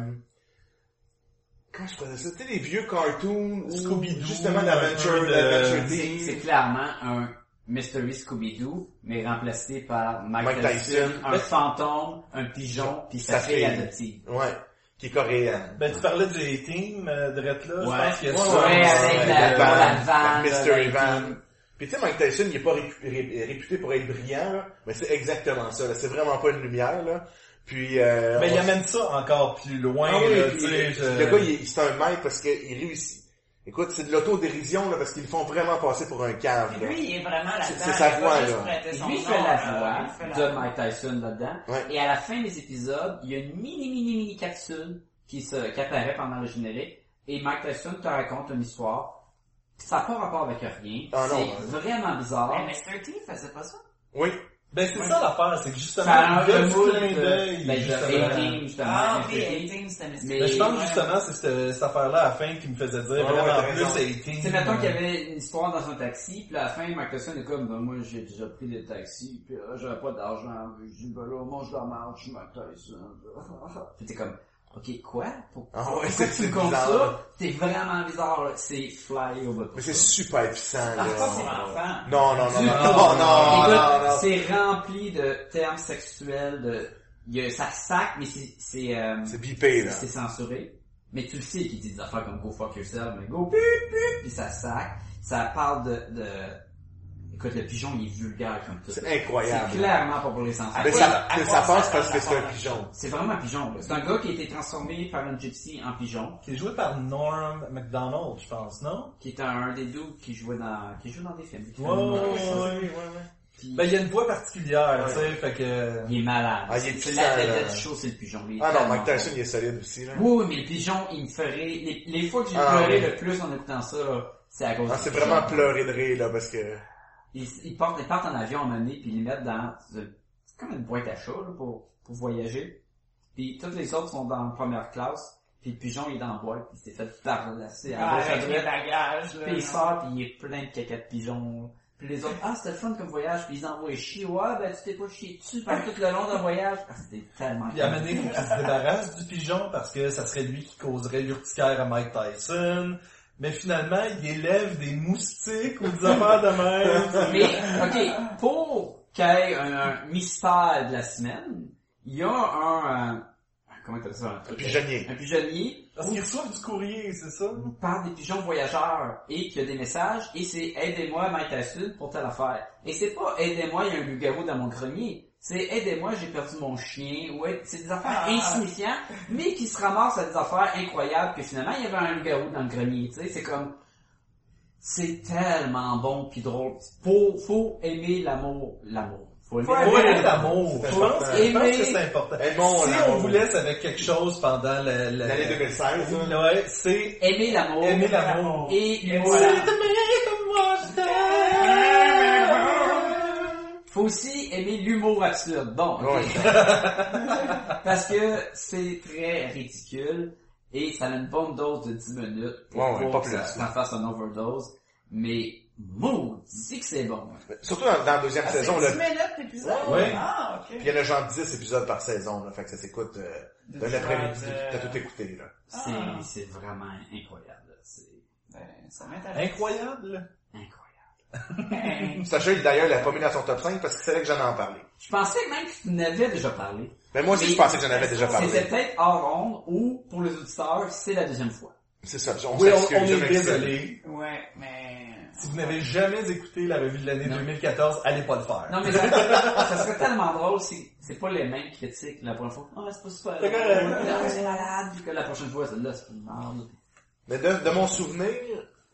Comment je pourrais dire ça? Tu sais, les vieux cartoons, Scooby-Doo, justement, un l'Adventure, peu de- l'Adventure C'est c'est Team. clairement un Mystery Scooby-Doo, mais remplacé par Mike, Mike Tyson, Tyson. un Mais- fantôme, un pigeon, puis sa Sa fille fille. adoptive. Ouais, qui est coréenne. Ben, tu parlais du A-Team, euh, de Rett, là. Ouais. Je pense qu'il y a Ouais, ça. euh, ouais, ouais, avec Euh, la la, van, la la van, mystery le- van. Puis tu sais, Mike Tyson, il est pas récu- ré- réputé pour être brillant, là, mais c'est exactement ça, là. C'est vraiment pas une lumière, là. Puis... Euh, Mais Ben, il on- amène ça encore plus loin, Ah oui, là, puis tu sais, le- je- Le gars, il est- c'est un maître parce qu'il réussit. Écoute, c'est de l'autodérision, là, parce qu'ils le font vraiment passer pour un cave, là. Lui, il est vraiment là-dedans. C'est- c'est sa Il va voix, juste là. prêter Et son lui, il nom, fait la euh, voix il fait la de voix. Mike Tyson là-dedans. Ouais. Et à la fin des épisodes, il y a une mini, mini, mini capsule qui, se, qui apparaît pendant le générique. Et Mike Tyson te raconte une histoire. Ça n'a pas rapport avec rien. Ah non, c'est vraiment bizarre. Ben, Mais Mr. T faisait pas ça. Oui. Ben, c'est Ouais. ça l'affaire, c'est que justement, Ça a il y a un du moule clin de- d'œil, ben, de justement. hating, justement. Ah, un oui, hating. A-Team, c'était Mr. T. Mais- Ben, je pense Ouais. justement, c'est cette, cette affaire-là à la fin qui me faisait dire Ouais, ouais, vraiment t'as plus raison. A-Team. C'est mettons qu'il y avait une histoire dans un taxi, puis à la fin, Mike Tyson est comme, ben moi j'ai déjà pris des taxis, puis là j'avais pas d'argent, puis je dis, ben là, mange de la marde, je suis Mike Tyson. (laughs) Puis t'es comme, ok, quoi? Pourquoi, Ah ouais, pourquoi c'est- tu c'est me comptes bizarre, là. ça? T'es vraiment bizarre, là. c'est fly au bas Mais c'est super puissant, là. Ah, ça, c'est l'enfant. Non, non, non, non, Du- non, non, Ah, non, non, non. C'est rempli de termes sexuels, de... il y a- ça sac, mais c'est... c'est euh, C'est bipé, là. c'est censuré. Mais tu le sais qu'ils disent des affaires comme go fuck yourself, mais go pip pip, puis ça sac. Ça parle de, de... Écoute, le pigeon, il est vulgaire comme tout ça. C'est C'est incroyable. Ah, ben, clairement pas pour les sensibles. Ouais, Mais ça, à mais quoi ça ça passe sert, parce que la c'est un part? pigeon. C'est vraiment un pigeon. là. C'est un gars qui a été transformé par une gypsy en pigeon, Qui est joué par Norm MacDonald, je pense, non? qui est un, des deux qui jouait dans qui joue dans des films. qui fait Ouais, des ouais, films. ouais, ouais. Puis, Ben, il y a une voix particulière, Ouais. tu sais, fait que... il est malade. Ah, il est c'est puissant, la vedette là. du show, c'est le pigeon. Il est Ah non, tellement Mike Tyson, il est solide aussi, là. bon. Oui, oui, mais le pigeon, il me ferait... Les, les fois que j'ai Ah, pleuré ouais. le plus en écoutant ça, là, c'est à cause Ah, du c'est pigeon. vraiment pleurer de rire, là, parce que... Ils, ils, partent, ils partent en avion en année, puis ils les mettent dans... une- C'est comme une boîte à chat là, pour, pour voyager. Puis toutes les autres sont dans la première classe, puis le pigeon il est dans la boîte, puis il s'est fait tarlasser. Ah, avec les bagages, là. puis il sort, puis il est plein de caca de pigeon. Puis les autres, ah c'était le fun comme voyage, puis ils envoient chier, ouais ben tu t'es pas chié dessus pendant tout le long d'un voyage. Ah, c'était tellement... Il y a Mané qui se débarrasse du pigeon parce que ça serait lui qui causerait l'urticaire à Mike Tyson. Mais finalement, il élève des moustiques ou des affaires de même. Mais, ok, pour qu'il y ait un, un mystère de la semaine, il y a un... euh, comment t'appelles ça? Un, truc- Pigeonnier. Un pigeonnier Parce qu'il reçoit du courrier, c'est ça? par des pigeons voyageurs et qu'il y a des messages et c'est aidez-moi Mike Tyson pour telle affaire. Et c'est pas aidez-moi il y a un loup-garou dans mon grenier. C'est aidez-moi j'ai perdu mon chien ou aide- c'est des affaires Ah. insignifiantes mais qui se ramassent à des affaires incroyables que finalement il y avait un loup-garou dans le grenier. Tu sais c'est comme c'est tellement bon puis drôle. Faut faut aimer l'amour l'amour. Faut aimer, Faut Pour aimer aimer l'amour. C'est Je pense, je important. pense que Aimer- c'est important. Aimons si l'amour. on vous laisse avec quelque chose pendant la- la- L'année 2016, là. Ouais, c'est aimer l'amour aimer l'amour. et l'humour. voilà. Ah, Faut aussi aimer l'humour absurde. Bon, ok. Ouais. (laughs) Parce que c'est très ridicule et ça a une bonne dose de 10 minutes pour Ouais, ouais, pas pas que plus, ça- là. t'en fasses un overdose. Mais maudit que c'est bon. Surtout dans, dans la deuxième Ah, c'est saison, 10 là. minutes d'épisode? Ouais. Ah, ok. Puis il y en a genre 10 épisodes par saison, là. Fait que ça s'écoute euh, Des d'un après-midi. épisodes, euh, T'as tout écouté, là. C'est Ah. c'est vraiment incroyable. là. C'est Ben, ça (laughs) m'intéresse. Incroyable. incroyable. Ben, Sacha, d'ailleurs, l'a pas mis dans son top 5 parce qu'il savait que j'en ai parlé. Je pensais même que tu n'avais déjà parlé. Mais moi aussi, Mais- je pensais que j'en avais déjà C'était parlé. peut-être hors onde ou pour les auditeurs, c'est la deuxième fois. C'est ça, on Oui, on, s'excuse, on je est m'excuse. désolé. ouais, mais... Si vous n'avez jamais écouté la revue de l'année Non. 2014, allez pas le faire. Non, mais ça, ça serait tellement drôle si c'est pas les mêmes critiques la première fois. Ah, c'est pas super. C'est correct. Non, c'est malade. Puis que la prochaine fois, celle-là, c'est une merde. Mais de, de mon souvenir,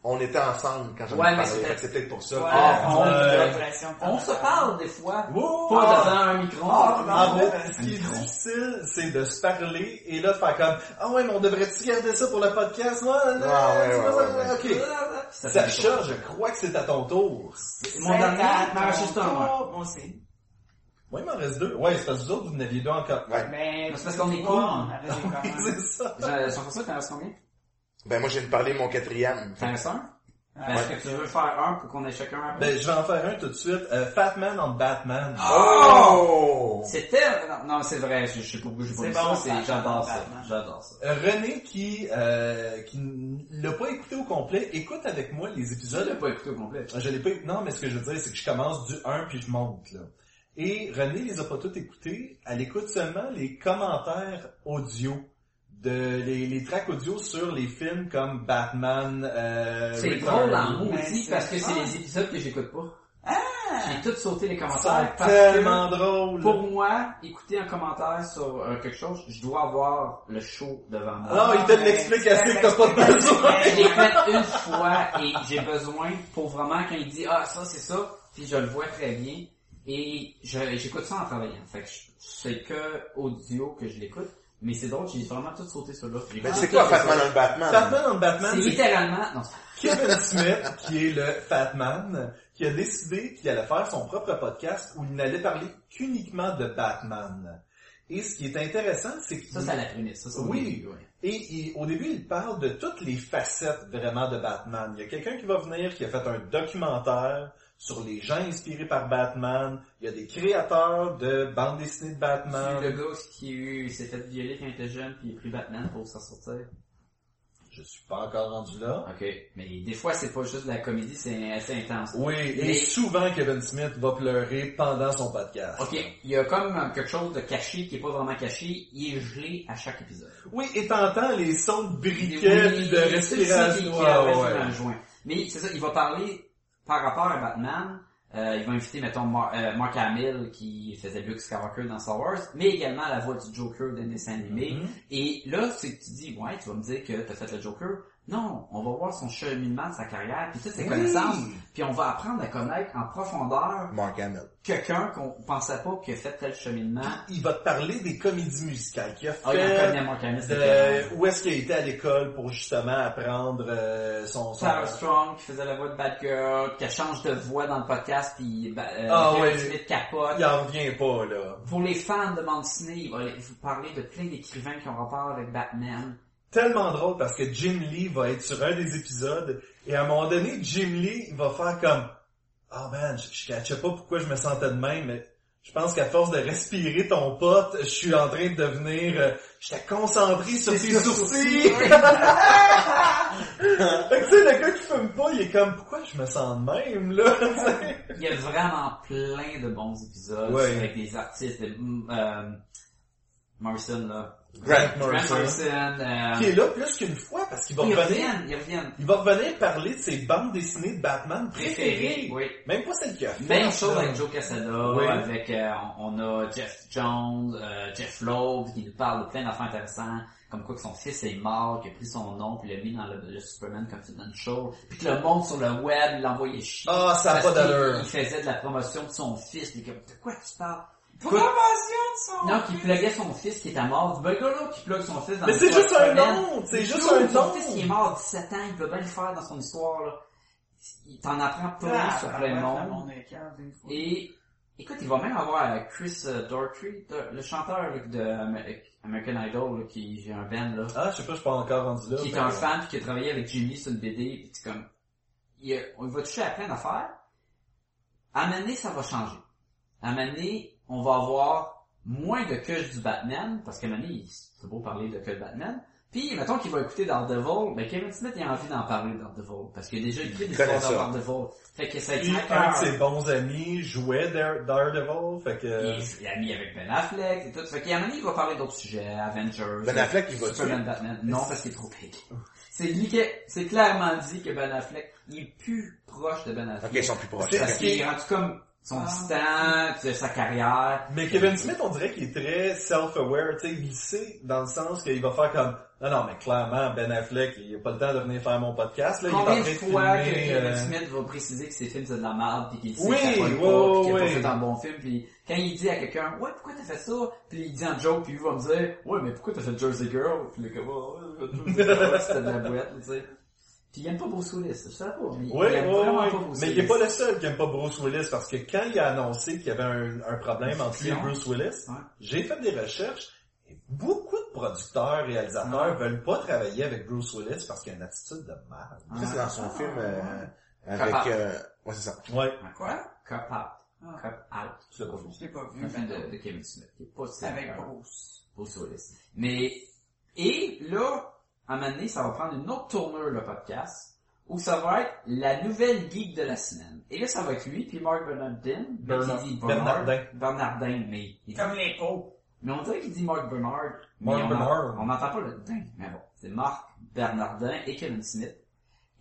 on était ensemble quand j'en Ouais, ai mais parlé. c'était- fait que C'est peut-être pour ça. Ouais, Ah, on- euh, l'impression que- On se parle des fois. Wouh! Pas devant un micro. Ah, En Ah, gros, ouais. ben, ce qui est difficile, c'est de se parler et là de faire comme Ah ouais, mais on devrait-tu garder ça pour le podcast? Ouais, là, Ah, ouais, c'est pas ouais, ça. ouais, Ok. Ça fait des Sacha, je crois que c'est à ton tour. choses. C'est Mon dernier, à il m'en reste juste un. Toronto, ouais. Moi aussi. Moi, il m'en reste deux. Ouais, c'est parce que vous autres, vous en aviez deux encore. Ouais. Mais Ben, C'est parce qu'on est Ouais, cool. on avait (laughs) des commandes. (laughs) c'est ça. Je- Sur ça, t'en restes combien? Ben moi, j'ai parlé de mon quatrième. T'en restes un? Ouais. Ben, Est-ce que tu veux faire un pour qu'on ait chacun un? Ah! Ben, je vais en faire un tout de suite. Euh, Fatman en Batman. Ah. Oh! C'était... Non, non, c'est vrai, je, je sais pas pourquoi j'ai pas C'est dit ça, bon, c'est- ça. j'adore ça, Batman. j'adore ça. Euh, René qui euh, qui n- l'a pas écouté au complet, écoute avec moi les Je l'ai épisodes. pas écouté au complet. Ah, Je l'ai pas écouté. Non, mais ce que je veux dire, c'est que je commence du 1 puis je monte là. Et René les a pas tous écoutés. Elle écoute seulement les commentaires audio de les, les tracks audio sur les films comme Batman. Euh, C'est Return. drôle hein. en Mais maudit Ben, c'est parce que c'est fun. les épisodes que j'écoute pas. J'ai tout sauté les commentaires C'est parce Ah! tellement que drôle. pour moi, écouter un commentaire sur euh, quelque chose, je dois avoir le show devant moi. Ah, Non, il te l'explique assez que t'as pas (laughs) besoin. Je l'ai fait une fois et j'ai besoin pour vraiment quand il dit ah ça c'est ça, puis je le vois très bien et je- j'écoute ça en travaillant. Fait que je- c'est que audio que je l'écoute, mais c'est drôle, j'ai vraiment tout sauté sur l'autre. Ben c'est quoi Fatman dans le Batman? Batman en Batman, C'est c'est (laughs) littéralement non. Kevin Smith, qui est le Fat Man, qui a décidé qu'il allait faire son propre podcast où il n'allait parler qu'uniquement de Batman. Et ce qui est intéressant, c'est qu'il... Ça, ça la prémisse. Ça, c'est au Oui. début, ouais. Et il- au début, il parle de toutes les facettes vraiment de Batman. Il y a quelqu'un qui va venir qui a fait un documentaire sur les gens inspirés par Batman. Il y a des créateurs de bandes dessinées de Batman. C'est le gars qui a eu- s'est fait violer quand il était jeune puis il a pris Batman pour s'en sortir. Je suis pas encore rendu là. Ok. Mais des fois c'est pas juste de la comédie, c'est assez intense. Oui, et Mais- souvent Kevin Smith va pleurer pendant son podcast. Ok, il y a comme euh, quelque chose de caché qui est pas vraiment caché, il est gelé à chaque épisode. Oui, et t'entends les sons de briquet Oui, de c'est- c'est- respiration. c'est- Ouais, c'est- ouais. c'est un joint. Mais c'est ça, il va parler par rapport à Batman. Euh, il va inviter, mettons, Mar- euh, Mark Hamill qui faisait Luke Skywalker dans Star Wars, mais également la voix du Joker d'un dessin animé. Mhm. Et là, c'est que tu dis, ouais, tu vas me dire que t'as fait le Joker. Non, on va voir son cheminement de sa carrière, puis toutes ses Oui. connaissances, puis on va apprendre à connaître en profondeur Mark Hamill. quelqu'un qu'on pensait pas qui a fait tel cheminement. Il va te parler des comédies musicales qu'il a fait. Ah, il en connaît Mark Hamill, c'est clair. de- Euh, où est-ce qu'il a été à l'école pour justement apprendre euh, son... son... Sarah Strong qui faisait la voix de Batgirl, qui change de voix dans le podcast, puis bah, euh, Ah, Kevin ouais. Smith capote. Il en revient pas, là. Pour les fans de bande dessinée, il va les- vous parler de plein d'écrivains qui ont rapport avec Batman. Tellement drôle parce que Jim Lee va être sur un des épisodes et à un moment donné, Jim Lee il va faire comme « Ah man, je, je catchais pas pourquoi je me sentais de même, mais je pense qu'à force de respirer ton pote, je suis en train de devenir... euh, J'étais concentré sur tes sourcils! » (laughs) Fait que tu sais, le gars qui fume pas, il est comme, pourquoi je me sens de même, là? Il y a vraiment plein de bons épisodes Ouais. avec des artistes, de, mm, euh, Morrison là, Grant. Grant Morrison, euh, Qui est là plus qu'une fois, parce qu'il va ils revenir, reviennent, ils reviennent. il va revenir parler de ses bandes dessinées de Batman Préférés, préférées. oui. Même pas celle qu'il a fait. Même chose là. avec Joe Casada, Oui. avec euh, on on a Jeff Jones, euh, Jeff Loeb qui nous parle de plein d'affaires intéressantes, comme quoi que son fils est mort, qu'il a pris son nom, puis l'a mis dans le, le Superman comme c'est dans le show, puis que le monde sur le web l'envoyait chier. Ah, ça a parce pas qu'il- d'allure. Il faisait de la promotion de son fils, puis comme, de quoi tu parles? Promotion de son... Non, qui pluguait son fils qui était mort, du gars-là qui plugue son fils dans Mais c'est l'histoire juste de un Superman. nom! C'est Mais juste Joe, un Son nom! fils qui est mort à 17 ans, il peut bien le faire dans son histoire, là. Il t'en apprend plein Ah, sur bah, plein de ouais, monde. le monde est calme, des fois. Et écoute, il va même avoir euh, Chris euh, Daughtry, de- le chanteur là, de Amer- American Idol, là, qui j'ai un band là, Ah, je sais pas, je suis pas encore rendu là. qui est ben, mais- un fan puis qui a travaillé avec Jimmy sur une BD, puis c'est comme il, a- on va toucher à plein d'affaires. À un moment donné, ça va changer. À un moment donné, on va avoir moins de cush du Batman, parce qu'à un moment donné, il- c'est beau parler de que de Batman. Puis, mettons qu'il va écouter Daredevil, ben Kevin Smith, il a envie d'en parler de Daredevil, parce qu'il a déjà écrit des Il histoires connaît de ça. Daredevil. Fait que ça a été Puis, un un cœur. de ses bons amis jouait Dare- Daredevil, fait que... euh, Il est- il est ami avec Ben Affleck et tout. Fait qu'à un moment donné, il va parler d'autres sujets, Avengers, Ben Affleck, il va Superman, Batman. Non, parce qu'il est trop big. C'est liqué- c'est clairement dit que Ben Affleck, il est plus proche de Ben Ok, Affleck. ils sont plus proches. C'est- Parce Ok. qu'il est rendu comme son Ah. distant, puis de sa carrière. Mais Kevin Smith, on dirait qu'il est très self-aware, tu sais, il sait dans le sens qu'il va faire comme, non, non, mais clairement, Ben Affleck, il a pas le temps de venir faire mon podcast, là, Combien il de est en train de fois que filmer, euh, Kevin Smith va préciser que ses films c'est de la merde puis qu'il sait Oui, que ça colle oui, pas, puis qu'il a oui. pas fait un bon film puis quand il dit à quelqu'un ouais pourquoi t'as fait ça puis il dit en joke puis lui va me dire ouais mais pourquoi t'as fait Jersey Girl puis le gars oh, ouais Jersey Girl c'était de la boîte tu sais puis il aime pas Bruce Willis je sais pas mais Oui, il aime oui, vraiment oui. pas Bruce Mais il Willis est pas le seul qui aime pas Bruce Willis parce que quand il a annoncé qu'il y avait un, un problème entre lui et Fiction. Bruce Willis, Ouais. j'ai fait des recherches et beaucoup de producteurs, réalisateurs veulent pas travailler avec Bruce Willis parce qu'il a une attitude de merde. Ça, c'est dans son film euh, avec... Papa. Euh, ouais, c'est ça. Ouais, Quoi? Cop Out Ah, Cop Out tu l'as pas vu. je l'ai pas vu. un film de, de Kevin Smith qui est pas si Avec meilleur. Bruce. pour Solis. Mais, et là, à un moment donné, ça va prendre une autre tournure, le podcast, où ça va être la nouvelle geek de la semaine. Et là, ça va être lui, puis Mark Bernardin, mais qui Bernard- dit Bernard- Bernardin. Bernardin, mais, il- Comme les pots. mais on dirait qu'il dit Mark Bernard, mais Mark on Bernard. en- on n'entend pas le din, mais bon, c'est Mark Bernardin et Kevin Smith.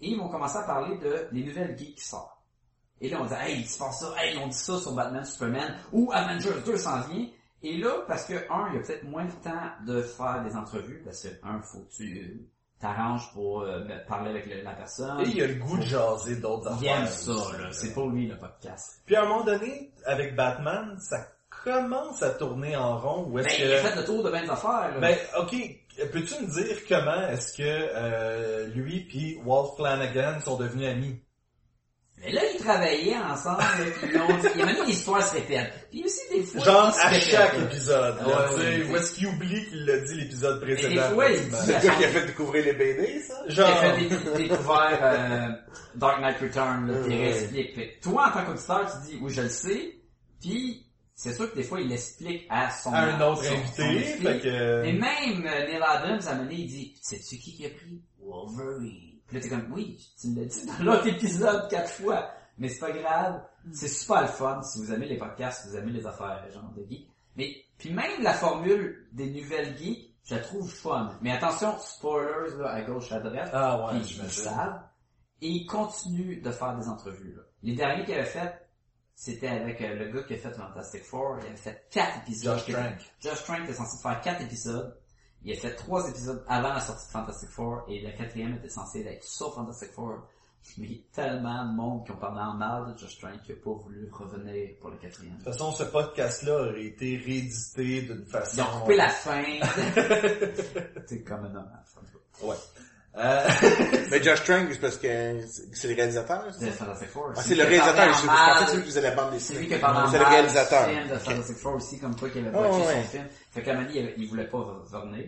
Et ils vont commencer à parler de les nouvelles geeks qui sortent. Et là, on dit, hey, il se passe ça, hey, on dit ça sur Batman, Superman, ou Avengers 2 s'en vient. Et là, parce que, un, il y a peut-être moins de temps de faire des entrevues, parce que, un, faut que tu t'arranges pour euh, parler avec le- la personne. Et il a le goût de jaser d'autres Il affaires. Euh, aime ça, là. C'est pas lui, le podcast. Puis à un moment donné, avec Batman, ça commence à tourner en rond où Ben, est-ce il a que... fait le tour de 20 affaires, là. Ben, ok, peux-tu me dire comment est-ce que euh, lui puis Walt Flanagan sont devenus amis? Mais là, ils travaillaient ensemble, là, puis ils ont dit, il y a même une histoire se répète. Puis aussi, des fois... Genre ils se à répètent, chaque là. épisode, là, Ouais, tu sais, ouais, où est-ce qu'il oublie qu'il l'a dit l'épisode des précédent. fois, il dit- C'est le gars qui a fait découvrir les BD, ça? J'ai Genre, fait des petites découvertes euh, Dark Knight Return, là, puis il Ouais. explique. Fait que toi, en tant qu'auditeur, tu dis, oui, je le sais, puis c'est sûr que des fois, il l'explique à son... à un autre son- son invité, invité. fait Et que... même euh, Neil Adams, à un moment donné, il dit, c'est-tu qui qui a pris Wolverine? Puis là, t'es comme, oui, tu l'as dit dans l'autre épisode quatre fois. Mais c'est pas grave. C'est super le fun si vous aimez les podcasts, si vous aimez les affaires, genre de geek. Mais, puis même la formule des nouvelles geeks, je la trouve fun. Mais attention, spoilers, là, à gauche, à droite. Ah ouais, Puis ils le j'imagine. savent. Et ils continuent de faire des entrevues. Là. Les derniers qu'il avait fait, c'était avec euh, le gars qui a fait Fantastic Four. Il avait fait quatre épisodes. Josh Trank. Josh Trank était censé faire quatre épisodes. Il a fait trois épisodes avant la sortie de Fantastic Four et le quatrième était censé être sur Fantastic Four. Mais il y a tellement de monde qui ont parlé en mal de Josh Trank qu'il n'a pas voulu revenir pour le quatrième. De toute façon, ce podcast-là aurait été réédité d'une façon... Ils ont coupé la fin. C'est comme un homme. en tout cas. Ouais. Euh, Mais Josh Trank, c'est parce que c'est c'est le réalisateur, De ça? Fantastic Four. Ah, Celui c'est le qui a parlé réalisateur, en je je pensais mal. que c'est lui qui faisait la bande C'est dessinée. lui qui a parlé en C'est le mal réalisateur. du film de Fantastic Four aussi, comme quoi qu'il avait botché Oh, ouais. son film. Fait qu'à un moment donné, il, avait- il voulait pas revenir.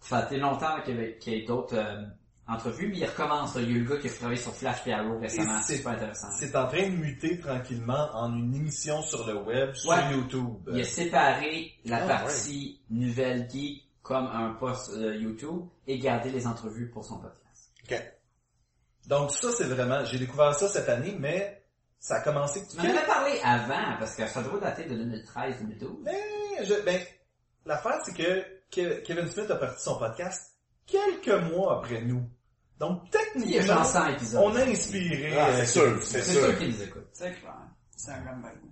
Ça a été longtemps qu'il y avait- qu'il y ait d'autres euh, entrevues, mais il recommence. là. Il y a eu le gars qui a travaillé sur Flash et Arrow récemment. Et c'est- C'est super intéressant. C'est en train de muter tranquillement en une émission sur le web, sur Ouais. YouTube. Il a séparé la Ah, partie nouvelle geek comme un post euh, YouTube et gardé les entrevues pour son podcast. Donc ça, c'est vraiment... J'ai découvert ça cette année, mais ça a commencé... Tu m'en avais parlé avant, parce que ça doit dater de 2013-2012. Mais, je, ben, l'affaire, c'est que Ke- Kevin Smith a parti son podcast quelques mois après nous. Donc, Il y a techniquement, genre 100 épisodes. on a inspiré. Ah, euh, c'est sûr, c'est C'est sûr. sûr qu'ils nous écoutent. C'est clair. C'est un grand bagou.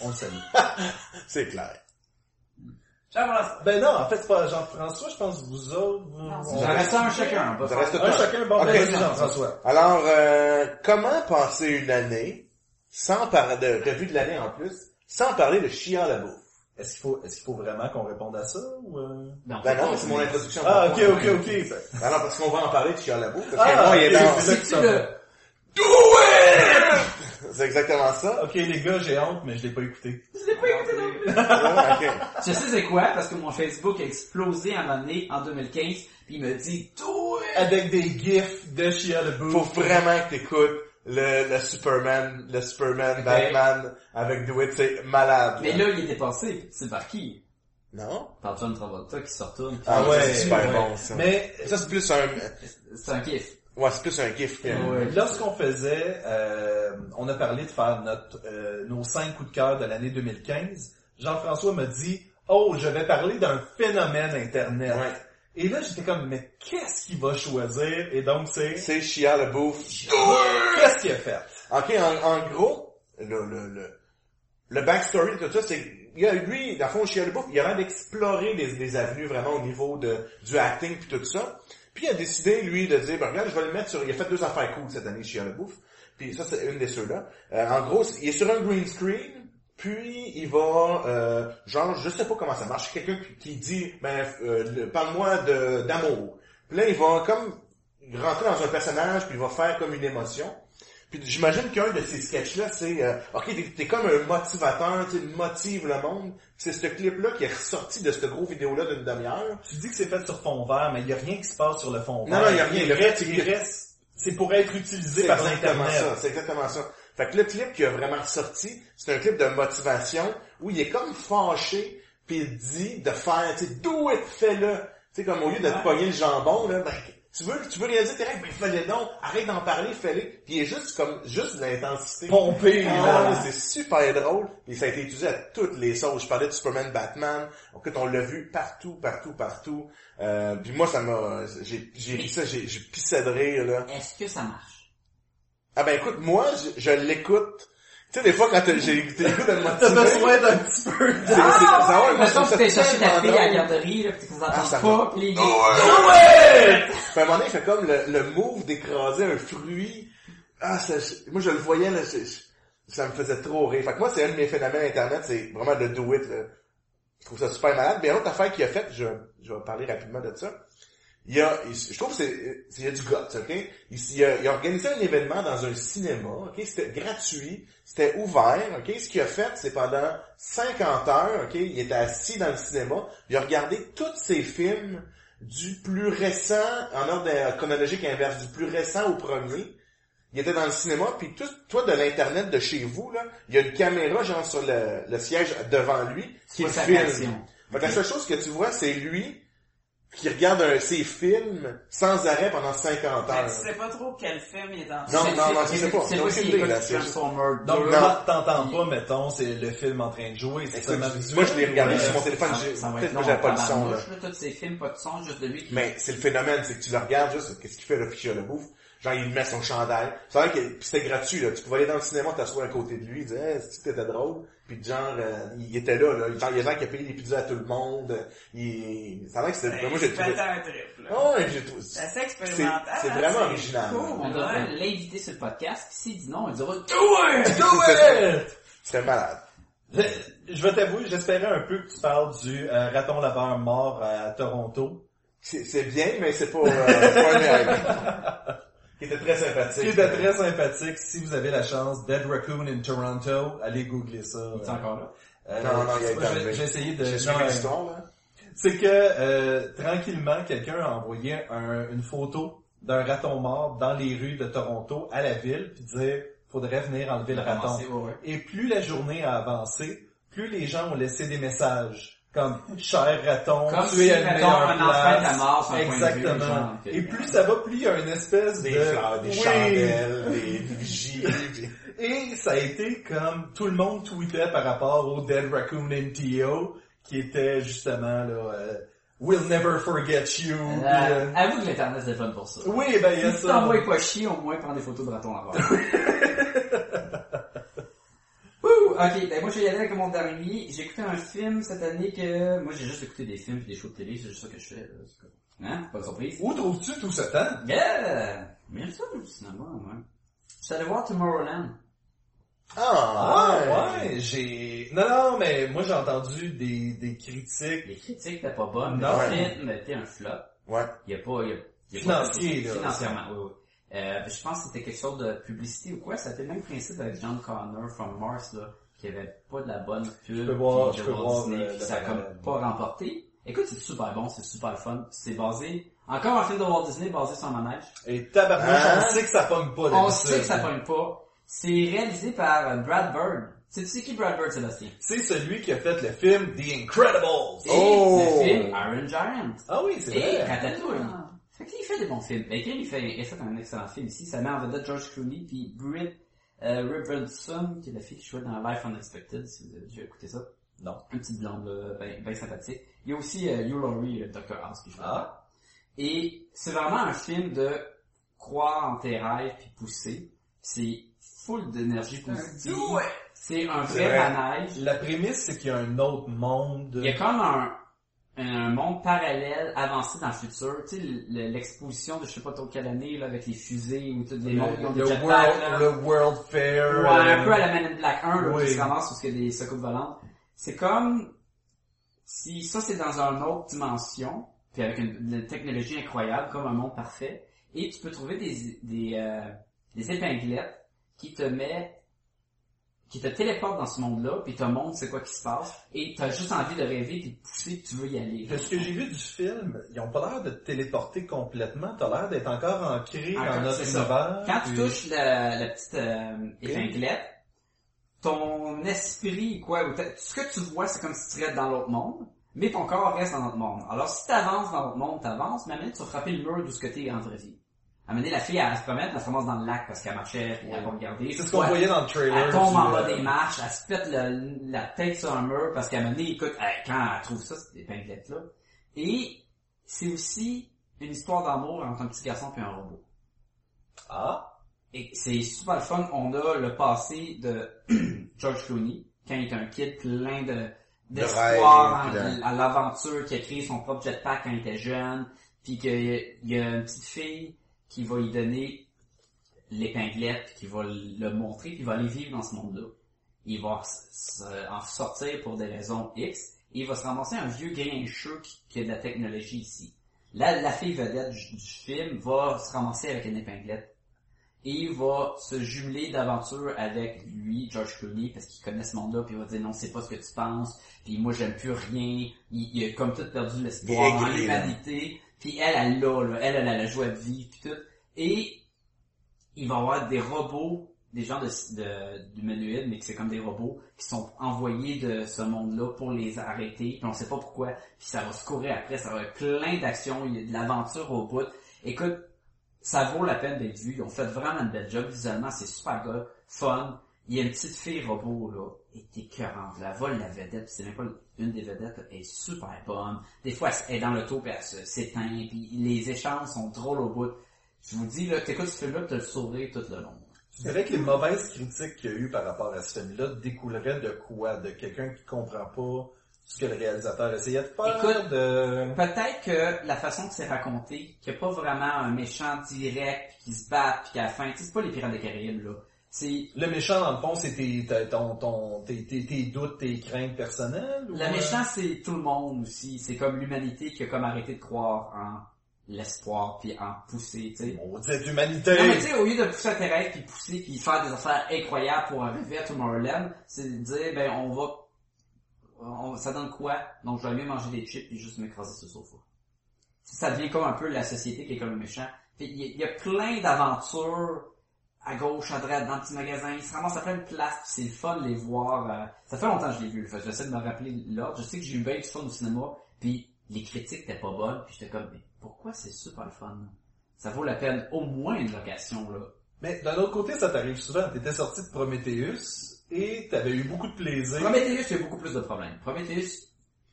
On le salue. C'est clair. J'aimerais ça. ben non, en fait, c'est pas Jean-François, je pense que vous autres... vous- Non, on- c'est J'en reste un chacun. on va Ça faire- reste Un chacun, bon, Ok. ben, vas-y, Jean-François. Alors, euh, comment passer une année sans parler de revue de l'année en plus, sans parler de chiant la bouffe? Est-ce qu'il faut, est-ce qu'il faut vraiment qu'on réponde à ça, ou... euh? Ben non, mais c'est mon introduction. Ah, ok, Pourquoi? ok, ok. Ben non, parce qu'on va en parler de chiant la bouffe. Parce que Ah, moi, il est ok. dans... C'est-tu le... C'est exactement (laughs) ça. Ok, les gars, j'ai honte, mais je l'ai pas écouté. Ah, ok. Je sais c'est quoi, parce que mon Facebook a explosé à un moment donné, en 2015, puis il me dit « Do it! Avec des gifs de Chia le Faut vraiment que t'écoutes le, le Superman, le Superman, Ok. Batman avec Dewitt, c'est malade. » Mais là, il est dépassé. C'est par qui? Non? Par John Travolta qui se retourne. puis Ah ouais, ouais, c'est super ouais. bon ça. Mais Ça c'est plus un... C'est un kiff. Ouais, c'est plus un gif. que- Ouais. Lorsqu'on faisait, euh, on a parlé de faire notre, euh, nos cinq coups de cœur de l'année 2015, Jean-François m'a dit, oh, je vais parler d'un phénomène Internet. Ouais. Et là, j'étais comme, mais qu'est-ce qu'il va choisir? Et donc, c'est, (laughs) C'est Shia le bouffe. qu'est-ce qu'il a fait? Ok, en, en gros, le, le, le, le backstory de tout ça, c'est que, il a- lui, dans le fond, Shia LaBeouf, il a l'air d'explorer des, des avenues vraiment au niveau de, du acting puis tout ça. Puis il a décidé, lui, de dire, ben regarde, je vais le mettre sur... Il a fait deux affaires cool cette année, Shia LaBeouf. Puis ça, c'est une de ceux-là. Euh, en gros, il est sur un green screen, puis il va... euh, genre, je sais pas comment ça marche. Quelqu'un qui, qui dit, ben, euh, le- parle-moi de- d'amour. Puis là, il va comme rentrer dans un personnage, puis il va faire comme une émotion. Puis j'imagine qu'un de ces sketchs-là, c'est euh, OK, t'es, t'es comme un motivateur, tu motive le monde. C'est ce clip-là qui est ressorti de ce gros vidéo-là d'une demi-heure. Tu dis que c'est fait sur fond vert, mais il y a rien qui se passe sur le fond vert. Non, non, il y a rien. Il Le reste, reste, il reste, c'est pour être utilisé par exactement l'Internet. ça. C'est exactement ça. Fait que le clip qui a vraiment ressorti, c'est un clip de motivation où il est comme fâché, puis il dit de faire, tu sais, do it, fais-le. Tu sais, comme au lieu de te pogner le jambon, là, ben, tu veux, tu veux réaliser tes rêves, ben fais-le donc, arrête d'en parler, fais-le. Puis il est juste comme, juste de l'intensité. Pompé, Ah, là. c'est super drôle. Et ça a été utilisé à toutes les sauces. Je parlais de Superman, Batman. En fait, on l'a vu partout, partout, partout. Euh, puis moi, ça m'a... J'ai j'ai ri ça, j'ai j'ai pissé de rire, là. Est-ce que ça marche? Ah ben écoute, moi, je, je l'écoute. Tu sais, des fois, quand t'as- j'ai écouté l'écoute, elle m'a T'as tiré. besoin d'un petit peu de... C'est- c'est- ah ouais, Il moi, me je semble trouve que t'es ça cherché ta tellement fille à la drôle. garderie, là, pis que ça Ah, ça pas, pis les gars... Puis à un moment donné, il fait comme le, le move d'écraser un fruit. Ah, ça, je- moi, je le voyais, là, je- je- ça me faisait trop rire. Fait que moi, c'est un de mes phénomènes Internet, c'est vraiment le do it. là. Je trouve ça super malade. Mais l'autre affaire qu'il a faite, je, je vais parler rapidement de ça. Il y a, il- je trouve que c'est, c'est- il y a du guts, ok? Il, il a, il a organisé un événement dans un cinéma, ok? C'était gratuit, c'était ouvert, ok? Ce qu'il a fait, c'est pendant 50 heures, ok? Il était assis dans le cinéma, il a regardé tous ses films du plus récent, en ordre euh, chronologique inverse, du plus récent au premier. Il était dans le cinéma, puis tout, toi de l'internet de chez vous, là, il y a une caméra genre sur le, le siège devant lui qui C'est sa filme. passion. Fait que La seule chose que tu vois, c'est lui qui regarde un- ses films sans arrêt pendant 50 Mais heures. tu sais pas trop quel film il est en train Non, de- non, non, je sais pas. C'est J'ai pas aucune si idée, les là, gars c'est qui juste- sont morts. Donc, Non. là, t'entends pas, mettons, c'est le film en train de jouer, c'est Écoute, seulement moi, visuel. euh, je l'ai regardé sur mon Ça- téléphone, j'ai- ça va peut-être être que j'avais long, pas le son, là. tabarnouche, là, Tous ces films, pas de son, juste de lui qui... Mais c'est le phénomène, c'est que tu le regardes juste, qu'est-ce qu'il fait le fichier le bouffe? Genre, il met son chandail. C'est vrai que puis c'était gratuit, là. Tu pouvais aller dans le cinéma, t'asseoir à côté de lui, il disait, hey, est-ce que t'étais drôle? Puis genre, euh, il était là, là. Genre, il y a des gens qui a payé des pizzas à tout le monde. Il... Ça a l'air que c'était... Ben, moi, j'ai il trouvé... fait un trip, là. Oh, j'ai trouvé... C'est assez C'est expérimental. c'est hein, vraiment original. cool, On ouais. devrait l'inviter sur le podcast, pis s'il dit non, il dira... oh, Do it! C'était malade. Je je vais t'avouer, j'espérais un peu que tu parles du euh, raton laveur mort à Toronto. C'est c'est bien, mais c'est pas, euh, pas un miracle. Qui était très sympathique. Qui était très sympathique. Si vous avez la chance, Dead Raccoon in Toronto, allez googler ça. Il est encore là. Euh, Non, non, il a été j'ai- enlevé. J'ai essayé de... J'ai non, suivi euh, l'histoire, là. C'est que euh, tranquillement, quelqu'un a envoyé un- une photo d'un raton mort dans les rues de Toronto à la ville, puis disait faudrait venir enlever le raton. Commencez, ouais, ouais. Et plus la journée a avancé, plus les gens ont laissé des messages comme cher raton, Comme tu si, es à mettons, meilleure un enfant place. de la mort, c'est un point de vue, Exactement. genre, ok. Et plus ça va, plus il y a une espèce Des de fleurs, des Oui. chandelles, des des vigies. puis- Et ça a été comme tout le monde tweetait par rapport au Dead Raccoon NTO, qui était justement là, euh, We'll never forget you. puis, Euh, euh, Avoue que l'internet c'est fun pour ça. oui, ben il y a Si tu ça. t'envoies pas chier, au moins prends des photos de (laughs) raton à bord. Wouh! Ok, ben moi je vais y aller avec mon dernier. J'ai écouté un film cette année que... Moi j'ai juste écouté des films et des shows de télé, c'est juste ça que je fais. là, c'est comme- Hein? Pas de surprise. Où trouves-tu tout ce temps? Yeah! Mais j'aime ça le cinéma, ouais. Je suis allé voir Tomorrowland. Ah Ah, ouais, j'ai... Non, non, mais moi j'ai entendu des, des critiques Les critiques étaient pas bonnes, Non. le film était un flop. ouais. Ouais. Il y a pas... Il y a, il y a pas- financières. là. Financièrement, oui, oui. Euh, je pense que c'était quelque chose de publicité ou quoi. C'était le même principe avec John Connor from Mars, là, qui avait pas de la bonne pub. peux voir- puis je de peux Walt voir euh, Disney, le- puis le ça a comme parallèle. pas remporté. Écoute, c'est super bon, c'est super fun. C'est basé... Encore un film de Walt Disney basé sur un manège. Et tabarnouche, Hein? on sait que ça pomme pas On d'habitude. sait que ça pogne pas. C'est réalisé par euh, Brad Bird. Tu sais qui Brad Bird, Sébastien? C'est celui qui a fait le film The Incredibles. Et Oh! le film Iron Giant. Ah oui, c'est Et vrai. Ratatouille. Fait qu'il fait des bons films. Ben, il fait, il a fait un excellent film ici. Ça met en vedette George Clooney puis Britt euh, Robinson, qui est la fille qui jouait dans Life Unexpected, si vous avez déjà écouté ça. Non. Une petite blonde, là, ben, ben sympathique. Il y a aussi euh, Hugh Laurie, le Dr. House, qui joue. Ah. Et c'est vraiment un film de croire en tes rêves puis pousser. C'est full d'énergie Un positive. doux, ouais. C'est un C'est vrai vrai. manège. La prémisse, c'est qu'il y a un autre monde. Il y a comme un, un monde parallèle avancé dans le futur. Tu sais, le- l'exposition de je sais pas trop quelle année, là, avec les fusées ou toutes les le, mondes qui ont des le jetpacks, là. world, le World Fair. Ouais, euh, un peu à la Man in Black 1, là, Oui. qui se ramasse parce qu'il y a des secousses volantes. C'est comme si ça c'est dans une autre dimension, puis avec une, une technologie incroyable, comme un monde parfait, et tu peux trouver des, des, euh, des épinglettes qui te met qui te téléportent dans ce monde-là, puis te montrent c'est quoi qui se passe, et t'as juste envie de rêver, puis de pousser, puis tu veux y aller. De ce que j'ai vu du film, ils ont pas l'air de te téléporter complètement. T'as l'air d'être encore ancré Encore, dans notre Ah, c'est ça. univers. Quand tu puis- touches la, la petite euh, épinglette, ton esprit, quoi, ou ta- ce que tu vois, c'est comme si tu restes dans l'autre monde, mais ton corps reste dans notre monde. Alors, si t'avances dans l'autre monde, t'avances, mais à un moment donné, tu vas frapper le mur d'où ce que t'es en vraie vie. À un moment donné, la fille, elle se promène, elle se ramasse dans le lac parce qu'elle marchait, puis elle va regarder. C'est ce qu'on Ouais. voyait dans le trailer. Elle tombe du, en bas euh, des marches, elle se pète le- la tête sur un mur parce qu'à un moment donné, écoute, elle- quand elle trouve ça, cette épinglette-là. Et c'est aussi une histoire d'amour entre un petit garçon et un robot. Ah, Et c'est super le fun. On a le passé de (clears throat) George Clooney, quand il est un kid plein de d'espoir De rêve, puis en- à l'aventure, qui a créé son propre jetpack quand il était jeune, puis qu'il y a une petite fille qui va lui donner l'épinglette, puis qui va le montrer, puis il va aller vivre dans ce monde-là. Il va s- s- en sortir pour des raisons X, et il va se ramasser un vieux grincheux qui, qui a de la technologie ici. La, la fille vedette du- du film va se ramasser avec une épinglette et va se jumeler d'aventure avec lui, George Clooney, parce qu'il connaît ce monde-là, puis il va dire non, c'est pas ce que tu penses, puis moi j'aime plus rien, il, il a comme tout perdu l'espoir en Il est aigri, là. l'humanité, puis elle, elle l'a, là. elle, elle a la joie de vivre, puis tout. Et il va y avoir des robots, des gens de, de, d'humanoïdes, mais que c'est comme des robots, qui sont envoyés de ce monde-là pour les arrêter, puis on sait pas pourquoi, puis ça va se courir après, ça va être plein d'actions, il y a de l'aventure au bout. Écoute, ça vaut la peine d'être vu. Ils ont fait vraiment une belle job. Visuellement, c'est super gars, fun. Il y a une petite fille robot, là, et t'es écœurante. La vole la vedette, pis c'est même pas une des vedettes, là, elle est super bonne. Des fois, elle est dans l'auto, puis elle se- s'éteint, puis les échanges sont drôles au bout. Je vous dis, là, t'écoutes ce film-là, pis t'as le sourire tout le long. tu dirais que les mauvaises critiques qu'il y a eu par rapport à ce film-là découleraient de quoi? De quelqu'un qui comprend pas ce que le réalisateur essayait de faire? Écoute, de... Peut-être que la façon que c'est raconté, qu'il n'y a pas vraiment un méchant direct, puis qui se bat, puis qu'à la fin, tu sais, c'est pas les Pirates des Caraïbes, là. C'est Le méchant, dans le fond, c'est tes, ta- ton, ton, tes, tes, tes doutes, tes craintes personnelles? ou, Le euh, méchant, c'est tout le monde aussi. C'est comme l'humanité qui a comme arrêté de croire en l'espoir puis en pousser, tu sais. Maudite humanité! Non, mais tu sais, au lieu de pousser à tes rêves, puis pousser, puis faire des affaires incroyables pour arriver à Tomorrowland, c'est de dire, ben, on va... on- ça donne quoi? Donc, je vais mieux manger des chips puis juste m'écraser sur le sofa. Ça devient comme un peu la société qui est comme le méchant. Puis, Il y, a- il y a plein d'aventures à gauche, à droite, dans le petit magasin. Ils se ramassent à plein de places, puis c'est le fun de les voir. euh, Ça fait longtemps que je l'ai vu, le fait. que J'essaie de me rappeler l'ordre. Je sais que j'ai eu bien du fun au cinéma, puis les critiques étaient pas bonnes, puis j'étais comme, mais pourquoi c'est super le fun? ça vaut la peine au moins une location là. Mais d'un autre côté, ça t'arrive souvent. T'étais sorti de Prometheus et t'avais eu beaucoup de plaisir. Prometheus, il y a beaucoup plus de problèmes. Prometheus,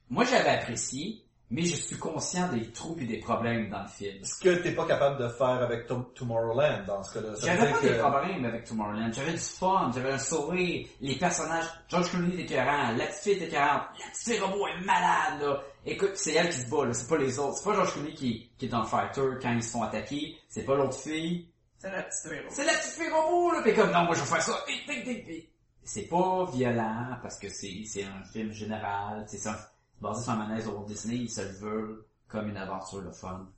moi j'avais apprécié, mais je suis conscient des trous et des problèmes dans le film. Ce que t'es pas capable de faire avec Tom- Tomorrowland dans ce cas-là. Ça veut J'avais dire pas que- des problèmes avec Tomorrowland, j'avais du fun, j'avais un sourire, les personnages, George Clooney est écœurant, la petite fille est écœurante, la petite fille robot est malade là. Écoute, c'est elle qui se bat là, c'est pas les autres, c'est pas George Clooney qui, qui est dans le fighter quand ils se font attaquer, c'est pas l'autre fille, C'est la petite héros. C'est la petite fille robot, là, pis comme, non, moi, je vais faire ça, et tic, tic, tic. C'est pas violent, parce que c'est, c'est un film général, c'est ça, basé sur un manège de Walt Disney, il se le veut comme une aventure de fun.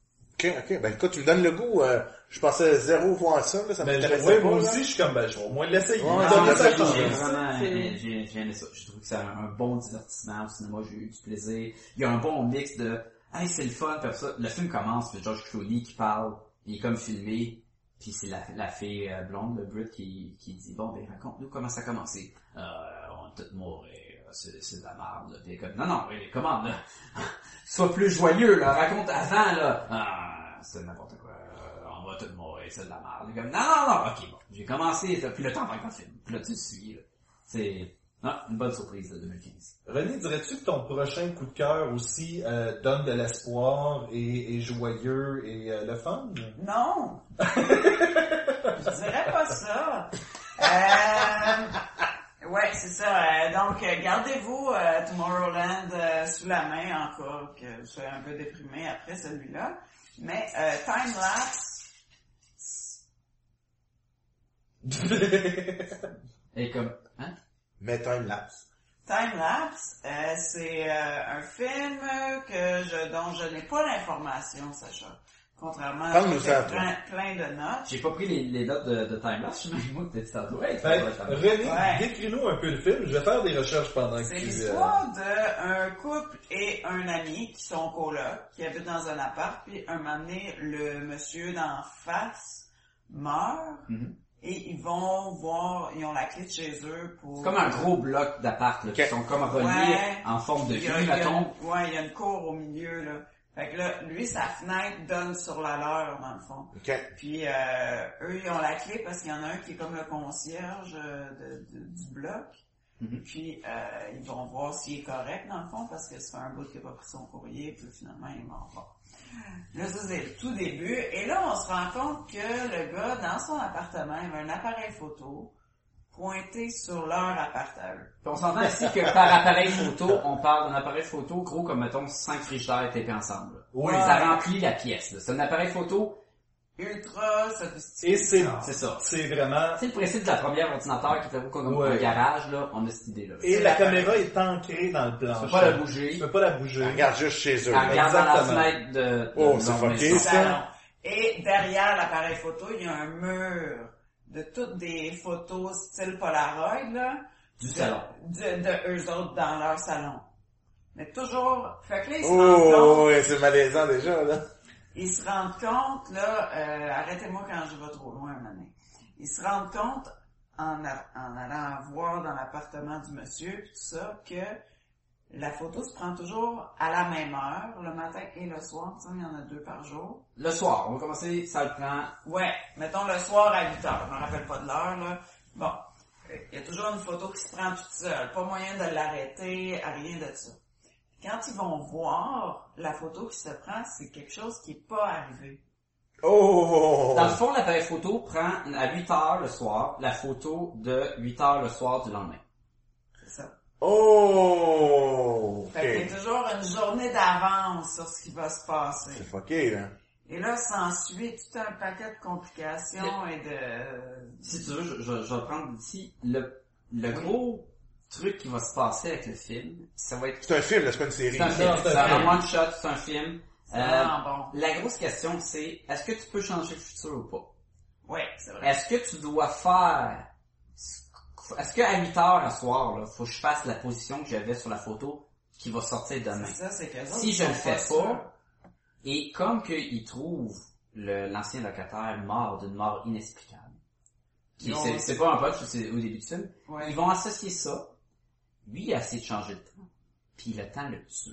Ok, ok. Ben, écoute, tu me donnes le goût. euh, je pensais zéro voir ça, là, ça Mais Ben, je- m'intéressait ouais, pas. moi là. aussi, je suis comme, ben, je vais au moins l'essayer. Ouais, ouais, Donner ouais, sa ouais, chance. j'ai ouais. vraiment C'est- aimé, j'ai, j'ai aimé ça. J'ai trouvé que c'est un, un bon divertissement au cinéma, j'ai eu du plaisir. Il y a un bon mix de, hey, c'est le fun, pis ça. Le film commence, puis George Clooney qui parle, il est comme filmé, puis c'est la, la fille euh, blonde, le Brit, qui, qui dit, bon, ben, raconte-nous comment ça a commencé. Euh, on va tous mourir, euh, c'est, c'est de la merde, là. Puis elle est comme, non, non, mais comment, là? Sois plus joyeux, là, raconte avant, là. Ah, c'est n'importe quoi. Euh, On va tous mourir, c'est de la merde. Elle est Comme, non, non, non, ok, bon, j'ai commencé, là. puis le temps va être un film. Puis là, tu suis, là. C'est... Non, une bonne surprise de 2015. René, dirais-tu que ton prochain coup de cœur aussi euh, donne de l'espoir et, et joyeux et euh, le fun? (laughs) Non! je dirais pas ça. Euh, ouais, c'est ça. Euh, donc, euh, gardez-vous euh, Tomorrowland euh, sous la main encore, que vous soyez un peu déprimé après celui-là. Mais euh, Time Lapse, Et comme, hein? Mais time lapse. Time Lapse, euh, c'est euh, un film que je, dont je n'ai pas l'information, Sacha. Contrairement à Parle-nous j'ai ça, toi. plein, plein de notes. J'ai pas pris les, les notes de, de timelapse, je suis même que t'es ça doit être. Fait, ça doit être un- Ben, René, Ouais. décris-nous un peu le film. Je vais faire des recherches pendant que euh, C'est euh, tu... l'histoire d'un couple et un ami qui sont colocs, qui habitent dans un appart, puis un moment donné, le monsieur d'en face meurt, Mhm. et ils vont voir, ils ont la clé de chez eux pour... C'est comme un gros bloc d'appart, là, qui Ok. sont comme reliés Ouais. en forme de il y a, rue, il y a- mettons. Ouais, il y a une cour au milieu, là. Fait que là, lui, sa fenêtre donne sur la leur, dans le fond. OK. Puis euh, eux, ils ont la clé parce qu'il y en a un qui est comme le concierge euh, de- de- du bloc. Mhm. Puis euh, ils vont voir s'il est correct dans le fond parce que c'est un bout qui n'a pas pris son courrier, puis finalement il est mort. Bon. Là, ça c'est le tout début. Et là, on se rend compte que le gars, dans son appartement, il avait un appareil photo pointé sur leur appartement. Puis on s'entend ici que par appareil photo, on parle d'un appareil photo gros comme, mettons, 5 frigidaires tapés ensemble. là. Oui. Ça remplit la pièce, là. C'est un appareil photo, Ultra sophistiqué. Et c'est... c'est ça. C'est vraiment... C'est le principe de la première ordinateur qui était comme dans Ouais. un garage, là, on a cette idée-là. Et la caméra est ancrée dans le plan. On peut pas la bouger. Tu peux pas la bouger. Ah, Elle regarde juste chez eux. En regardant la Exactement. fenêtre de, de Oh, leur c'est fucké, maison. ça. salon. Et derrière l'appareil photo, il y a un mur de toutes des photos style Polaroid, là. Du salon. De, de eux autres dans leur salon. Mais toujours, fait que là, ils se rendent compte Oh, ouais, c'est malaisant déjà, là. ils se rendent compte, là, euh, arrêtez-moi quand je vais trop loin, un moment donné. Ils se rendent compte, en, a- en allant voir dans l'appartement du monsieur, pis tout ça, que la photo se prend toujours à la même heure, le matin et le soir, ça, il y en a deux par jour. Le soir, on va commencer, ça le prend. Ouais, mettons le soir à 8 heures, je me rappelle pas de l'heure, là. Bon, euh, il y a toujours une photo qui se prend toute seule, pas moyen de l'arrêter, rien de ça. Quand ils vont voir la photo qui se prend, c'est quelque chose qui est pas arrivé. Oh! Dans le fond, l'appareil photo prend à 8 heures le soir la photo de 8 heures le soir du lendemain. C'est ça. Oh! OK. Fait qu'il y a toujours une journée d'avance sur ce qui va se passer. C'est fucké, là. Et là, s'ensuit tout un paquet de complications et de... Si tu veux, je, je, je vais prendre d'ici le, le gros truc qui va se passer avec le film. Ça va être... C'est un film, là, c'est pas une série. C'est un film, c'est c'est un film. un one-shot, c'est un film. C'est Euh, vraiment la grosse question, c'est est-ce que tu peux changer le futur ou pas? bon. Ouais, c'est vrai. Est-ce que tu dois faire... Est-ce qu'à 8 heures le soir, là, faut que je fasse la position que j'avais sur la photo qui va sortir demain? C'est ça, c'est que... euh, Si je le fais pas, et comme qu'il trouve le- l'ancien locataire mort d'une mort inexplicable, qui- Ils c'est ont- c'est pas un pote, c'est au début du film, Ouais. ils vont associer ça, lui il a essayé de changer de temps, puis le temps le tue.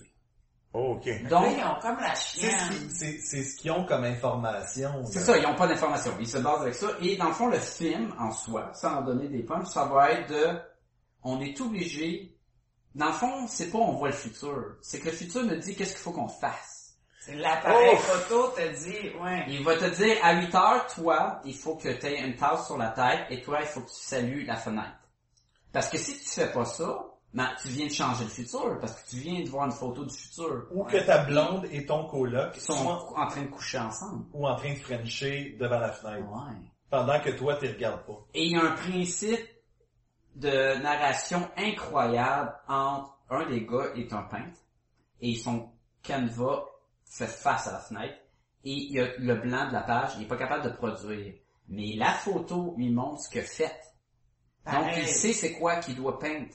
Oh, OK. Donc, Donc, ils ont comme la C'est ce chienne. qui- C'est c'est ce qu'ils ont comme information. c'est là. ça, ils ont pas d'informations, ils se basent avec ça, et dans le fond, le film, en soi, sans en donner des punchs, ça va être de, on est obligé, dans le fond, c'est pas on voit le futur, c'est que le futur nous dit qu'est-ce qu'il faut qu'on fasse. C'est l'appareil Oh! photo te dit, ouais, Il va te dire à 8 heures, toi, il faut que tu aies une tasse sur la tête et toi, il faut que tu salues la fenêtre. Parce que si tu fais pas ça, ben, tu viens de changer le futur parce que tu viens de voir une photo du futur. Ou que ta blonde et ton coloc Ils sont sont cou- en train de coucher ensemble. ou en train de frencher devant la fenêtre. Ouais. Pendant que toi, tu regardes pas. Et il y a un principe de narration incroyable entre un des gars est un peintre et son canevas fait face à la fenêtre et il y a le blanc de la page, il est pas capable de produire. Mais la photo lui montre ce que fait. Donc pareil. il sait c'est quoi qu'il doit peindre.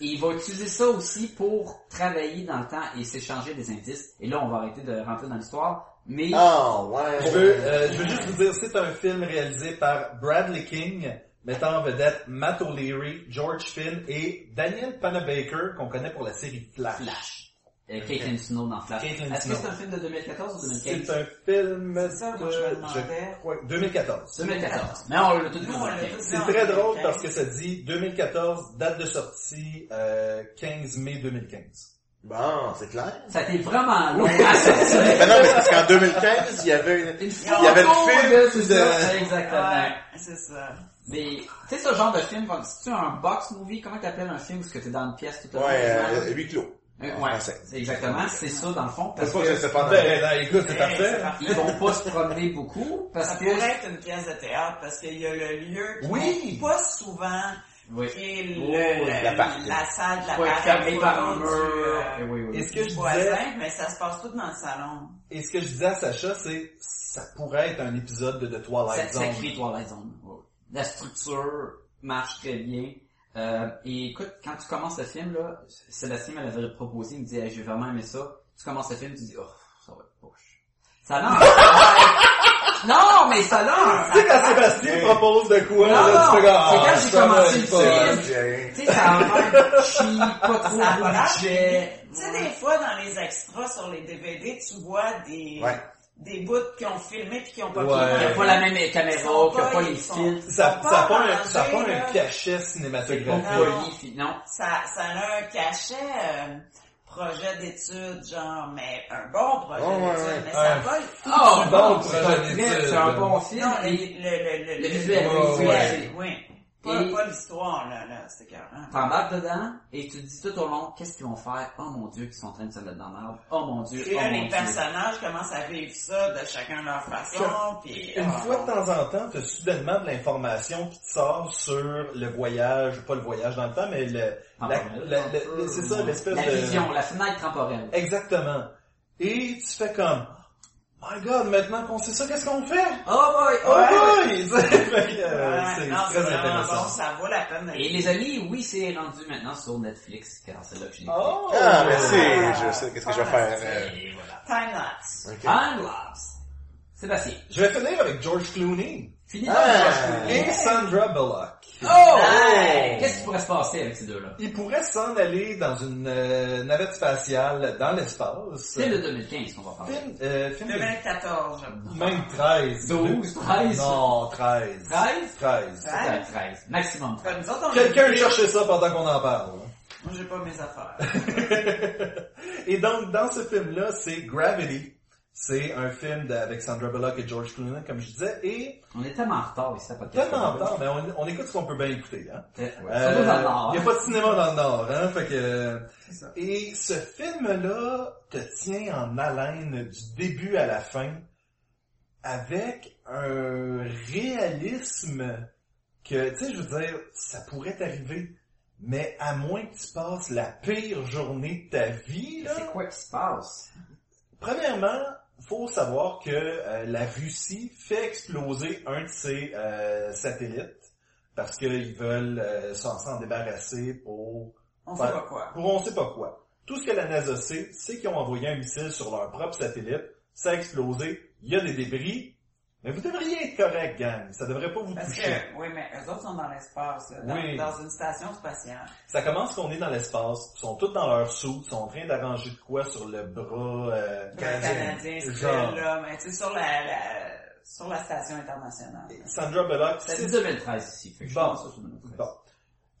Et il va utiliser ça aussi pour travailler dans le temps et s'échanger des indices. Et là, on va arrêter de rentrer dans l'histoire. Mais Oh, ouais. Je veux, euh, je veux juste vous dire, c'est un film réalisé par Bradley King, mettant en vedette Matt O'Leary, George Finn et Daniel Panabaker, qu'on connaît pour la série Flash. Flash. euh, Caitlin Snow dans Flash. Caitlyn Est-ce que Snow. c'est un film de 2014 ou 2015? C'est un film C'est ça, de... moi, je me demandais. je crois, 2014. 2014. Mais on l'a tout dit Nous, on l'a tous C'est dit en très drôle 2015. parce que ça dit 2014, date de sortie euh, 15 mai 2015. Bon, c'est clair. Ça a été vraiment long à sortir. Mais non, mais c'est parce qu'en 2015, (laughs) il y avait une... Une Il y avait le photo film de- c'est de- ça, Exactement. Ouais, c'est ça. Mais, tu sais, ce genre de film, comme, si tu as un box movie, comment t'appelles un film où est-ce que t'es dans une pièce tout à Ouais, l'heure? euh, huis clos. ouais, français. c'est exactement, c'est ça dans le fond, Parce parce que je sais pas. Ben, là, écoute, c'est Eh, parfait. qu'ils vont pas se promener beaucoup, parce Ça que... pourrait être une pièce de théâtre parce qu'il y a le lieu qui Oui. compte pas souvent Oui. qui est le, Oh, oui, le- la partie. la salle de la Faut être partie fermé photo par un du, mur. euh, Eh oui, oui. Et ce que je disais, voisin, mais ça se passe tout dans le salon. et ce que je disais à Sacha, c'est ça pourrait être un épisode de The Twilight Ça, ça Zone. crée Twilight Zone. La structure marche très bien. Euh, et écoute, quand tu commences le film, là, Sébastien me l'avait proposé, il me dit, Hey, j'ai vraiment aimé ça. Tu commences le film, tu dis, oh, ça va être poche. Ça lance. (laughs) non, mais ça Tu lance. sais quand Sébastien propose de quoi, Non, là, tu non, fais comme, c'est quand Ah, j'ai ça va commencé être le pas- film. Tu sais, ça a l'air cheap, pas trop Ça a pas l'air de budget. Tu sais, des fois, dans les extras sur les DVD, tu vois des, Ouais. des bouts qui ont filmé puis qui ont pas Ouais. filmé. Il n'y a pas la même Ils caméra, sont qu'il n'y a pas les ils sont- filtres. ils Ça sont n'a pas, un- arrangés, ça a pas là. un cachet C'est pas cinématographique. graphique. poli, puis non. Ça, ça a un cachet euh, projet d'études, genre, mais un bon projet Ouais, ouais, d'études, ouais. mais ça a Ouais. pas... Ah, Oh, bon, c'est projet un d'étude. film, c'est un bon film. Non, le, et- le, le, le visuel, le oui, visuel. oui. Pas, Et- pas l'histoire, là, là, c'est carrément. Ah, T'embarques dedans et tu te dis tout au long qu'est-ce qu'ils vont faire. Oh mon dieu, qu'ils sont en train de se mettre dans l'arbre. Oh mon dieu, Puis oh là, mon les dieu. personnages commencent à vivre ça de chacun leur façon, puis... Une ah, fois de temps en temps, tu as soudainement de l'information qui te sort sur le voyage, pas le voyage dans le temps, mais le, la- Temporel. la- la- c'est ça, l'espèce La de... vision, la fenêtre temporelle. Exactement. Et tu fais comme, my god, maintenant qu'on sait ça, qu'est-ce qu'on fait? Oh boy, Oh ouais. boy! (laughs) Fait que, ouais, euh, c'est non, très vraiment intéressant. Bon, ça vaut la peine de Et les amis, oui, c'est rendu maintenant sur Netflix, car c'est là que je l'ai Oh! Ah, merci. Je sais qu'est-ce que je vais faire. euh, vu. Et voilà. Time-lapse. ok. Ah, Time lapse. Sébastien, Je vais finir avec George Clooney finis Ah. dans le prochain. et Sandra Bullock. Oh! Nice. Qu'est-ce qui pourrait se passer avec ces deux-là? Ils pourraient s'en aller dans une euh, navette spatiale dans l'espace. C'est le 2015 qu'on va parler. Film, euh, film de- 2014, je Même 13. 12, 13. Non, 13. 13? 13. C'est à 13. Maximum 13. Comme nous autres, on Quelqu'un cherchait ça pendant qu'on en parle. Moi, j'ai pas mes affaires. (laughs) Et donc, dans ce film-là, c'est Gravity. C'est un film de- avec Sandra Bullock et George Clooney, comme je disais. Et On est tellement en retard ici à podcast. tellement tard, mais on, on écoute ce qu'on peut bien écouter. Hein? Ouais, Euh, Surtout dans le Nord. hein. y a pas de cinéma dans le Nord, hein, fait que... ça. Et ce film-là te tient en haleine du début à la fin avec un réalisme que, tu sais, je veux dire, ça pourrait t'arriver, mais à moins que tu passes la pire journée de ta vie, Mais là... C'est quoi qui se passe? Premièrement, faut savoir que euh, la Russie fait exploser un de ses euh, satellites parce qu'ils veulent euh, s'en s'en débarrasser pour On sait Ouais. pas quoi. pour on sait pas quoi. Tout ce que la NASA sait, c'est qu'ils ont envoyé un missile sur leur propre satellite, ça a explosé, il y a des débris, mais vous devriez être correct, gang. Ça devrait pas vous Parce toucher. que, oui, mais eux autres sont dans l'espace, là, dans, Oui. dans une station spatiale. Ça commence qu'on est dans l'espace, ils sont tous dans leur sou, ils sont en train d'arranger de quoi sur le bras euh, Canadien, Genre. style, là, mais tu sais, sur la, la, sur la station internationale. Sandra Bullock, C'est c'est- 2013 ici. Fait que je Bon. pense que c'est 2013. Bon.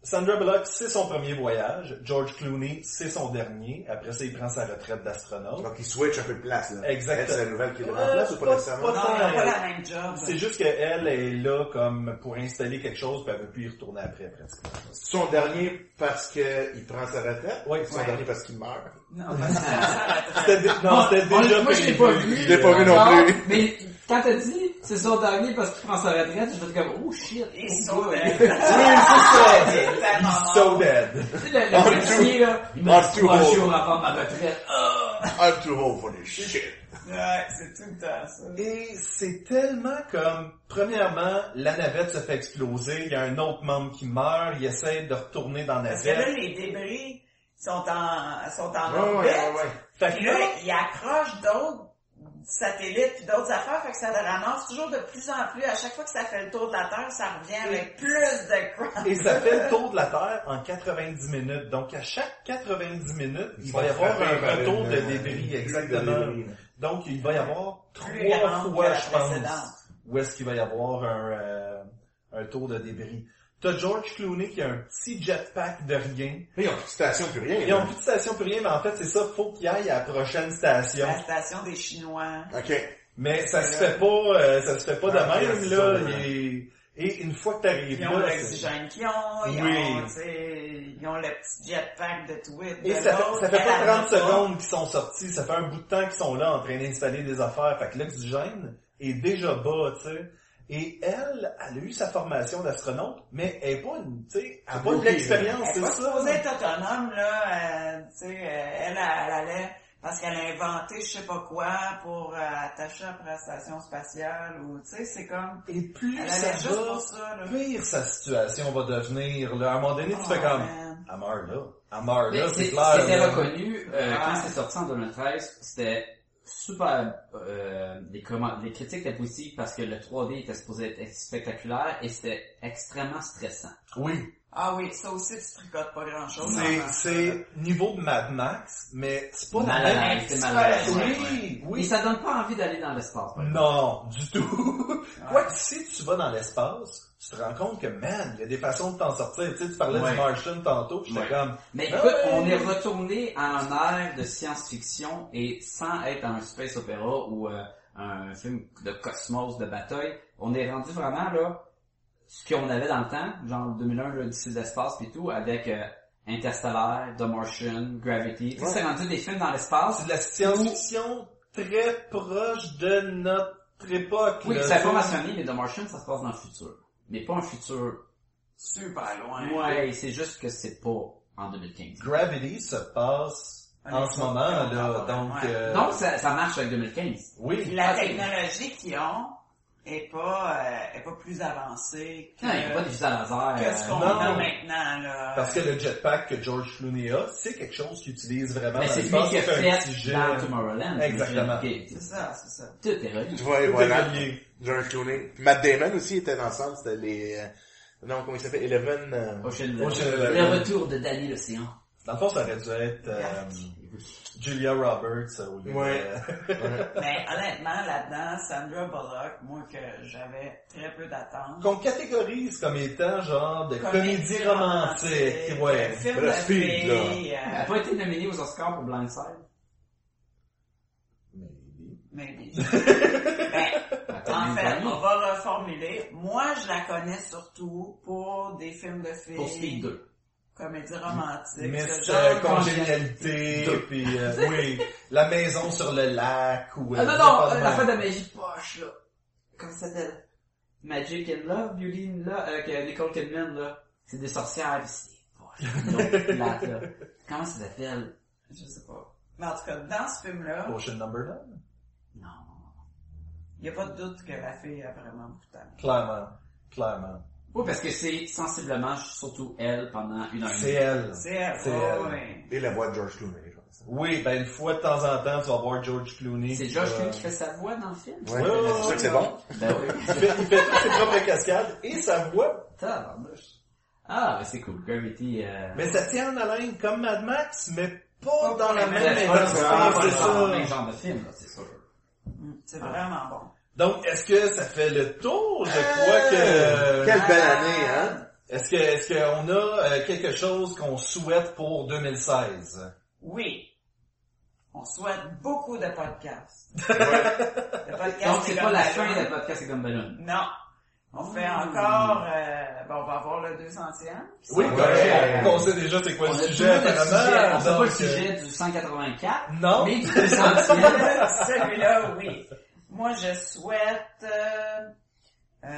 Sandra Bullock, c'est son premier voyage. George Clooney, c'est son dernier. Après ça, il prend sa retraite d'astronaute. Donc, il switch un peu de place, là. Exactement. Elle, C'est la nouvelle qui le Ouais, remplace ou pas pas- nécessairement? pas- non, ils ont ouais. pas la même job. C'est juste qu'elle est là comme pour installer quelque chose, puis elle veut plus y retourner après, pratiquement. Son dernier parce qu'il prend sa retraite? Ouais, Son ouais. dernier parce qu'il meurt? (laughs) Non, parce que c'est ça, la C'était dé- non, c'était On- déjà moi, je l'ai pas prévu. vu. Je l'ai pas vu non plus. Mais quand t'as dit, c'est son dernier parce qu'il prend sa retraite, je fait comme, oh shit. Ils oh, sont boy. dead. Tu Oui, c'est ça! (laughs) Ah. Exactement. He's so dead. sais, le, On le policier, là, il m'a on dit too trois old. jours avant ma retraite. I'm too old for this shit. Ouais, c'est tout le temps ça. Et c'est tellement comme, premièrement, la navette se fait exploser, il y a un autre membre qui meurt, il essaie de retourner dans la Parce que là, navette. les débris sont en, sont en Ouais, ouais, Ah, orbite. ouais, ouais. Fait Puis que là, là, ils accrochent d'autres satellites puis d'autres affaires, fait que ça le ramasse toujours de plus en plus. À chaque fois que ça fait le tour de la Terre, ça revient avec plus de crap. Et ça fait le tour de la Terre en 90 minutes. Donc, à chaque 90 minutes, il va y avoir un retour euh, de débris, exactement. Donc, il va y avoir Plus trois grande que fois, la je pense, précédente. où est-ce qu'il va y avoir un, euh, un tour de débris. T'as George Clooney qui a un petit jetpack de rien. Mais ils ont plus de station, plus rien. Ils ont plus de station, plus rien, mais en fait, c'est ça, faut qu'il aille à la prochaine station. La station des Chinois. OK. Mais ça se fait pas, euh, ça se fait pas de Ah, même, c'est là. ça, ouais. Et, et une fois que t'arrives Ils ont là, l'oxygène qu'ils ont, ils Oui. ont, tu sais, ils ont le petit jetpack de Twit. Et ça fait, ça fait pas 30 secondes qu'ils sont sortis, ça fait un bout de temps qu'ils sont là en train d'installer des affaires. Fait que l'oxygène est déjà bas, tu sais. Et elle, elle a eu sa formation d'astronaute, mais elle est pas une, tu sais, elle a C'est pas de bloqué, l'expérience, Elle c'est est pas ça. supposée être autonome, là, euh, tu sais, euh, elle, elle, elle allait, parce qu'elle a inventé je sais pas quoi pour euh, attacher après la station spatiale, ou, tu sais, c'est comme, Et plus elle ça allait juste va, pour ça, là. pire sa situation va devenir, là. À un moment donné, tu Oh, fais comme, man. elle meurt là, elle meurt Mais Ah, là, c'est- c'est clair. C'était là. reconnu euh, Ah. quand c'est sorti en 2013, c'était super. euh, les, comment- les critiques étaient positives parce que le 3D était supposé être spectaculaire et c'était extrêmement stressant. Oui. Ah oui, ça aussi, tu tricotes pas grand chose. C'est, c'est niveau de Mad Max, mais c'est pas la Malade, même c'est malade, histoire. ouais, Oui, Et oui. ça donne pas envie d'aller dans l'espace. par exemple. Non, du tout. (laughs) Quoi que si tu vas dans l'espace, tu te rends compte que, man, il y a des façons de t'en sortir. Tu sais, tu parlais Ouais. du Martian tantôt, j'étais Ouais. comme, Mais Ah écoute, ouais. on est retourné à un ère de science-fiction et sans être un space opéra ou euh, un film de cosmos, de bataille, on est rendu vraiment là ce qu'on avait dans le temps, genre 2001, l'Odyssée de l'espace et tout, avec euh, Interstellar, The Martian, Gravity. Tu sais, c'est rendu des films dans l'espace. c'est de la science-fiction très proche de notre époque. Oui, là, ça tu sais. pas mentionné, mais The Martian, ça se passe dans le futur. Mais pas un futur. super loin. Ouais, c'est juste que c'est pas en 2015. Gravity se passe Ouais, en c'est ce moment, ça. là, Ouais. donc, euh, Donc, ça, ça marche avec 2015. oui. La Ok. technologie qu'ils ont est pas, euh, est pas plus avancée que, Non, il n'y a pas de vis à laser. euh, que ce Euh, qu'on Ah, non. a maintenant, là. Parce que le jetpack que George Clooney a, c'est quelque chose qu'il utilise vraiment Mais dans c'est lui l'espace, qui a il fait un petit fait jet. dans Tomorrowland. Exactement. Ok, C'est ça, c'est ça. Tout est relié. Tu vois, Tout est voilà. relié. George Clooney. Matt Damon aussi était dans ça, c'était les... euh, non, comment il s'appelle? Eleven... euh, Ocean Ocean Eleven. Eleven. Le retour de Danny l'Océan. Dans le fond, ça aurait dû être euh, Julia Roberts. euh, au lieu de- Ouais. Mais honnêtement, là-dedans, Sandra Bullock, moi que j'avais très peu d'attente. Qu'on catégorise comme étant genre de comédie, Comédie romantique. Ouais. un film Le de speed, filles, Elle n'a euh, pas été nominée aux Oscars pour Blindside. maybe. Ben, en fait, on va reformuler. Moi, je la connais surtout pour des films de filles, Pour Speed 2. comédie romantique, Mais ce c'est genre euh, de- congénialité, Deux. puis (laughs) euh, oui, la maison sur le lac, ou... euh, Ah non, je sais non, pas euh, de la même. fin de Magie de Poche, là. Comment ça s'appelle? Magic and Love, Beauty and Love, avec euh, Nicole Kidman, là. C'est des sorcières, pis c'est des poches. (laughs) Non, plate, là. Comment ça s'appelle? Je sais pas. Mais en tout cas, dans ce film-là, Ocean Number 9, Non. il n'y a pas de doute que la fille a vraiment beaucoup de talent. clairement, clairement. Oui, parce que c'est sensiblement surtout elle pendant une heure et demie. C'est elle. C'est elle, C'est euh, ouais, elle. ouais. Et la voix de George Clooney, je pense. Oui, ben une fois de temps en temps, tu vas voir George Clooney. euh, C'est euh, qui Josh va- Clooney qui fait sa voix dans le film? Ouais, Ouais, ouais, c'est sûr ouais, que c'est ouais. bon. Ben oui. Il fait, il fait toutes ses propres cascades et sa voix, Tabarnouche. Ah, mais c'est cool. Gravity, euh... mais ça tient en haleine comme Mad Max, mais pas dans la Mais même c'est intensité, pas c'est le genre- ça. même genre de film, là, c'est sûr. Mm, C'est vraiment bon. Donc, est-ce que ça fait le tour? Je Euh, crois que... euh, Quelle belle année, Euh, hein? Est-ce que est-ce qu'on a euh, quelque chose qu'on souhaite pour 2016? Oui. On souhaite beaucoup de podcasts. Le podcast Donc, c'est est pas comme la ballon. fin de podcast C'est comme ben, Ballon. Non. On fait Mmh. encore... euh, bon, on va avoir le 200e. Oui, Ouais. correct. on, on sait déjà c'est quoi On a le tout sujet, le sujet. apparemment. On sait pas le donc, sujet du 184, euh, Non. mais du (laughs) 200e. (laughs) Celui-là, oui. Moi, je souhaite... euh, euh,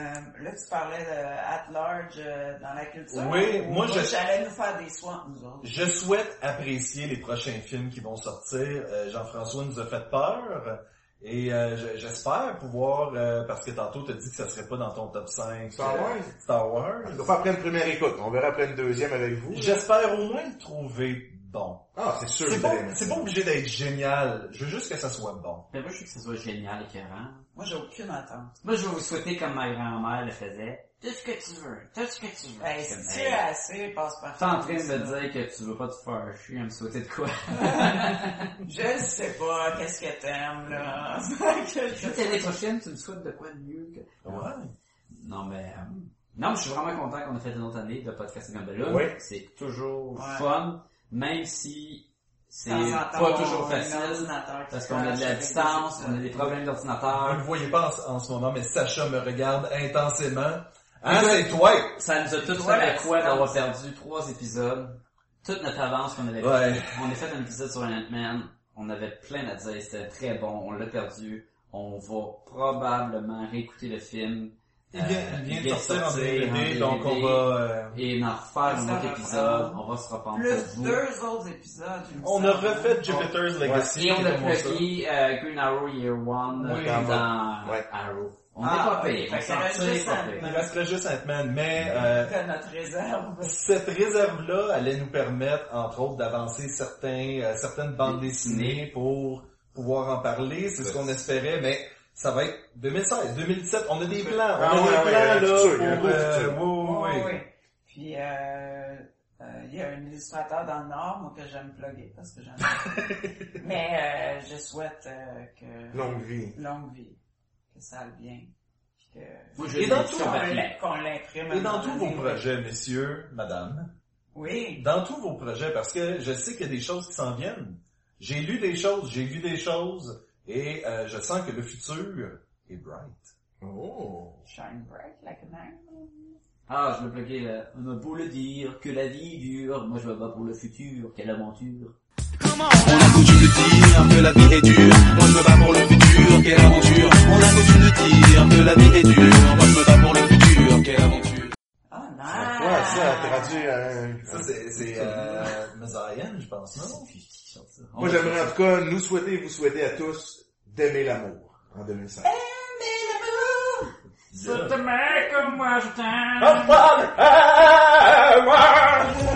là, tu parlais de at large euh, dans la culture. Oui, Ou moi, je- j'allais nous faire des soins, nous autres. Je souhaite apprécier les prochains films qui vont sortir. Euh, Jean-François nous a fait peur. Et euh, je- j'espère pouvoir, euh, parce que tantôt t'as dit que ça serait pas dans ton top 5 Star euh, Wars. Star Wars. On va faire après une première écoute. On verra après une deuxième avec vous. J'espère au moins le trouver bon. Ah, c'est sûr. C'est que pas, t'allais- c'est pas obligé d'être génial. Je veux juste que ça soit bon. Mais moi, je veux que ce soit génial, écœurant. Moi, j'ai aucune attente. Moi, je vais vous souhaiter comme ma grand-mère le faisait. Tout ce que tu veux, tout ce que tu veux. Ben, Je si suis tu comme, es hey, assez, passe par T'es en train de me dire que tu veux pas te faire chier à me souhaiter de quoi? Je sais pas, qu'est-ce que t'aimes, là. (laughs) Que Juste l'année prochaine, tu me souhaites de quoi de mieux que... Ouais. Non, mais... euh, Non, mais je suis vraiment content qu'on ait fait une autre année de Podcast Gambella. Oui. C'est toujours Ouais. fun, même si c'est de temps en temps, pas on- toujours on a un facile, ordinateur qui parce qu'on a de la crache distance, avec on a des problèmes Vous d'ordinateur. le voyez pas en, ce- en ce moment, mais Sacha me regarde intensément. Hein, Ouais. c'est toi! Ça nous a tout fait Voilà, à quoi c'est d'avoir perdu trois épisodes. Toute notre avance qu'on avait fait. Ouais. On a fait un épisode sur Ant-Man. On avait plein à dire. C'était très bon. On l'a perdu. On va probablement réécouter le film. Il vient, Euh, il vient il de vient sortir en sortir en DVD, DVD, donc on va... euh, Et en refaire Ça un autre reprend. épisode. On va se reprendre pour Plus vous. deux autres épisodes. il me on a semble. refait Jupiter's Legacy. Et on a comme ça. plugué euh, Green Arrow Year One Oui, dans, dans- ouais. Arrow. On Ah, n'est pas oui, payé. fait On qu'il s'en reste tire juste pas un- pire. Il resterait juste Ant-Man, mais... euh, T'as notre (laughs) réserve. cette réserve-là allait nous permettre, entre autres, d'avancer certains, euh, certaines bandes dessinées pour pouvoir en parler. C'est ce qu'on espérait, mais ça va être 2016, 2017. On a des plans. On a Ah ouais, des ouais, il y a un plans, là, futur, il y a un pour... beau euh, futur. oui, oui, Ouais, oui. ouais. Oh, Puis, euh, euh, il y a un illustrateur dans le Nord, moi, que j'aime plugger, parce que j'aime (laughs) Mais euh, je souhaite euh, que Longue vie. longue vie, que ça aille bien, puis que... Moi, je Et l'ai dans dit tout, sur on ma qu'on plaque. l'im- qu'on l'imprime. à Et un dans moment tous vos donné. projets, messieurs, madame, Oui. dans tous vos projets, parce que je sais qu'il y a des choses qui s'en viennent. J'ai lu des choses, j'ai vu des choses, et euh, je sens que le futur est bright. Oh. Shine bright like an iron. Ah, je me pluguais là. On a beau le dire que la vie dure. Moi, je me bats pour le futur. Quelle aventure. On a foutu de dire que la vie est dure. Moi je me bats pour le futur, quelle aventure. On a foutu de dire que la vie est dure. Moi je me bats pour le futur, quelle aventure. Oh, nice! Ouais, ça, t'es rendu un... Ça, c'est c'est, euh, Mazayan, je pense, non? C'est fichier, ça. Moi, j'aimerais en tout cas nous souhaiter et vous souhaiter à tous d'aimer l'amour en 2005. Oh, Je te mets comme moi je t'aime. Ah, ah, ah, ah, ah.